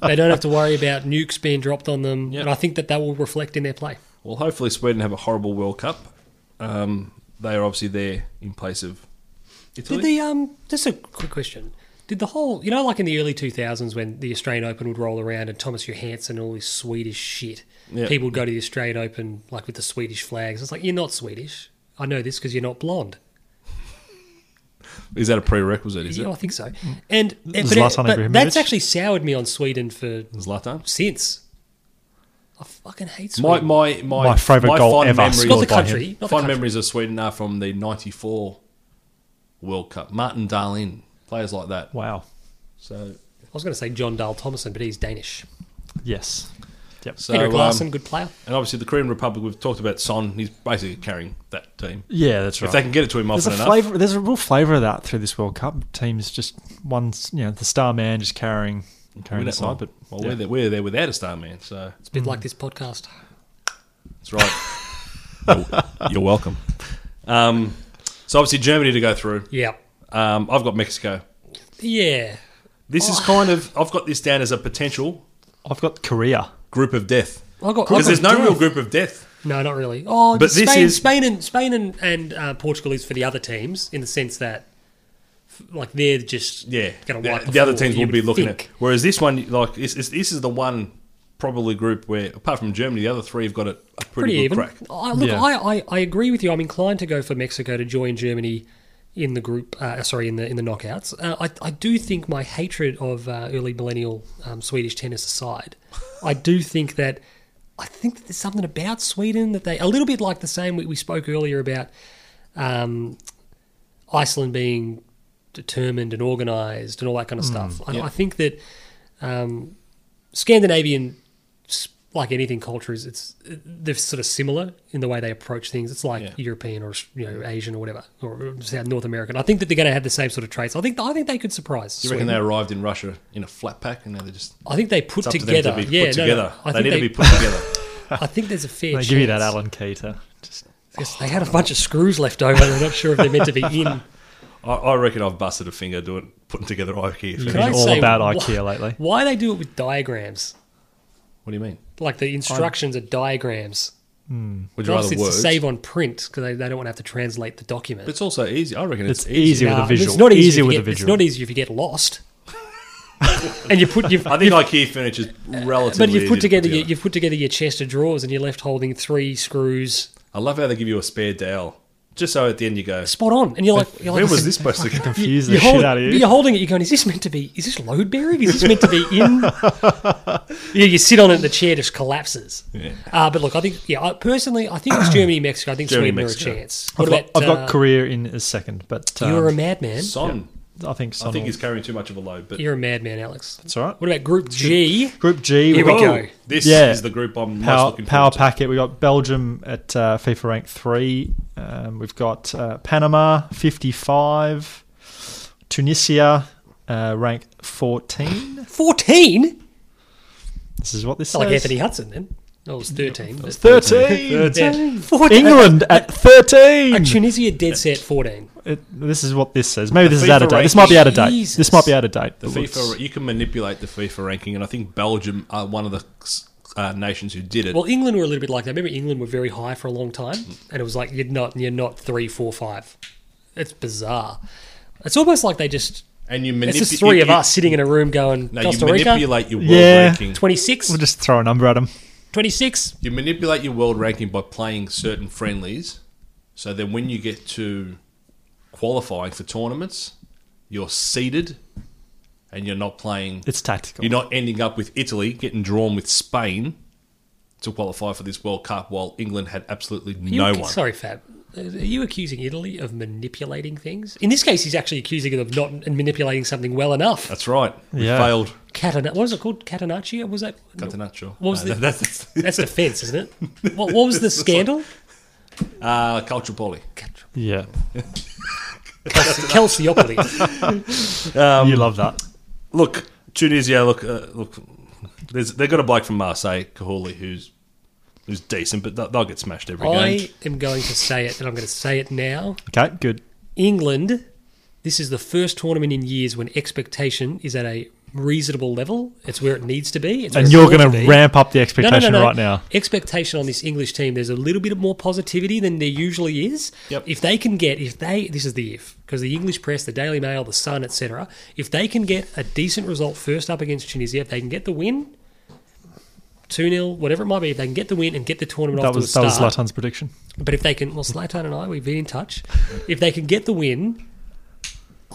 [SPEAKER 1] they don't have to worry about nukes being dropped on them,
[SPEAKER 2] Yeah.
[SPEAKER 1] and I think that that will reflect in their play.
[SPEAKER 2] Well, hopefully Sweden have a horrible World Cup. Um, they are obviously there in place of Italy.
[SPEAKER 1] Did the um? Just a quick question. Did the whole you know like in the early two thousands when the Australian Open would roll around and Thomas Johansson and all this Swedish shit,
[SPEAKER 2] Yeah.
[SPEAKER 1] people would go to the Australian Open like with the Swedish flags. It's like you're not Swedish. I know this because you're not blonde.
[SPEAKER 2] Is that a prerequisite? Is
[SPEAKER 1] Yeah,
[SPEAKER 2] it
[SPEAKER 1] I think so. And
[SPEAKER 3] This
[SPEAKER 1] but-
[SPEAKER 3] last time
[SPEAKER 1] but
[SPEAKER 3] Ibrahimovic.
[SPEAKER 1] that's actually soured me on Sweden for
[SPEAKER 2] Zlatan?
[SPEAKER 1] since. I fucking hate
[SPEAKER 2] My
[SPEAKER 1] Sweden.
[SPEAKER 2] my my,
[SPEAKER 3] My favourite goal
[SPEAKER 2] fond
[SPEAKER 3] ever
[SPEAKER 2] memories-
[SPEAKER 1] not the
[SPEAKER 3] scored by him.
[SPEAKER 1] country, not the
[SPEAKER 2] Fond
[SPEAKER 1] country.
[SPEAKER 2] memories of Sweden are from the '94 World Cup. Martin Dahlin, players like that.
[SPEAKER 3] Wow.
[SPEAKER 2] So,
[SPEAKER 1] I was going to say John Dahl Thomason, but he's Danish.
[SPEAKER 3] Yes. Yep.
[SPEAKER 2] so
[SPEAKER 1] Henrik
[SPEAKER 2] um,
[SPEAKER 1] Larsson, good player.
[SPEAKER 2] and obviously the Korean Republic. We've talked about Son. He's basically carrying that team.
[SPEAKER 3] Yeah, that's right.
[SPEAKER 2] If they can get it to him
[SPEAKER 3] there's a
[SPEAKER 2] often enough,
[SPEAKER 3] flavor. There's a real flavor of that through this World Cup. Teams just one, s- you know, the star man just carrying
[SPEAKER 2] we
[SPEAKER 3] carrying the
[SPEAKER 2] don't- well,
[SPEAKER 3] side. But
[SPEAKER 2] well,
[SPEAKER 3] yeah.
[SPEAKER 2] we're there, we're there without a star man. So
[SPEAKER 1] It's a bit like this podcast.
[SPEAKER 2] That's right. You're- You're welcome. Um, so obviously Germany to go through.
[SPEAKER 1] Yeah,
[SPEAKER 2] Um, I've got Mexico.
[SPEAKER 1] yeah.
[SPEAKER 2] This
[SPEAKER 1] Oh.
[SPEAKER 2] is kind of I've got this down as a potential
[SPEAKER 3] I've got Korea.
[SPEAKER 2] group of death
[SPEAKER 1] I got I
[SPEAKER 2] because
[SPEAKER 1] got
[SPEAKER 2] there's no
[SPEAKER 1] death.
[SPEAKER 2] real group of death.
[SPEAKER 1] No, not really. Oh,
[SPEAKER 2] But
[SPEAKER 1] but
[SPEAKER 2] this
[SPEAKER 1] Spain,
[SPEAKER 2] is-
[SPEAKER 1] Spain and Spain and and uh, Portugal is for the other teams in the sense that, f- like, they're just
[SPEAKER 2] Yeah,
[SPEAKER 1] going to
[SPEAKER 2] the,
[SPEAKER 1] wipe
[SPEAKER 2] the other
[SPEAKER 1] floor,
[SPEAKER 2] teams
[SPEAKER 1] you
[SPEAKER 2] will
[SPEAKER 1] would
[SPEAKER 2] be looking
[SPEAKER 1] think.
[SPEAKER 2] at. Whereas this one, like this, this, this is the one probably group where apart from Germany, the other three have got a, a pretty,
[SPEAKER 1] pretty
[SPEAKER 2] good
[SPEAKER 1] even.
[SPEAKER 2] crack.
[SPEAKER 1] I, look,
[SPEAKER 3] Yeah.
[SPEAKER 1] I, I, I agree with you. I'm inclined to go for Mexico to join Germany in the group. Uh, sorry, in the in the knockouts. Uh, I I do think my hatred of uh, early millennial um, Swedish tennis aside, I do think that I think that there's something about Sweden that they a little bit like the same we, we spoke earlier about um, Iceland being determined and organised and all that kind
[SPEAKER 2] Mm,
[SPEAKER 1] of stuff. I, I think that um, Scandinavian, s- like anything, culture is it's they're sort of similar in the way they approach things. It's like
[SPEAKER 2] Yeah.
[SPEAKER 1] European or you know Asian or whatever or South North American. I think that they're going to have the same sort of traits. I think I think they could surprise.
[SPEAKER 2] Do you reckon
[SPEAKER 1] Sweden.
[SPEAKER 2] they arrived in Russia in a flat pack and now they're just
[SPEAKER 1] I think they put
[SPEAKER 2] it's up
[SPEAKER 1] together.
[SPEAKER 2] to them to be
[SPEAKER 1] yeah,
[SPEAKER 2] put
[SPEAKER 1] no, no.
[SPEAKER 2] together.
[SPEAKER 1] I
[SPEAKER 2] they
[SPEAKER 1] think
[SPEAKER 2] need
[SPEAKER 1] they,
[SPEAKER 2] to be put together.
[SPEAKER 1] I think there's a fair.
[SPEAKER 3] They give you that
[SPEAKER 1] chance.
[SPEAKER 3] Alan Cater. Just
[SPEAKER 1] Because They had a bunch of screws left over. They're not sure if they're meant to be in.
[SPEAKER 2] I, I reckon I've busted a finger doing putting together IKEA.
[SPEAKER 3] you've
[SPEAKER 1] Can I
[SPEAKER 3] been all
[SPEAKER 1] say
[SPEAKER 3] about
[SPEAKER 1] wha-
[SPEAKER 3] IKEA lately.
[SPEAKER 1] Why they do it with diagrams?
[SPEAKER 2] What do you mean?
[SPEAKER 1] Like the instructions are diagrams.
[SPEAKER 2] Would you
[SPEAKER 1] Obviously,
[SPEAKER 2] rather
[SPEAKER 1] it's
[SPEAKER 2] words?
[SPEAKER 1] to save on print because they, they don't want to have to translate the document.
[SPEAKER 2] But it's also easy. I reckon it's,
[SPEAKER 3] It's easier with
[SPEAKER 1] Nah,
[SPEAKER 3] a visual.
[SPEAKER 1] It's not easy if
[SPEAKER 3] easier
[SPEAKER 1] you
[SPEAKER 3] with a
[SPEAKER 1] get- It's
[SPEAKER 3] visual.
[SPEAKER 1] not easy if you get lost. and you put you
[SPEAKER 2] I think IKEA furniture's relatively.
[SPEAKER 1] but you've
[SPEAKER 2] easy
[SPEAKER 1] put
[SPEAKER 2] to
[SPEAKER 1] together your, you've put together your chest of drawers and you're left holding three screws
[SPEAKER 2] I love how they give you a spare dowel, just so at the end you go.
[SPEAKER 1] spot on, and you're like, you're
[SPEAKER 2] Where
[SPEAKER 1] like,
[SPEAKER 2] was this supposed to go?
[SPEAKER 3] Confuse the
[SPEAKER 1] You're,
[SPEAKER 3] shit
[SPEAKER 1] holding,
[SPEAKER 3] out of
[SPEAKER 1] you're
[SPEAKER 3] you.
[SPEAKER 1] holding it. You're going. Is this meant to be? Is this load bearing? Is this meant to be in? you, you sit on it, and the chair just collapses.
[SPEAKER 2] Yeah.
[SPEAKER 1] Uh, but look, I think yeah. I, personally, I think it's Germany, Mexico. I think
[SPEAKER 2] Germany,
[SPEAKER 1] Sweden
[SPEAKER 2] Mexico.
[SPEAKER 1] are a chance.
[SPEAKER 3] I've
[SPEAKER 1] What
[SPEAKER 3] got,
[SPEAKER 1] about?
[SPEAKER 3] I've got
[SPEAKER 1] uh,
[SPEAKER 3] Korea in a second, but um,
[SPEAKER 1] You're a madman.
[SPEAKER 2] Son,
[SPEAKER 3] I think
[SPEAKER 2] I think
[SPEAKER 3] Sonal-
[SPEAKER 2] he's carrying too much of a load. But
[SPEAKER 1] You're a madman, Alex.
[SPEAKER 3] It's all right.
[SPEAKER 1] What about Group G?
[SPEAKER 3] Group G.
[SPEAKER 1] Here we
[SPEAKER 3] got
[SPEAKER 1] go.
[SPEAKER 2] oh, This
[SPEAKER 3] Yeah.
[SPEAKER 2] is the group I'm most
[SPEAKER 3] Power,
[SPEAKER 2] looking
[SPEAKER 3] power
[SPEAKER 2] forward to.
[SPEAKER 3] packet. We got Belgium at uh, FIFA rank three. Um, we've got uh, Panama fifty five, Tunisia uh, rank fourteen.
[SPEAKER 1] 14?
[SPEAKER 3] This is what this
[SPEAKER 1] It's like
[SPEAKER 3] says.
[SPEAKER 1] Anthony Hudson then. No, it was 13. but-
[SPEAKER 3] Thirteen.
[SPEAKER 1] Yeah, 14.
[SPEAKER 3] England at
[SPEAKER 1] Uh,
[SPEAKER 3] thirteen.
[SPEAKER 1] Tunisia dead set 14.
[SPEAKER 3] It- this is what this says. Maybe this is
[SPEAKER 2] FIFA
[SPEAKER 3] out of date. This might be out of date.
[SPEAKER 1] Jesus.
[SPEAKER 3] This might be out of date.
[SPEAKER 2] The
[SPEAKER 3] It looks-
[SPEAKER 2] FIFA, you can manipulate the FIFA ranking, and I think Belgium are one of the uh, nations who did it.
[SPEAKER 1] Well, England were a little bit like that. Remember, England were very high for a long time, and it was like you're not, you're not three, four, five. It's bizarre. It's almost like they just.
[SPEAKER 2] and you
[SPEAKER 1] It's
[SPEAKER 2] manipulate.
[SPEAKER 1] just three of us sitting in a room going
[SPEAKER 2] No, you
[SPEAKER 1] Costa Rica
[SPEAKER 2] manipulate your world
[SPEAKER 3] Yeah.
[SPEAKER 2] ranking.
[SPEAKER 1] 26,
[SPEAKER 3] We'll just throw a number at him.
[SPEAKER 1] 26.
[SPEAKER 2] You manipulate your world ranking by playing certain friendlies. So then when you get to qualifying for tournaments, you're seeded and you're not playing.
[SPEAKER 3] It's tactical.
[SPEAKER 2] You're not ending up with Italy getting drawn with Spain to qualify for this World Cup while England had absolutely
[SPEAKER 1] You
[SPEAKER 2] no
[SPEAKER 1] ac-
[SPEAKER 2] one.
[SPEAKER 1] Sorry, Fab. Are you accusing Italy of manipulating things? In this case, he's actually accusing it of not manipulating something well enough.
[SPEAKER 2] That's right. We
[SPEAKER 3] Yeah.
[SPEAKER 2] failed
[SPEAKER 1] Catana- what was it called? Catanaccio? Was that?
[SPEAKER 2] Catenaccio.
[SPEAKER 1] What was
[SPEAKER 2] No,
[SPEAKER 1] the-
[SPEAKER 2] that's,
[SPEAKER 1] That's defence, isn't it? What, what was the scandal?
[SPEAKER 2] uh, cultural poly.
[SPEAKER 3] yeah,
[SPEAKER 1] Calci- Calciopoli.
[SPEAKER 2] Um,
[SPEAKER 3] you love that.
[SPEAKER 2] Look, Tunisia, look, uh, look, there's, they've got a bloke from Marseille, Kahuli, who's who's decent, but they'll, they'll get smashed every game.
[SPEAKER 1] I am going to say it, and I'm going to say it now.
[SPEAKER 3] Okay, good.
[SPEAKER 1] England, this is the first tournament in years when expectation is at a reasonable level. It's where it needs to be. It's where
[SPEAKER 3] And
[SPEAKER 1] it
[SPEAKER 3] you're
[SPEAKER 1] ought
[SPEAKER 3] going
[SPEAKER 1] to
[SPEAKER 3] to
[SPEAKER 1] be.
[SPEAKER 3] ramp up the
[SPEAKER 1] No, no, no,
[SPEAKER 3] expectation
[SPEAKER 1] no.
[SPEAKER 3] right now.
[SPEAKER 1] Expectation on this English team. There's a little bit more positivity than there usually is.
[SPEAKER 2] Yep.
[SPEAKER 1] If they can get, if they, this is the if, because the English press, the Daily Mail, the Sun, etc. If they can get a decent result first up against Tunisia, if they can get the win, two 0 whatever it might be, if they can get the win and get the tournament
[SPEAKER 3] That
[SPEAKER 1] off
[SPEAKER 3] was
[SPEAKER 1] to
[SPEAKER 3] that
[SPEAKER 1] a
[SPEAKER 3] was
[SPEAKER 1] start.
[SPEAKER 3] Latan's prediction.
[SPEAKER 1] But if they can, well, Slatan and I, we've been in touch. If they can get the win,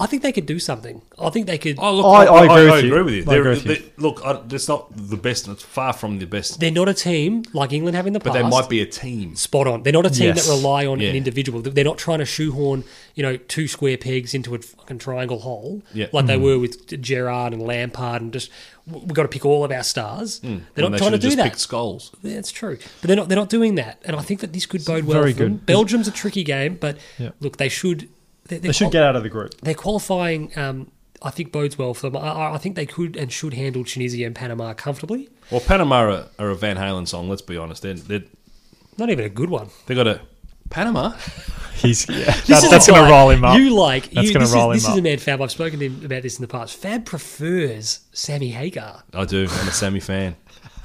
[SPEAKER 1] I think they could do something. I think they could.
[SPEAKER 2] Oh, look,
[SPEAKER 3] I- I agree with you. I
[SPEAKER 2] They're-
[SPEAKER 3] agree with
[SPEAKER 2] they- Look, I, it's not the best, and it's far from the best,
[SPEAKER 1] They're not a team like England have in the
[SPEAKER 2] but
[SPEAKER 1] past.
[SPEAKER 2] they might be a team.
[SPEAKER 1] spot on. They're not a team
[SPEAKER 3] Yes.
[SPEAKER 1] that rely on
[SPEAKER 2] Yeah.
[SPEAKER 1] an individual. They're not trying to shoehorn, you know, two square pegs into a fucking triangle hole
[SPEAKER 2] Yeah.
[SPEAKER 1] like
[SPEAKER 3] Hmm.
[SPEAKER 1] they were with Gerard and Lampard and just we've got to pick all of our
[SPEAKER 3] Hmm.
[SPEAKER 1] stars. They're
[SPEAKER 2] When
[SPEAKER 1] not
[SPEAKER 2] they
[SPEAKER 1] trying to
[SPEAKER 2] should've
[SPEAKER 1] do
[SPEAKER 2] just
[SPEAKER 1] that.
[SPEAKER 2] picked skulls.
[SPEAKER 1] That's true, but they're not. They're not doing that, and I think that this could bode well.
[SPEAKER 3] Very
[SPEAKER 1] for them.
[SPEAKER 3] good.
[SPEAKER 1] Belgium's a tricky game, but
[SPEAKER 3] Yeah.
[SPEAKER 1] look, they should. They,
[SPEAKER 3] They should get out of the group.
[SPEAKER 1] their qualifying, um, I think, bodes well for them. I- I, I think they could and should handle Tunisia and Panama comfortably.
[SPEAKER 2] Well, Panama are, are a Van Halen song. Let's be honest. They they
[SPEAKER 1] Not even a good one.
[SPEAKER 2] they got a Panama.
[SPEAKER 3] He's yeah.
[SPEAKER 1] This
[SPEAKER 3] That-
[SPEAKER 1] is
[SPEAKER 3] that's
[SPEAKER 1] a
[SPEAKER 3] going
[SPEAKER 1] guy
[SPEAKER 3] to roll him up.
[SPEAKER 1] You like
[SPEAKER 3] That's
[SPEAKER 1] you,
[SPEAKER 3] gonna
[SPEAKER 1] this
[SPEAKER 3] roll
[SPEAKER 1] is, This
[SPEAKER 3] him
[SPEAKER 1] is a
[SPEAKER 3] up.
[SPEAKER 1] mad Fab. I've spoken to him about this in the past. Fab prefers Sammy Hagar.
[SPEAKER 2] I do. I'm a Sammy fan.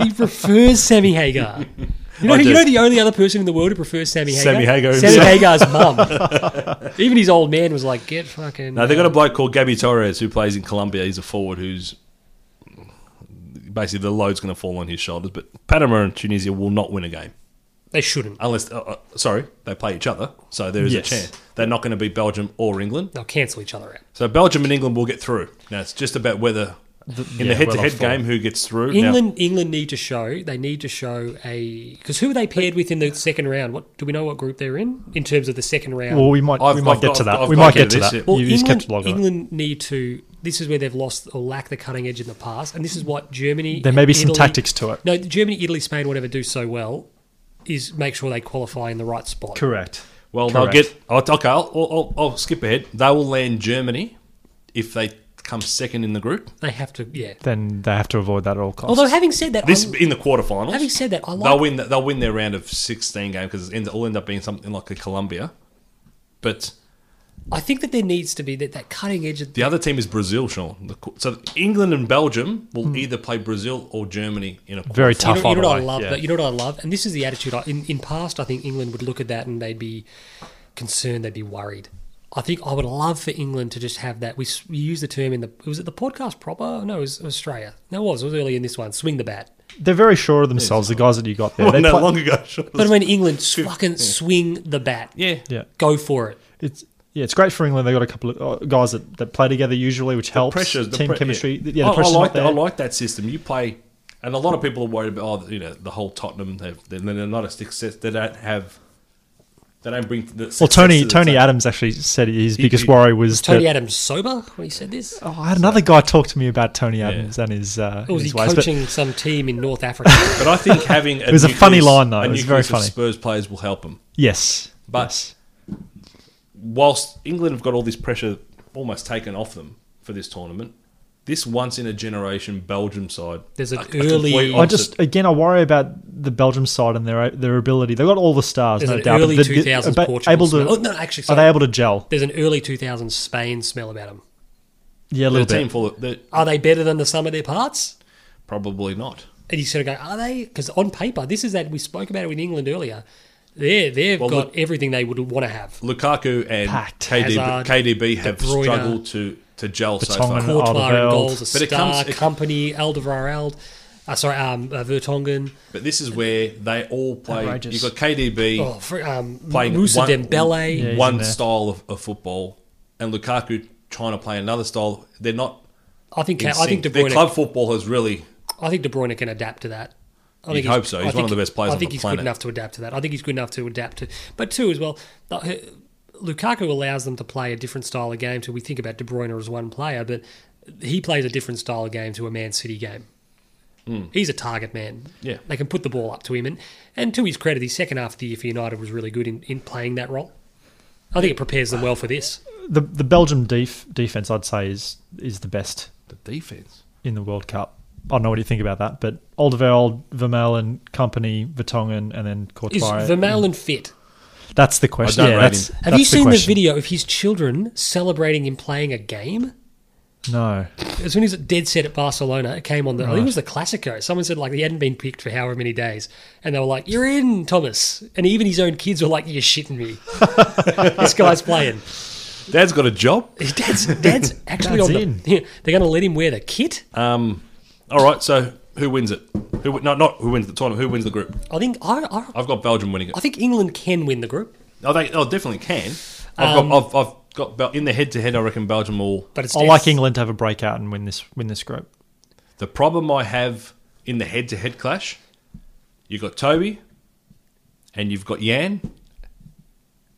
[SPEAKER 1] He prefers Sammy Hagar. You know,
[SPEAKER 2] I do.
[SPEAKER 1] you know the only other person in the world who prefers Sammy Hagar.
[SPEAKER 2] Sammy Hagar
[SPEAKER 1] Sammy
[SPEAKER 2] himself.
[SPEAKER 1] Hagar's mum. Even his old man was like, "Get fucking."
[SPEAKER 2] No, they got a bloke called Gabby Torres who plays in Colombia. He's a forward who's basically the load's going to fall on his shoulders. But Panama and Tunisia will not win a game
[SPEAKER 1] they shouldn't.
[SPEAKER 2] unless, uh, uh, sorry, they play each other. So there is
[SPEAKER 3] Yes.
[SPEAKER 2] a chance they're not going to beat Belgium or England.
[SPEAKER 1] They'll cancel each other out.
[SPEAKER 2] So Belgium and England will get through. Now it's just about whether in
[SPEAKER 3] yeah,
[SPEAKER 2] the head-to-head
[SPEAKER 3] whether for-
[SPEAKER 2] game who gets through. Now,
[SPEAKER 1] England, England need to show. They need to show a because who are they paired with in the second round? What do we know? What group they're in in terms of the second round?
[SPEAKER 3] Well, we might
[SPEAKER 2] I've-
[SPEAKER 3] we might
[SPEAKER 2] I've
[SPEAKER 3] get
[SPEAKER 2] got-
[SPEAKER 3] to that.
[SPEAKER 2] I've
[SPEAKER 3] we
[SPEAKER 2] got
[SPEAKER 3] might
[SPEAKER 2] to
[SPEAKER 3] get to
[SPEAKER 2] this,
[SPEAKER 3] that.
[SPEAKER 2] yeah.
[SPEAKER 1] Well,
[SPEAKER 3] you just
[SPEAKER 1] England,
[SPEAKER 3] kept logging. it.
[SPEAKER 1] England need to. This is where they've lost or lack the cutting edge in the past, and this is what Germany.
[SPEAKER 3] There may be some
[SPEAKER 1] Italy-
[SPEAKER 3] tactics to it.
[SPEAKER 1] No, Germany, Italy, Spain, whatever, do so well is make sure they qualify in the right spot.
[SPEAKER 3] Correct.
[SPEAKER 2] Well,
[SPEAKER 3] Correct.
[SPEAKER 2] they'll get. I'll, okay, I'll, I'll, I'll, I'll skip ahead. They will land Germany if they come second in the group.
[SPEAKER 1] They have to, yeah.
[SPEAKER 3] Then they have to avoid that at all costs.
[SPEAKER 1] Although having said that,
[SPEAKER 2] This
[SPEAKER 1] I,
[SPEAKER 2] in the quarterfinals.
[SPEAKER 1] having said that, I
[SPEAKER 2] they'll
[SPEAKER 1] like.
[SPEAKER 2] win. They'll win their round of sixteen game because it'll end up being something like a Colombia. But
[SPEAKER 1] I think that there needs to be that, that cutting edge. Of,
[SPEAKER 2] the other team is Brazil, Sean. The qu- So England and Belgium will either play Brazil or Germany in a
[SPEAKER 3] Hmm. Very
[SPEAKER 2] quarterfinal.
[SPEAKER 3] tough.
[SPEAKER 1] you know, you know
[SPEAKER 3] by
[SPEAKER 1] what I
[SPEAKER 3] the way.
[SPEAKER 1] love,
[SPEAKER 3] Yeah.
[SPEAKER 1] but you know what I love, and this is the attitude. I, in in past, I think England would look at that and they'd be concerned, they'd be worried. I think I would love for England to just have that. We, s- we use the term in the was it the podcast proper? No, it was Australia. No, it was it was early in this one. Swing the bat.
[SPEAKER 3] They're very sure of themselves. The guys that you got there.
[SPEAKER 2] Well,
[SPEAKER 3] They
[SPEAKER 2] no,
[SPEAKER 3] play-
[SPEAKER 2] long ago. Sean.
[SPEAKER 1] But when England s- fucking swing the bat,
[SPEAKER 2] Yeah.
[SPEAKER 3] Yeah,
[SPEAKER 1] go for it.
[SPEAKER 3] it's yeah, it's great for England. They got a couple of uh, guys that, that play together usually, which helps
[SPEAKER 2] Pressures, the
[SPEAKER 3] team
[SPEAKER 2] pre-
[SPEAKER 3] chemistry. Yeah,
[SPEAKER 2] I-
[SPEAKER 3] the
[SPEAKER 2] I,
[SPEAKER 3] pressure's
[SPEAKER 2] like
[SPEAKER 3] not there.
[SPEAKER 2] that. I like that system. You play, and a lot of people are worried about oh, you know the whole Tottenham. They've, they're not a success. They don't have. They don't bring. The
[SPEAKER 3] well,
[SPEAKER 2] success
[SPEAKER 3] Tony
[SPEAKER 2] to the
[SPEAKER 3] Tony
[SPEAKER 2] table.
[SPEAKER 3] Adams actually said his biggest
[SPEAKER 2] he-
[SPEAKER 3] worry was
[SPEAKER 1] Tony
[SPEAKER 3] that.
[SPEAKER 1] Adams sober when he said this.
[SPEAKER 3] Oh, I had another guy talk to me about Tony Adams and his uh,
[SPEAKER 1] Or Oh, was he
[SPEAKER 3] his ways, but
[SPEAKER 1] coaching some team in North Africa?
[SPEAKER 2] But I think having a
[SPEAKER 3] It was a funny line, though.
[SPEAKER 2] A
[SPEAKER 3] It was
[SPEAKER 2] nucleus
[SPEAKER 3] very
[SPEAKER 2] of
[SPEAKER 3] funny.
[SPEAKER 2] Spurs players will help them.
[SPEAKER 3] yes,
[SPEAKER 2] But-
[SPEAKER 3] yes.
[SPEAKER 2] Whilst England have got all this pressure almost taken off them for this tournament, this once in a generation Belgium side.
[SPEAKER 1] There's an
[SPEAKER 2] are a
[SPEAKER 1] early-
[SPEAKER 2] complete
[SPEAKER 1] I
[SPEAKER 3] I
[SPEAKER 2] opposite.
[SPEAKER 3] just again I worry about the Belgium side and their their ability. They've got all the stars,
[SPEAKER 1] There's
[SPEAKER 3] no
[SPEAKER 1] an
[SPEAKER 3] doubt.
[SPEAKER 1] early
[SPEAKER 3] but
[SPEAKER 1] 2000s
[SPEAKER 3] but
[SPEAKER 1] Portugal
[SPEAKER 3] able to,
[SPEAKER 1] smell. Oh, no, actually,
[SPEAKER 3] are
[SPEAKER 1] sorry.
[SPEAKER 3] they able to gel?
[SPEAKER 1] There's an early 2000s Spain smell about them.
[SPEAKER 3] Yeah, a
[SPEAKER 2] They're a
[SPEAKER 3] little
[SPEAKER 2] team
[SPEAKER 3] bit.
[SPEAKER 2] full of they're
[SPEAKER 1] Are they better than the sum of their parts?
[SPEAKER 2] probably not.
[SPEAKER 1] And you sort of go, are they? Because on paper, this is that we spoke about it with England earlier. They're, they've
[SPEAKER 2] Well,
[SPEAKER 1] got everything they would want to have.
[SPEAKER 2] Lukaku and
[SPEAKER 3] Packed.
[SPEAKER 2] KDB,
[SPEAKER 1] Hazard,
[SPEAKER 2] KDB have
[SPEAKER 1] De Bruyne.
[SPEAKER 2] struggled to to gel so
[SPEAKER 3] Vertonghen.
[SPEAKER 2] far.
[SPEAKER 3] Cool.
[SPEAKER 1] Courtois and
[SPEAKER 3] Alderweireld.
[SPEAKER 1] goals, a
[SPEAKER 2] But
[SPEAKER 1] star,
[SPEAKER 2] it comes- it-
[SPEAKER 1] company, Alderweireld. Uh, sorry, um, uh, Vertonghen.
[SPEAKER 2] But this is where they all play.
[SPEAKER 3] Outrageous.
[SPEAKER 2] You've got KDB
[SPEAKER 1] Oh, fr- um,
[SPEAKER 2] playing
[SPEAKER 1] Moussa
[SPEAKER 2] one,
[SPEAKER 1] Dembele.
[SPEAKER 3] Yeah, he's in
[SPEAKER 2] one
[SPEAKER 3] there.
[SPEAKER 2] style of, of football, and Lukaku trying to play another style. They're not.
[SPEAKER 1] I think
[SPEAKER 2] in
[SPEAKER 1] I think
[SPEAKER 2] sync.
[SPEAKER 1] De
[SPEAKER 2] Their
[SPEAKER 1] Bruyne.
[SPEAKER 2] club football has really
[SPEAKER 1] I think De Bruyne can adapt to that. I
[SPEAKER 2] You'd hope so. He's one of the best players
[SPEAKER 1] I
[SPEAKER 2] on
[SPEAKER 1] think
[SPEAKER 2] the
[SPEAKER 1] he's
[SPEAKER 2] planet.
[SPEAKER 1] good enough to adapt to that. I think he's good enough to adapt to. But two as well, the- Lukaku allows them to play a different style of game. To we think about De Bruyne as one player, but he plays a different style of game to a Man City game. He's a target man.
[SPEAKER 2] Hmm. Yeah.
[SPEAKER 1] they can put the ball up to him, and, and to his credit, his second half of the year for United was really good in, in playing that role. I think it prepares them well for this.
[SPEAKER 3] The the Belgium def, defense, I'd say, is is the best.
[SPEAKER 2] the defense.
[SPEAKER 3] in the World Cup. I don't know what you think about that, but Alderweireld, Vermaelen, company, Vertonghen, and then
[SPEAKER 1] Is
[SPEAKER 3] Courtois.
[SPEAKER 1] Vermaelen fit?
[SPEAKER 3] That's the question.
[SPEAKER 2] I don't
[SPEAKER 3] yeah,
[SPEAKER 2] rate
[SPEAKER 3] that's,
[SPEAKER 2] him.
[SPEAKER 1] Have
[SPEAKER 3] that's
[SPEAKER 1] you seen the,
[SPEAKER 3] question.
[SPEAKER 1] video of his children celebrating him playing a game?
[SPEAKER 3] No.
[SPEAKER 1] It was when he was at dead set at Barcelona. It came on the. I think it was the Classico. Someone said like he hadn't been picked for however many days, and they were like, "You're in, Thomas." And even his own kids were like, "You're shitting me. this guy's playing."
[SPEAKER 2] Dad's got a job.
[SPEAKER 1] Dad's Dad's actually
[SPEAKER 3] Dad's
[SPEAKER 1] on
[SPEAKER 3] in. Uh,
[SPEAKER 1] the. Yeah, they're going to let him wear the kit.
[SPEAKER 2] Um, all right. So who wins it? Who wi- no, not who wins the tournament? Who wins the group?
[SPEAKER 1] I think I, I
[SPEAKER 2] I've got Belgium winning it.
[SPEAKER 1] I think England can win the group,
[SPEAKER 2] Oh, they oh, definitely can. I've
[SPEAKER 1] Um,
[SPEAKER 2] got I've, I've got Bel- in the head to head. I reckon Belgium will.
[SPEAKER 1] but it's
[SPEAKER 3] I like England to have a breakout and win this win this group.
[SPEAKER 2] The problem I have in the head to head clash, you've got Toby, and you've got Yan.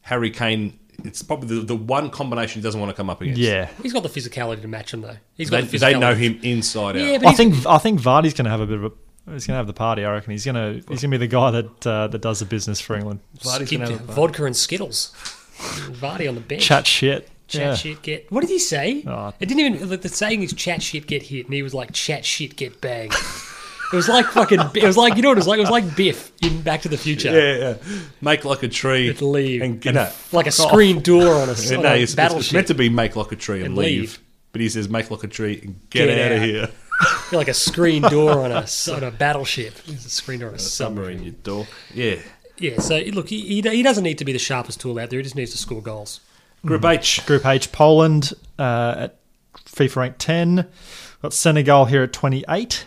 [SPEAKER 2] Harry Kane. It's probably the, the one combination he doesn't want to come up against.
[SPEAKER 3] Yeah.
[SPEAKER 1] He's got the physicality to match him though. He's
[SPEAKER 2] They,
[SPEAKER 1] got the physicality.
[SPEAKER 2] they know him inside
[SPEAKER 1] Yeah,
[SPEAKER 2] out.
[SPEAKER 1] but
[SPEAKER 3] I
[SPEAKER 1] he's-
[SPEAKER 3] think I think Vardy's going to have a bit of a he's going to have the party. I reckon he's going to he's going to be the guy that uh, that does the business for England.
[SPEAKER 2] Vardy's
[SPEAKER 1] Skip
[SPEAKER 2] gonna have
[SPEAKER 1] to
[SPEAKER 2] a bar-
[SPEAKER 1] vodka and Skittles. Vardy on the bench.
[SPEAKER 3] Chat shit.
[SPEAKER 1] Chat
[SPEAKER 3] Yeah.
[SPEAKER 1] shit get. What did he say?
[SPEAKER 3] Oh.
[SPEAKER 1] It didn't even. The, the saying is chat shit get hit, and he was like chat shit get banged. it was like fucking. It was like you know what it was like. It was like Biff in Back to the Future.
[SPEAKER 2] Yeah, yeah. Make like a tree
[SPEAKER 1] With leave.
[SPEAKER 2] and get out.
[SPEAKER 1] Like a
[SPEAKER 3] Oh.
[SPEAKER 1] screen door on a, on a
[SPEAKER 2] Yeah, no, it's, it's- it's
[SPEAKER 1] battleship.
[SPEAKER 2] meant to be make like a tree and,
[SPEAKER 1] And
[SPEAKER 2] leave.
[SPEAKER 1] leave.
[SPEAKER 2] But he says make like a tree and get,
[SPEAKER 1] Get
[SPEAKER 2] out, of
[SPEAKER 1] out.
[SPEAKER 2] here.
[SPEAKER 1] like a screen door on a s- on a battleship. It's a screen door on a submarine.
[SPEAKER 2] Submarine your door. Yeah.
[SPEAKER 1] Yeah. So look, he, he he doesn't need to be the sharpest tool out there. He just needs to score goals.
[SPEAKER 2] Group H.
[SPEAKER 3] Group H, Poland uh, at FIFA rank ten. Got Senegal here at twenty eight.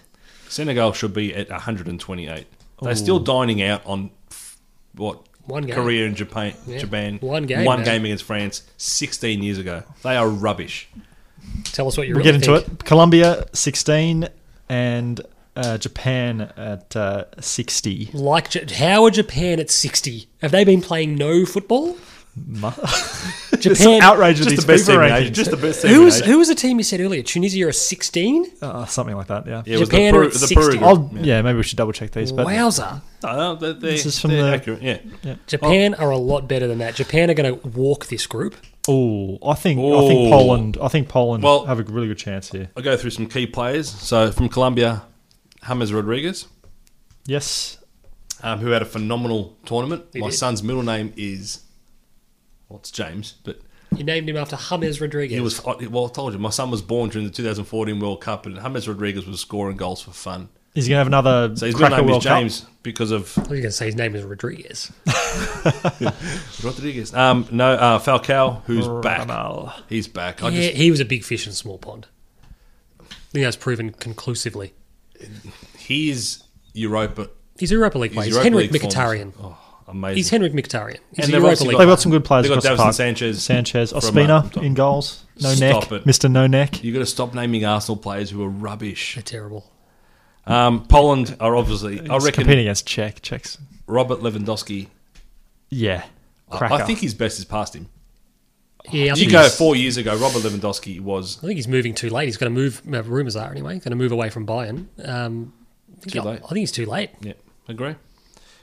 [SPEAKER 2] Senegal should be at 128. They're still dining out on what?
[SPEAKER 1] One game.
[SPEAKER 2] Korea and Japan.
[SPEAKER 1] Yeah.
[SPEAKER 2] Japan.
[SPEAKER 1] One game,
[SPEAKER 2] One
[SPEAKER 1] man.
[SPEAKER 2] game against France 16 years ago. They are rubbish.
[SPEAKER 1] Tell us what you
[SPEAKER 3] We'll
[SPEAKER 1] really
[SPEAKER 3] get into
[SPEAKER 1] think.
[SPEAKER 3] it. Colombia sixteen and uh, Japan at uh, sixty.
[SPEAKER 1] Like Ja- how are Japan at sixty? Have they been playing no football? Japan.
[SPEAKER 3] Outrage at
[SPEAKER 2] Just
[SPEAKER 3] these
[SPEAKER 2] the best
[SPEAKER 3] FIFA
[SPEAKER 2] team in Asia.
[SPEAKER 3] rankings.
[SPEAKER 2] Just the best team
[SPEAKER 1] Who
[SPEAKER 2] in
[SPEAKER 1] was
[SPEAKER 2] Asia.
[SPEAKER 1] who was the team you said earlier? Tunisia are sixteen.
[SPEAKER 3] Uh, something like that. Yeah.
[SPEAKER 2] Yeah, it was
[SPEAKER 1] Japan
[SPEAKER 2] the
[SPEAKER 1] are
[SPEAKER 2] Peru,
[SPEAKER 1] at
[SPEAKER 2] the
[SPEAKER 1] 60.
[SPEAKER 2] Peru group.
[SPEAKER 3] I'll, yeah, maybe we should double check these. But
[SPEAKER 1] Oh, Wowza!
[SPEAKER 2] No, no, they- they-
[SPEAKER 3] This is from
[SPEAKER 2] Uh, they're
[SPEAKER 3] the-
[SPEAKER 2] accurate. Yeah.
[SPEAKER 1] Japan are a lot better than that. Japan are going to walk this group.
[SPEAKER 3] Oh, I think I
[SPEAKER 2] Ooh.
[SPEAKER 3] think Poland. I think Poland
[SPEAKER 2] Well-
[SPEAKER 3] have a really good chance here.
[SPEAKER 2] I'll go through some key players. So from Colombia, James Rodriguez,
[SPEAKER 3] Yes,
[SPEAKER 2] um, who had a phenomenal tournament.
[SPEAKER 1] He
[SPEAKER 2] My
[SPEAKER 1] did.
[SPEAKER 2] son's middle name is, well, it's James, but
[SPEAKER 1] You named him after James Rodriguez.
[SPEAKER 2] he was, well, I told you, my son was born during the 2014 World Cup, and James Rodriguez was scoring goals for fun.
[SPEAKER 3] he's gonna have another
[SPEAKER 2] So his middle
[SPEAKER 3] cracker
[SPEAKER 2] name
[SPEAKER 3] World
[SPEAKER 2] is James because of
[SPEAKER 1] I was going to say his name is Rodriguez.
[SPEAKER 2] Rodriguez. Um, no, uh, Falcao, who's
[SPEAKER 3] Cup.
[SPEAKER 2] back.
[SPEAKER 3] Ramal.
[SPEAKER 2] He's back. I
[SPEAKER 1] yeah,
[SPEAKER 2] just,
[SPEAKER 1] he was a big fish in a small pond. I think that's proven conclusively.
[SPEAKER 2] he is Europa.
[SPEAKER 1] He's a Europa League
[SPEAKER 2] He's
[SPEAKER 1] player. He's
[SPEAKER 2] Europa
[SPEAKER 1] Henrik
[SPEAKER 2] League forms.
[SPEAKER 1] Mkhitaryan.
[SPEAKER 2] Oh, amazing.
[SPEAKER 1] He's Henrik Mkhitaryan. He's a
[SPEAKER 2] And they've
[SPEAKER 1] Europa
[SPEAKER 2] obviously
[SPEAKER 1] League.
[SPEAKER 3] They've got some good players
[SPEAKER 2] They've got
[SPEAKER 3] across the
[SPEAKER 2] Davison
[SPEAKER 3] park.
[SPEAKER 2] Sanchez.
[SPEAKER 3] Sanchez,
[SPEAKER 2] from, uh,
[SPEAKER 3] Ospina
[SPEAKER 2] Dortmund.
[SPEAKER 3] in goals. No
[SPEAKER 2] Stop
[SPEAKER 3] neck,
[SPEAKER 2] it.
[SPEAKER 3] Mister No Neck.
[SPEAKER 2] You've got to stop naming Arsenal players who are rubbish.
[SPEAKER 1] They're terrible.
[SPEAKER 2] Um, Poland are obviously. I
[SPEAKER 3] He's
[SPEAKER 2] reckon
[SPEAKER 3] competing against Czech. Czechs.
[SPEAKER 2] Robert Lewandowski.
[SPEAKER 3] Yeah,
[SPEAKER 2] I,
[SPEAKER 3] cracker.
[SPEAKER 2] I think his best is past him.
[SPEAKER 1] Yeah, I
[SPEAKER 2] You
[SPEAKER 1] think
[SPEAKER 2] go
[SPEAKER 1] he's-
[SPEAKER 2] four years ago. Robert Lewandowski was
[SPEAKER 1] I think he's moving too late. He's going to move. Uh, rumors are anyway. He's going to move away from Bayern. Um, I think
[SPEAKER 2] Too
[SPEAKER 1] I-
[SPEAKER 2] late.
[SPEAKER 1] I think he's too late.
[SPEAKER 2] yeah. Agree.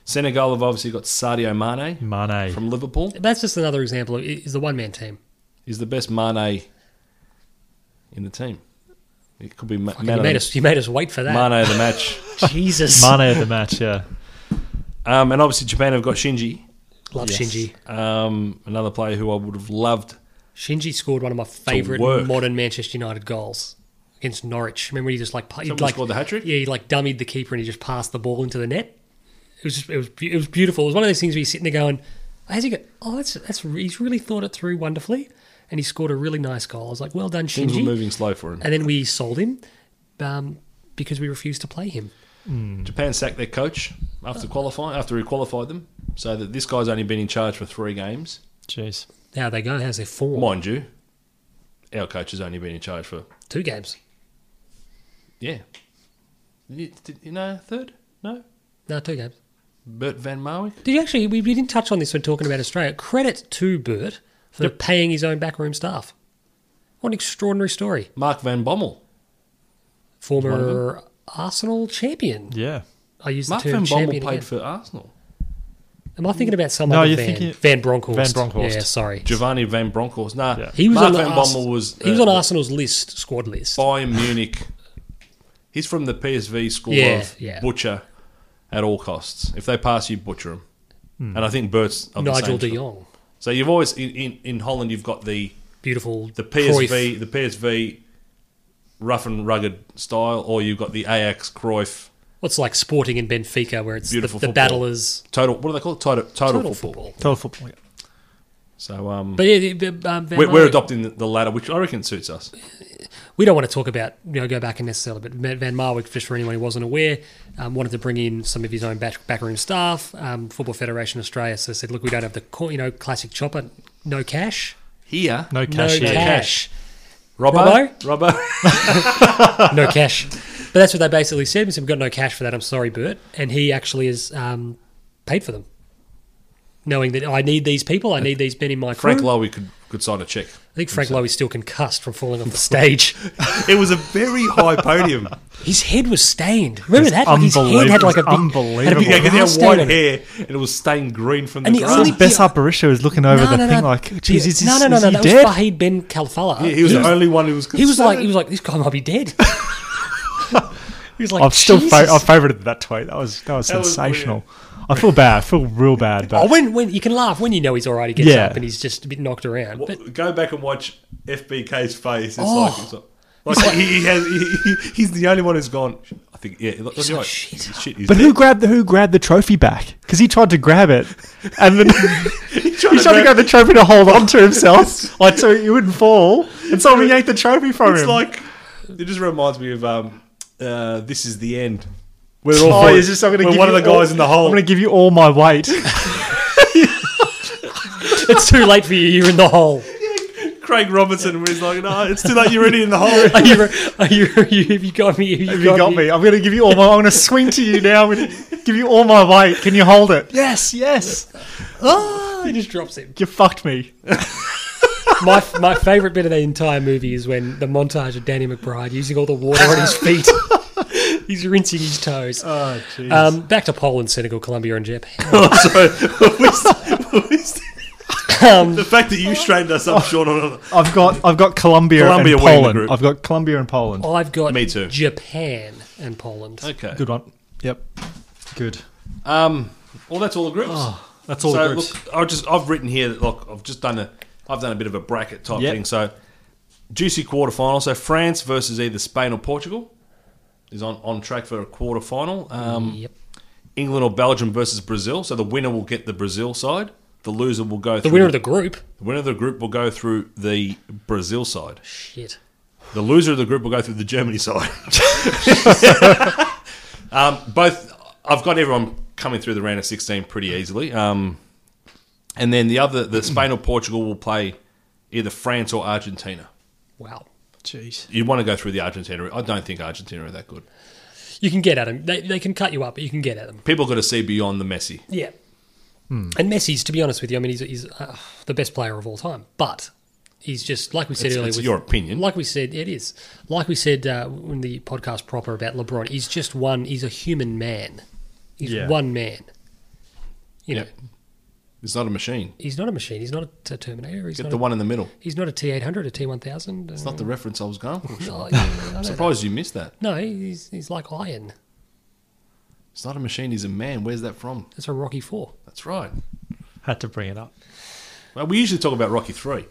[SPEAKER 2] Senegal have obviously got Sadio Mane
[SPEAKER 3] Mane.
[SPEAKER 2] from Liverpool.
[SPEAKER 1] That's just another example. of He's the one man team.
[SPEAKER 2] He's the best Mane in the team. It could be Ma-
[SPEAKER 1] you
[SPEAKER 2] Mane,
[SPEAKER 1] made
[SPEAKER 2] of
[SPEAKER 1] us. You made us wait for
[SPEAKER 2] the,
[SPEAKER 1] that.
[SPEAKER 2] Mane of the match.
[SPEAKER 1] Jesus,
[SPEAKER 3] Mane of the match. Yeah,
[SPEAKER 2] Um, and obviously Japan have got Shinji,
[SPEAKER 1] love Shinji.
[SPEAKER 2] um, another player who I would have loved.
[SPEAKER 1] Shinji scored one of my favourite
[SPEAKER 2] work.
[SPEAKER 1] modern Manchester United goals against Norwich. Remember, he just like he
[SPEAKER 2] Someone
[SPEAKER 1] like
[SPEAKER 2] scored the hat-trick?
[SPEAKER 1] Yeah, he like dummied the keeper and he just passed the ball into the net. It was just, it was be- it was beautiful. It was one of those things where you're sitting there going, "How's he go? Oh, that's that's re- he's really thought it through wonderfully." And he scored a really nice goal. I was like, "Well done,
[SPEAKER 2] Things were
[SPEAKER 1] Shinji."
[SPEAKER 2] moving slow for him.
[SPEAKER 1] And then we sold him um, because we refused to play him. Mm.
[SPEAKER 2] Japan sacked their coach after qualifying after he qualified them, so that this guy's only been in charge for three games,
[SPEAKER 3] jeez.
[SPEAKER 1] How they go? How's their form?
[SPEAKER 2] mind you. Our coach has only been in charge for
[SPEAKER 1] Two games.
[SPEAKER 2] yeah, you, did- you know third no
[SPEAKER 1] No, two games.
[SPEAKER 2] Bert Van Marwijk.
[SPEAKER 1] Did you actually? We, we didn't touch on this when talking about Australia. Credit to Bert for paying his own backroom staff. What an extraordinary story.
[SPEAKER 2] Mark Van Bommel.
[SPEAKER 1] Former Arsenal champion.
[SPEAKER 3] Yeah.
[SPEAKER 1] I use
[SPEAKER 2] Mark
[SPEAKER 1] the term
[SPEAKER 2] Van Bommel
[SPEAKER 1] champion.
[SPEAKER 2] played
[SPEAKER 1] Again.
[SPEAKER 2] for Arsenal.
[SPEAKER 1] Am I thinking about some
[SPEAKER 3] No,
[SPEAKER 1] other
[SPEAKER 3] you're
[SPEAKER 1] Van?
[SPEAKER 3] thinking-
[SPEAKER 1] Van Bronckhorst.
[SPEAKER 3] Van Bronckhorst.
[SPEAKER 1] Yeah, sorry.
[SPEAKER 2] Giovanni Van Bronckhorst. Nah,
[SPEAKER 3] Yeah.
[SPEAKER 1] He was
[SPEAKER 2] Mark
[SPEAKER 1] on the
[SPEAKER 2] Van
[SPEAKER 1] Ars-
[SPEAKER 2] Bommel was
[SPEAKER 1] he was on
[SPEAKER 2] uh,
[SPEAKER 1] Arsenal's list, squad list.
[SPEAKER 2] Bayern Munich He's from the PSV school
[SPEAKER 1] Yeah,
[SPEAKER 2] of
[SPEAKER 1] yeah.
[SPEAKER 2] butcher at all costs. If they pass you, butcher them. And I think Bert's of
[SPEAKER 1] Nigel
[SPEAKER 2] the
[SPEAKER 1] de
[SPEAKER 2] same school.
[SPEAKER 1] Jong.
[SPEAKER 2] So you've always in, in, in Holland you've got the
[SPEAKER 1] Beautiful.
[SPEAKER 2] the
[SPEAKER 1] Cruyff.
[SPEAKER 2] PSV the PSV rough and rugged style, or you've got the Ajax Cruyff
[SPEAKER 1] What's like Sporting and Benfica, where it's the,
[SPEAKER 2] Beautiful
[SPEAKER 1] the
[SPEAKER 2] football.
[SPEAKER 1] battle is
[SPEAKER 2] total. What do they call it? Total, total,
[SPEAKER 1] total
[SPEAKER 2] football.
[SPEAKER 1] football.
[SPEAKER 3] Total football. yeah.
[SPEAKER 2] So um,
[SPEAKER 1] But yeah, the- the, um, Van
[SPEAKER 2] we're, we're
[SPEAKER 1] Marwijk-
[SPEAKER 2] adopting the, the latter, which I reckon suits us.
[SPEAKER 1] we don't want to talk about you know go back and necessarily, but Ma- Van Marwijk, just for anyone who wasn't aware, um, wanted to bring in some of his own back, backroom staff. Um, Football Federation Australia so said, look, we don't have the co- you know classic chopper, no cash,
[SPEAKER 2] Here,
[SPEAKER 3] No cash.
[SPEAKER 1] no
[SPEAKER 3] yet.
[SPEAKER 1] cash,
[SPEAKER 2] Robbo, Robbo.
[SPEAKER 1] no cash. But that's what they basically said. We said, we've got no cash for that. I'm sorry, Bert, and he actually has um, paid for them, knowing that I need these people, I need these men in my crew.
[SPEAKER 2] Frank Lowy could could sign a check.
[SPEAKER 1] I think Frank Lowe is still concussed from falling off the stage.
[SPEAKER 2] It was a very high podium.
[SPEAKER 1] His head was stained. Remember that? Like, his head
[SPEAKER 3] unbelievable.
[SPEAKER 1] had like a big,
[SPEAKER 3] It's
[SPEAKER 1] had a
[SPEAKER 3] unbelievable.
[SPEAKER 1] big
[SPEAKER 2] yeah, because he
[SPEAKER 1] bar
[SPEAKER 2] had
[SPEAKER 1] stain
[SPEAKER 2] white
[SPEAKER 1] on it.
[SPEAKER 2] hair and it was stained green from the,
[SPEAKER 1] And the
[SPEAKER 2] grass.
[SPEAKER 1] only-
[SPEAKER 3] Bess
[SPEAKER 1] Yeah.
[SPEAKER 3] Aparisha is looking over
[SPEAKER 1] No,
[SPEAKER 3] the
[SPEAKER 1] no, no.
[SPEAKER 3] thing like, jeez, is,
[SPEAKER 1] no,
[SPEAKER 3] this-
[SPEAKER 1] no, no,
[SPEAKER 3] is
[SPEAKER 1] no.
[SPEAKER 3] he
[SPEAKER 1] That
[SPEAKER 3] dead?
[SPEAKER 1] was Fahid Ben Kalfala.
[SPEAKER 2] Yeah, he was
[SPEAKER 1] he,
[SPEAKER 2] the only one who was.
[SPEAKER 1] he was like, he
[SPEAKER 2] concerned.
[SPEAKER 1] was like, this guy might be dead. he was like,
[SPEAKER 3] I've still fa-
[SPEAKER 1] Jesus.
[SPEAKER 3] I've favoured that tweet. That was that was
[SPEAKER 2] was
[SPEAKER 3] sensational. I feel bad. I feel real bad.
[SPEAKER 1] Oh,
[SPEAKER 3] But
[SPEAKER 1] when when you can laugh when you know he's all right, he gets
[SPEAKER 3] Yeah.
[SPEAKER 1] up and he's just a bit knocked around. But
[SPEAKER 2] Well, Go back and watch FBK's face. It's
[SPEAKER 1] Oh.
[SPEAKER 2] like, it's like, like, he, he has. He, he- he's the only one who's gone. I think. Yeah, look,
[SPEAKER 1] He's
[SPEAKER 2] you're
[SPEAKER 1] like,
[SPEAKER 2] right.
[SPEAKER 1] "Shit."
[SPEAKER 2] Shit, he's
[SPEAKER 3] but
[SPEAKER 2] dead."
[SPEAKER 3] who grabbed the who grabbed the trophy back? Because he tried to grab it, and then
[SPEAKER 2] He's trying
[SPEAKER 3] he's trying to
[SPEAKER 2] grab-
[SPEAKER 3] grab the trophy to hold on to himself, like so he wouldn't fall. And someone yanked the trophy from
[SPEAKER 2] It's
[SPEAKER 3] him.
[SPEAKER 2] like it just reminds me of um, uh, this is the end. We're
[SPEAKER 3] Oh,
[SPEAKER 2] four-
[SPEAKER 3] is this- I'm gonna
[SPEAKER 2] we're
[SPEAKER 3] give
[SPEAKER 2] one
[SPEAKER 3] you
[SPEAKER 2] of the guys
[SPEAKER 3] all-
[SPEAKER 2] in the hole.
[SPEAKER 3] I'm going to give you all my weight.
[SPEAKER 1] it's too late for you. You're in the hole.
[SPEAKER 2] Craig Robinson was like, no, it's too late. You're already in the hole.
[SPEAKER 1] Are you? Are you? Are you have you got me? Have you,
[SPEAKER 3] If you got me, I'm going to give you all my. I'm going to swing to you now. I'm going to give you all my weight. Can you hold it? Yes, yes.
[SPEAKER 1] Oh, he just drops him.
[SPEAKER 3] You fucked me.
[SPEAKER 1] My my favorite bit of the entire movie is when the montage of Danny McBride using all the water on his feet. he's rinsing his toes.
[SPEAKER 3] Oh, jeez.
[SPEAKER 1] Um, back to Poland, Senegal, Colombia, and Japan. Um,
[SPEAKER 2] the fact that you straightened us up short on
[SPEAKER 3] I've got I've got Colombia,
[SPEAKER 2] Colombia
[SPEAKER 3] and
[SPEAKER 2] winning the
[SPEAKER 3] Poland.
[SPEAKER 2] group.
[SPEAKER 3] I've got Colombia and Poland.
[SPEAKER 1] I've got
[SPEAKER 2] Me too.
[SPEAKER 1] Japan and Poland.
[SPEAKER 2] Okay.
[SPEAKER 3] Good one. Yep. Good.
[SPEAKER 2] Um. Well, that's all the groups.
[SPEAKER 3] That's all
[SPEAKER 2] so
[SPEAKER 3] the groups.
[SPEAKER 2] look, I just I've written here that look I've just done a I've done a bit of a bracket type
[SPEAKER 3] Yep.
[SPEAKER 2] thing. So juicy quarterfinal. So France versus either Spain or Portugal is on on track for a quarterfinal. Um,
[SPEAKER 1] Yep.
[SPEAKER 2] England or Belgium versus Brazil. So the winner will get the Brazil side. The loser will go.
[SPEAKER 1] The
[SPEAKER 2] through,
[SPEAKER 1] winner of the group.
[SPEAKER 2] the winner of the group will go through the Brazil side.
[SPEAKER 1] Shit.
[SPEAKER 2] The loser of the group will go through the Germany side. um, both, I've got everyone coming through the round of 16 pretty easily. Um, and then the other, the Spain or Portugal will play either France or Argentina.
[SPEAKER 1] Wow.
[SPEAKER 3] Jeez.
[SPEAKER 2] You want to go through the Argentina. I don't think Argentina are that good.
[SPEAKER 1] You can get at them. They, they can cut you up, but you can get at them.
[SPEAKER 2] People got to see beyond the Messi.
[SPEAKER 1] Yeah. And Messi's, to be honest with you, I mean, he's, he's uh, the best player of all time, but he's just like we said
[SPEAKER 2] It's,
[SPEAKER 1] earlier.
[SPEAKER 2] it's
[SPEAKER 1] with,
[SPEAKER 2] your opinion.
[SPEAKER 1] Like we said, it is. Like we said uh, in the podcast proper about LeBron, he's just one. He's a human man. He's
[SPEAKER 3] Yeah.
[SPEAKER 1] one man. You know,
[SPEAKER 2] Yep. It's not a machine.
[SPEAKER 1] he's not a machine. He's not a Terminator. He's
[SPEAKER 2] Get
[SPEAKER 1] not,
[SPEAKER 2] the
[SPEAKER 1] a,
[SPEAKER 2] one in the middle.
[SPEAKER 1] he's not a T eight hundred, a T one thousand. Uh,
[SPEAKER 2] It's not the reference I was going for.
[SPEAKER 1] I'm
[SPEAKER 2] I'm surprised you missed that.
[SPEAKER 1] No, he's, he's like Iron.
[SPEAKER 2] It's not a machine. He's a man. Where's that from?
[SPEAKER 1] That's from Rocky Four.
[SPEAKER 2] That's right.
[SPEAKER 3] Had to bring it up.
[SPEAKER 2] Well, we usually talk about Rocky Three.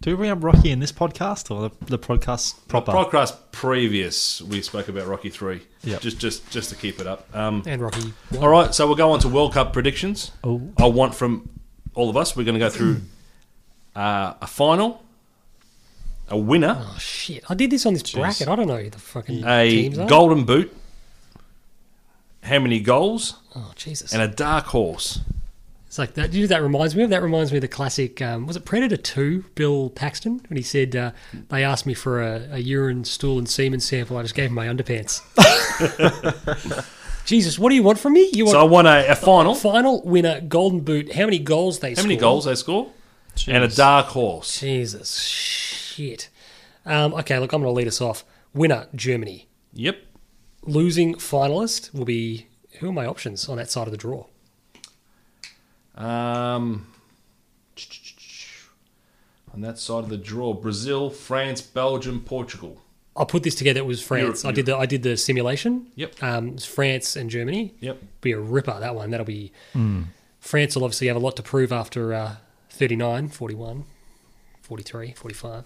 [SPEAKER 3] Do we bring up Rocky in this podcast or the, the podcast proper?
[SPEAKER 2] The podcast previous, we spoke about Rocky Three.
[SPEAKER 3] Yep.
[SPEAKER 2] Just, just, just to keep it up. Um,
[SPEAKER 1] And Rocky One.
[SPEAKER 2] all right, so we'll go on to World Cup predictions.
[SPEAKER 3] Oh.
[SPEAKER 2] I want from all of us. We're going to go through uh, a final, a winner,
[SPEAKER 1] Oh shit! I did this on this bracket. I don't know who the fucking
[SPEAKER 2] a
[SPEAKER 1] teams are.
[SPEAKER 2] golden boot, how many goals,
[SPEAKER 1] Oh Jesus!
[SPEAKER 2] and a dark horse.
[SPEAKER 1] it's like that. You know, that reminds me of that reminds me of the classic. Um, was it Predator Two? Bill Paxton when he said uh, they asked me for a, a urine, stool, and semen sample. I just gave him my underpants. Jesus, what do you want from me? You want
[SPEAKER 2] So I want a, a final,
[SPEAKER 1] final winner, Golden Boot? How many goals they?
[SPEAKER 2] how many
[SPEAKER 1] scored?
[SPEAKER 2] goals they score, and a dark horse.
[SPEAKER 1] Jesus shit! Um, okay, look, I'm going to lead us off. Winner Germany.
[SPEAKER 2] Yep.
[SPEAKER 1] losing finalist will be who are my options on that side of the draw?
[SPEAKER 2] Um, on that side of the draw, Brazil, France, Belgium, Portugal.
[SPEAKER 1] I put this together. It was France. I did the I did the simulation.
[SPEAKER 2] Yep.
[SPEAKER 1] Um, it was France and Germany.
[SPEAKER 2] Yep.
[SPEAKER 1] Be a ripper that one. That'll be France will obviously have a lot to prove after uh, 39, 41, 43, 45.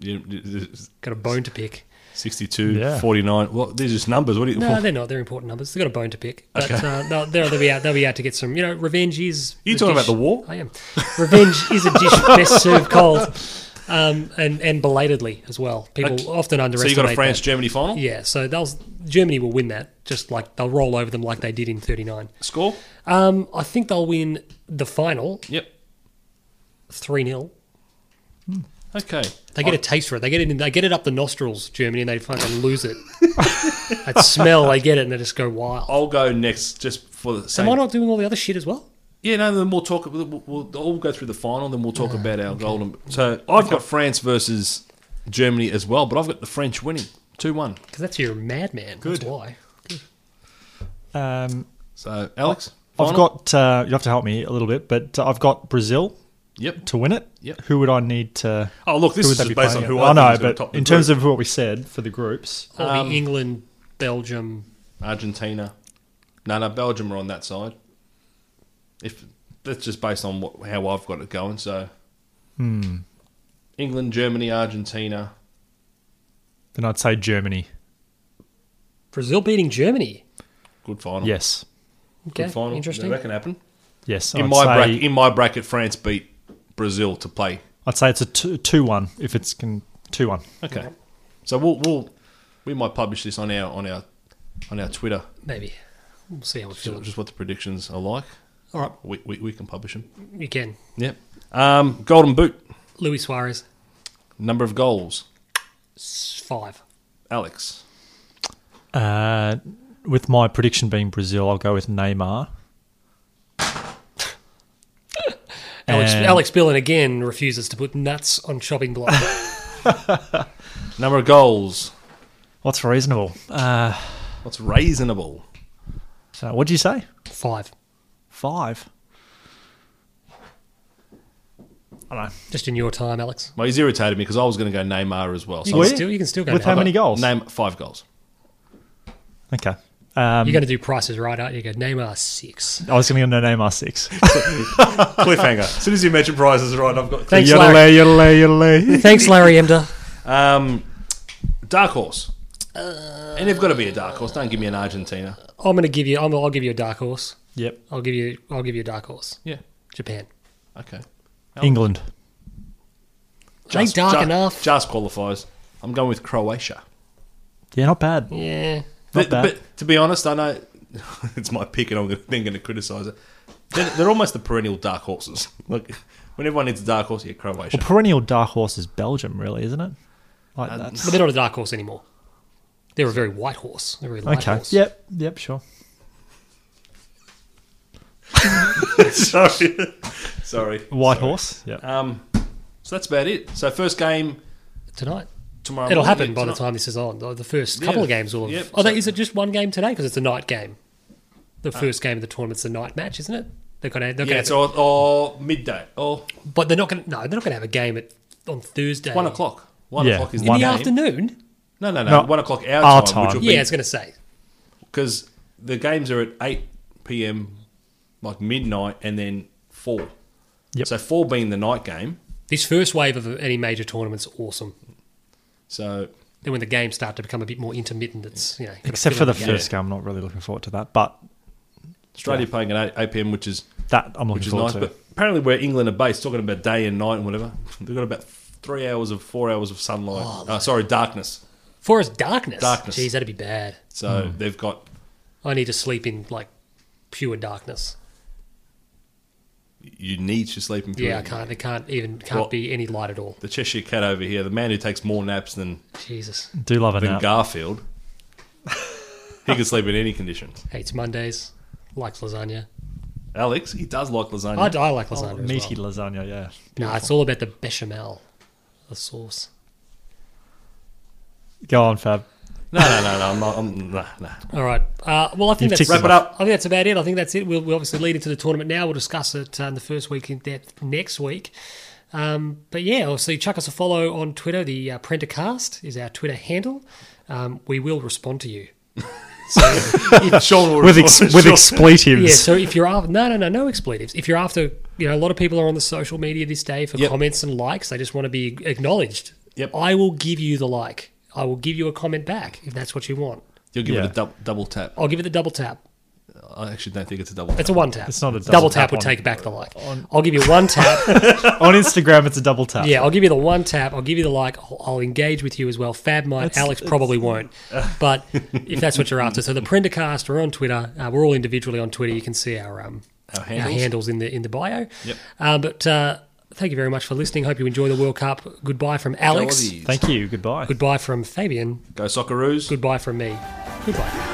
[SPEAKER 2] You- you- this-
[SPEAKER 1] Got a bone to pick.
[SPEAKER 2] 62,
[SPEAKER 3] Yeah.
[SPEAKER 2] 49. Well, these are just numbers. What do you?
[SPEAKER 1] No, they're not. They're important numbers. They've got a bone to pick. But uh, they'll, they'll, they'll be out. They'll be out to get some. You know, revenge is.
[SPEAKER 2] You
[SPEAKER 1] a
[SPEAKER 2] talking about
[SPEAKER 1] dish-
[SPEAKER 2] the war?
[SPEAKER 1] I am. Revenge is a dish best served cold, um, and and belatedly as well. People
[SPEAKER 2] Okay.
[SPEAKER 1] often
[SPEAKER 2] so
[SPEAKER 1] underestimate.
[SPEAKER 2] you got a France
[SPEAKER 1] that.
[SPEAKER 2] Germany final
[SPEAKER 1] Yeah, so they'll Germany will win that. Just like they'll roll over them like they did in '39.
[SPEAKER 2] score.
[SPEAKER 1] Um, I think they'll win the final
[SPEAKER 2] Yep.
[SPEAKER 1] three 0
[SPEAKER 2] Okay.
[SPEAKER 1] They
[SPEAKER 2] Oh.
[SPEAKER 1] get a taste for it. They get it. In, they get it up the nostrils, Germany, and they fucking lose it. that smell, they get it, and they just go wild.
[SPEAKER 2] I'll go next just for the sake.
[SPEAKER 1] Am I not doing all the other shit as well?
[SPEAKER 2] Yeah, no. Then we'll talk. We'll, we'll all go through the final, then we'll talk about our golden. So I've got France versus Germany as well, but I've got the French winning two one.
[SPEAKER 1] Because that's your madman.
[SPEAKER 3] Good.
[SPEAKER 1] That's why.
[SPEAKER 3] Um,
[SPEAKER 2] So Alex,
[SPEAKER 3] I've
[SPEAKER 2] final?
[SPEAKER 3] got. Uh, you have to help me a little bit, but uh, I've got Brazil
[SPEAKER 2] Yep.
[SPEAKER 3] to win it.
[SPEAKER 2] Yep.
[SPEAKER 3] Who would I need to?
[SPEAKER 2] Oh, look, this
[SPEAKER 3] who would
[SPEAKER 2] is
[SPEAKER 3] they
[SPEAKER 2] just
[SPEAKER 3] be
[SPEAKER 2] based
[SPEAKER 3] playing
[SPEAKER 2] on who
[SPEAKER 3] it?
[SPEAKER 2] I think
[SPEAKER 3] know,
[SPEAKER 2] is gonna
[SPEAKER 3] but
[SPEAKER 2] top the
[SPEAKER 3] in terms
[SPEAKER 2] group.
[SPEAKER 3] of what we said for the groups,
[SPEAKER 1] It'll be England, Belgium.
[SPEAKER 2] Argentina. No, no, Belgium are on that side. If that's just based on what, how I've got it going, so
[SPEAKER 3] Hmm.
[SPEAKER 2] England, Germany, Argentina.
[SPEAKER 3] then I'd say Germany.
[SPEAKER 1] Brazil beating Germany.
[SPEAKER 2] Good final.
[SPEAKER 3] Yes,
[SPEAKER 2] Good
[SPEAKER 1] Okay,
[SPEAKER 2] final.
[SPEAKER 1] interesting.
[SPEAKER 2] Yeah, that can happen.
[SPEAKER 3] yes.
[SPEAKER 2] In
[SPEAKER 3] I'd
[SPEAKER 2] my
[SPEAKER 3] say,
[SPEAKER 2] bracket, in my bracket, France beat Brazil to play.
[SPEAKER 3] I'd say it's a two, two-one. If it's can two-one.
[SPEAKER 2] Okay. So we'll, we'll we might publish this on our on our on our Twitter.
[SPEAKER 1] Maybe. We'll see how we feel.
[SPEAKER 2] Just what the predictions are like.
[SPEAKER 1] All right,
[SPEAKER 2] We we, we can publish them.
[SPEAKER 1] you can.
[SPEAKER 2] Yep. Um, golden boot
[SPEAKER 1] Luis Suarez,
[SPEAKER 2] number of goals.
[SPEAKER 1] s- five.
[SPEAKER 2] Alex.
[SPEAKER 3] Uh, with my prediction being Brazil, I'll go with Neymar.
[SPEAKER 1] Alex,
[SPEAKER 3] And-
[SPEAKER 1] Alex Billen again refuses to put nuts on chopping block.
[SPEAKER 2] Number of goals.
[SPEAKER 3] What's reasonable? Uh,
[SPEAKER 2] What's reasonable?
[SPEAKER 3] so what do Uh, you say?
[SPEAKER 1] five.
[SPEAKER 3] Five. I don't know.
[SPEAKER 1] Just in your time, Alex.
[SPEAKER 2] Well, he's irritated me because I was going to go Neymar as well.
[SPEAKER 1] You
[SPEAKER 2] So
[SPEAKER 1] can
[SPEAKER 3] Were you?
[SPEAKER 1] still, you can still go.
[SPEAKER 3] Oh, With
[SPEAKER 1] now.
[SPEAKER 3] how many goals?
[SPEAKER 2] Name five goals.
[SPEAKER 3] Okay. Um,
[SPEAKER 1] You're going to do prices right, aren't you? You Go Neymar six.
[SPEAKER 3] I was going to go no Neymar six.
[SPEAKER 2] Cliffhanger. as soon as you mention prizes, right, I've got.
[SPEAKER 1] Thanks,
[SPEAKER 3] Yodelay,
[SPEAKER 1] Larry.
[SPEAKER 3] yodelay, yodelay.
[SPEAKER 1] Thanks, Larry Emder.
[SPEAKER 2] Um, dark horse. and they've got to be a dark horse. Don't give me an Argentina.
[SPEAKER 1] I'm going to give you. I'm, I'll give you a dark horse.
[SPEAKER 3] Yep.
[SPEAKER 1] I'll give you. I'll give you a dark horse.
[SPEAKER 2] Yeah.
[SPEAKER 1] Japan.
[SPEAKER 2] Okay.
[SPEAKER 3] England.
[SPEAKER 1] Ain't dark
[SPEAKER 2] ju-
[SPEAKER 1] enough.
[SPEAKER 2] Just qualifies. I'm going with Croatia.
[SPEAKER 3] Yeah, not bad.
[SPEAKER 1] yeah.
[SPEAKER 2] But,
[SPEAKER 3] bad.
[SPEAKER 2] but to be honest, I know it's my pick, and I'm gonna- then going to criticise it. They're, they're almost the perennial dark horses. Like when everyone needs a dark horse, yeah, Croatia.
[SPEAKER 3] Well, perennial dark horse is Belgium, really, isn't it? Like that.
[SPEAKER 1] But they're not a dark horse anymore. They're a very white horse. They're a very light
[SPEAKER 3] Okay.
[SPEAKER 1] horse.
[SPEAKER 3] Yep. Yep. Sure.
[SPEAKER 2] Sorry. Sorry.
[SPEAKER 3] White horse. Yep.
[SPEAKER 2] Um, so that's about it. So first game
[SPEAKER 1] Tonight.
[SPEAKER 2] tomorrow.
[SPEAKER 1] It'll
[SPEAKER 2] morning,
[SPEAKER 1] happen
[SPEAKER 2] Um, yeah,
[SPEAKER 1] by the
[SPEAKER 2] tonight.
[SPEAKER 1] time this is on. The first
[SPEAKER 2] Yeah.
[SPEAKER 1] couple of games will have.
[SPEAKER 2] Yep.
[SPEAKER 1] Oh, that- is it just one game today? Because it's a night game. The first game of the tournament's a night match, isn't it? They're gonna. They're
[SPEAKER 2] Uh. Yeah,
[SPEAKER 1] gonna
[SPEAKER 2] it's or, or midday or
[SPEAKER 1] but they're not gonna. No, they're not gonna have a game at on Thursday.
[SPEAKER 2] one o'clock. One
[SPEAKER 3] Yeah,
[SPEAKER 2] o'clock is
[SPEAKER 1] in
[SPEAKER 2] one
[SPEAKER 1] the
[SPEAKER 2] game.
[SPEAKER 1] afternoon.
[SPEAKER 2] No, no, no,
[SPEAKER 3] No,
[SPEAKER 2] One o'clock our,
[SPEAKER 3] our
[SPEAKER 2] time,
[SPEAKER 3] time.
[SPEAKER 2] which will
[SPEAKER 1] Yeah,
[SPEAKER 2] be
[SPEAKER 1] it's gonna say.
[SPEAKER 2] because the games are at 8 p.m. like midnight and then 4.
[SPEAKER 3] Yep.
[SPEAKER 2] So 4 being the night game.
[SPEAKER 1] This first wave of any major tournament's awesome.
[SPEAKER 2] So
[SPEAKER 1] Then when the games start to become a bit more intermittent, it's you know. gotta
[SPEAKER 3] Except for
[SPEAKER 1] fill
[SPEAKER 3] the
[SPEAKER 1] in game.
[SPEAKER 3] first game, I'm not really looking forward to that. But
[SPEAKER 2] Australia playing at 8, 8 p.m., which is
[SPEAKER 3] that I'm looking
[SPEAKER 2] which is
[SPEAKER 3] forward
[SPEAKER 2] nice.
[SPEAKER 3] to.
[SPEAKER 2] But apparently where England are based, talking about day and night and whatever, they've got about 3 hours of 4 hours of sunlight.
[SPEAKER 1] Oh,
[SPEAKER 2] uh, sorry, darkness.
[SPEAKER 1] For us, darkness.
[SPEAKER 2] Darkness.
[SPEAKER 1] Jeez, that'd be bad.
[SPEAKER 2] So
[SPEAKER 3] Hmm.
[SPEAKER 2] they've got
[SPEAKER 1] I need to sleep in like pure darkness.
[SPEAKER 2] you need to sleep in
[SPEAKER 1] Yeah, I
[SPEAKER 2] period.
[SPEAKER 1] can't. It can't even can't
[SPEAKER 2] Well-
[SPEAKER 1] be any light at all.
[SPEAKER 2] The Cheshire Cat over here, the man who takes more naps than,
[SPEAKER 1] Jesus
[SPEAKER 3] Do love it
[SPEAKER 2] than
[SPEAKER 3] now.
[SPEAKER 2] Garfield, he can sleep in any conditions.
[SPEAKER 1] hates Mondays. Likes lasagna.
[SPEAKER 2] Alex, he does like lasagna.
[SPEAKER 1] I, I like lasagna. as
[SPEAKER 3] Oh, meaty
[SPEAKER 1] well.
[SPEAKER 3] lasagna. Yeah.
[SPEAKER 1] No, it's all about the bechamel, the sauce.
[SPEAKER 3] Go on, Fab.
[SPEAKER 2] No, no, no, no. I'm not, I'm, nah, nah.
[SPEAKER 1] All right. Uh, well, I think
[SPEAKER 3] You've
[SPEAKER 1] that's
[SPEAKER 3] ticked
[SPEAKER 2] Wrap it up.
[SPEAKER 1] I think that's about it. I think that's it. We'll, we'll obviously lead into the tournament now. We'll discuss it uh, in the first week in depth next week. Um, but yeah, obviously, chuck us a follow on Twitter. The uh, Prendercast is our Twitter handle. Um, we will respond to you.
[SPEAKER 2] Sean will
[SPEAKER 3] with ex-
[SPEAKER 2] respond.
[SPEAKER 3] with
[SPEAKER 2] Sean-
[SPEAKER 3] expletives.
[SPEAKER 1] Yeah, so if you're after, no, no, no, no expletives. If you're after, you know, a lot of people are on the social media this day for
[SPEAKER 2] Yep.
[SPEAKER 1] comments and likes. They just want to be acknowledged.
[SPEAKER 2] Yep.
[SPEAKER 1] I will give you the like. I will give you a comment back if that's what you want.
[SPEAKER 2] You'll give it
[SPEAKER 3] Yeah.
[SPEAKER 2] a dou- double tap.
[SPEAKER 1] I'll give it the double tap.
[SPEAKER 2] I actually don't think it's a double tap.
[SPEAKER 1] It's a one tap.
[SPEAKER 3] It's not a double
[SPEAKER 1] tap.
[SPEAKER 3] tap
[SPEAKER 1] would
[SPEAKER 3] on-
[SPEAKER 1] take back the like. I'll give you one tap.
[SPEAKER 3] on Instagram, it's a double tap.
[SPEAKER 1] Yeah, I'll give you the one tap. I'll give you the like. I'll, I'll engage with you as well. Fab might. Alex probably won't. But if that's what you're after, so the Prendercast, we're on Twitter. Uh, we're all individually on Twitter. You can see our um,
[SPEAKER 2] Our handles.
[SPEAKER 1] our handles in the in the bio.
[SPEAKER 2] Yep.
[SPEAKER 1] Uh, but uh, thank you very much for listening. Hope you enjoy the World Cup. Goodbye from Alex.
[SPEAKER 2] Aussies.
[SPEAKER 3] Thank you. Goodbye.
[SPEAKER 1] Goodbye from Fabian.
[SPEAKER 2] Go Socceroos.
[SPEAKER 1] Goodbye from me. Goodbye.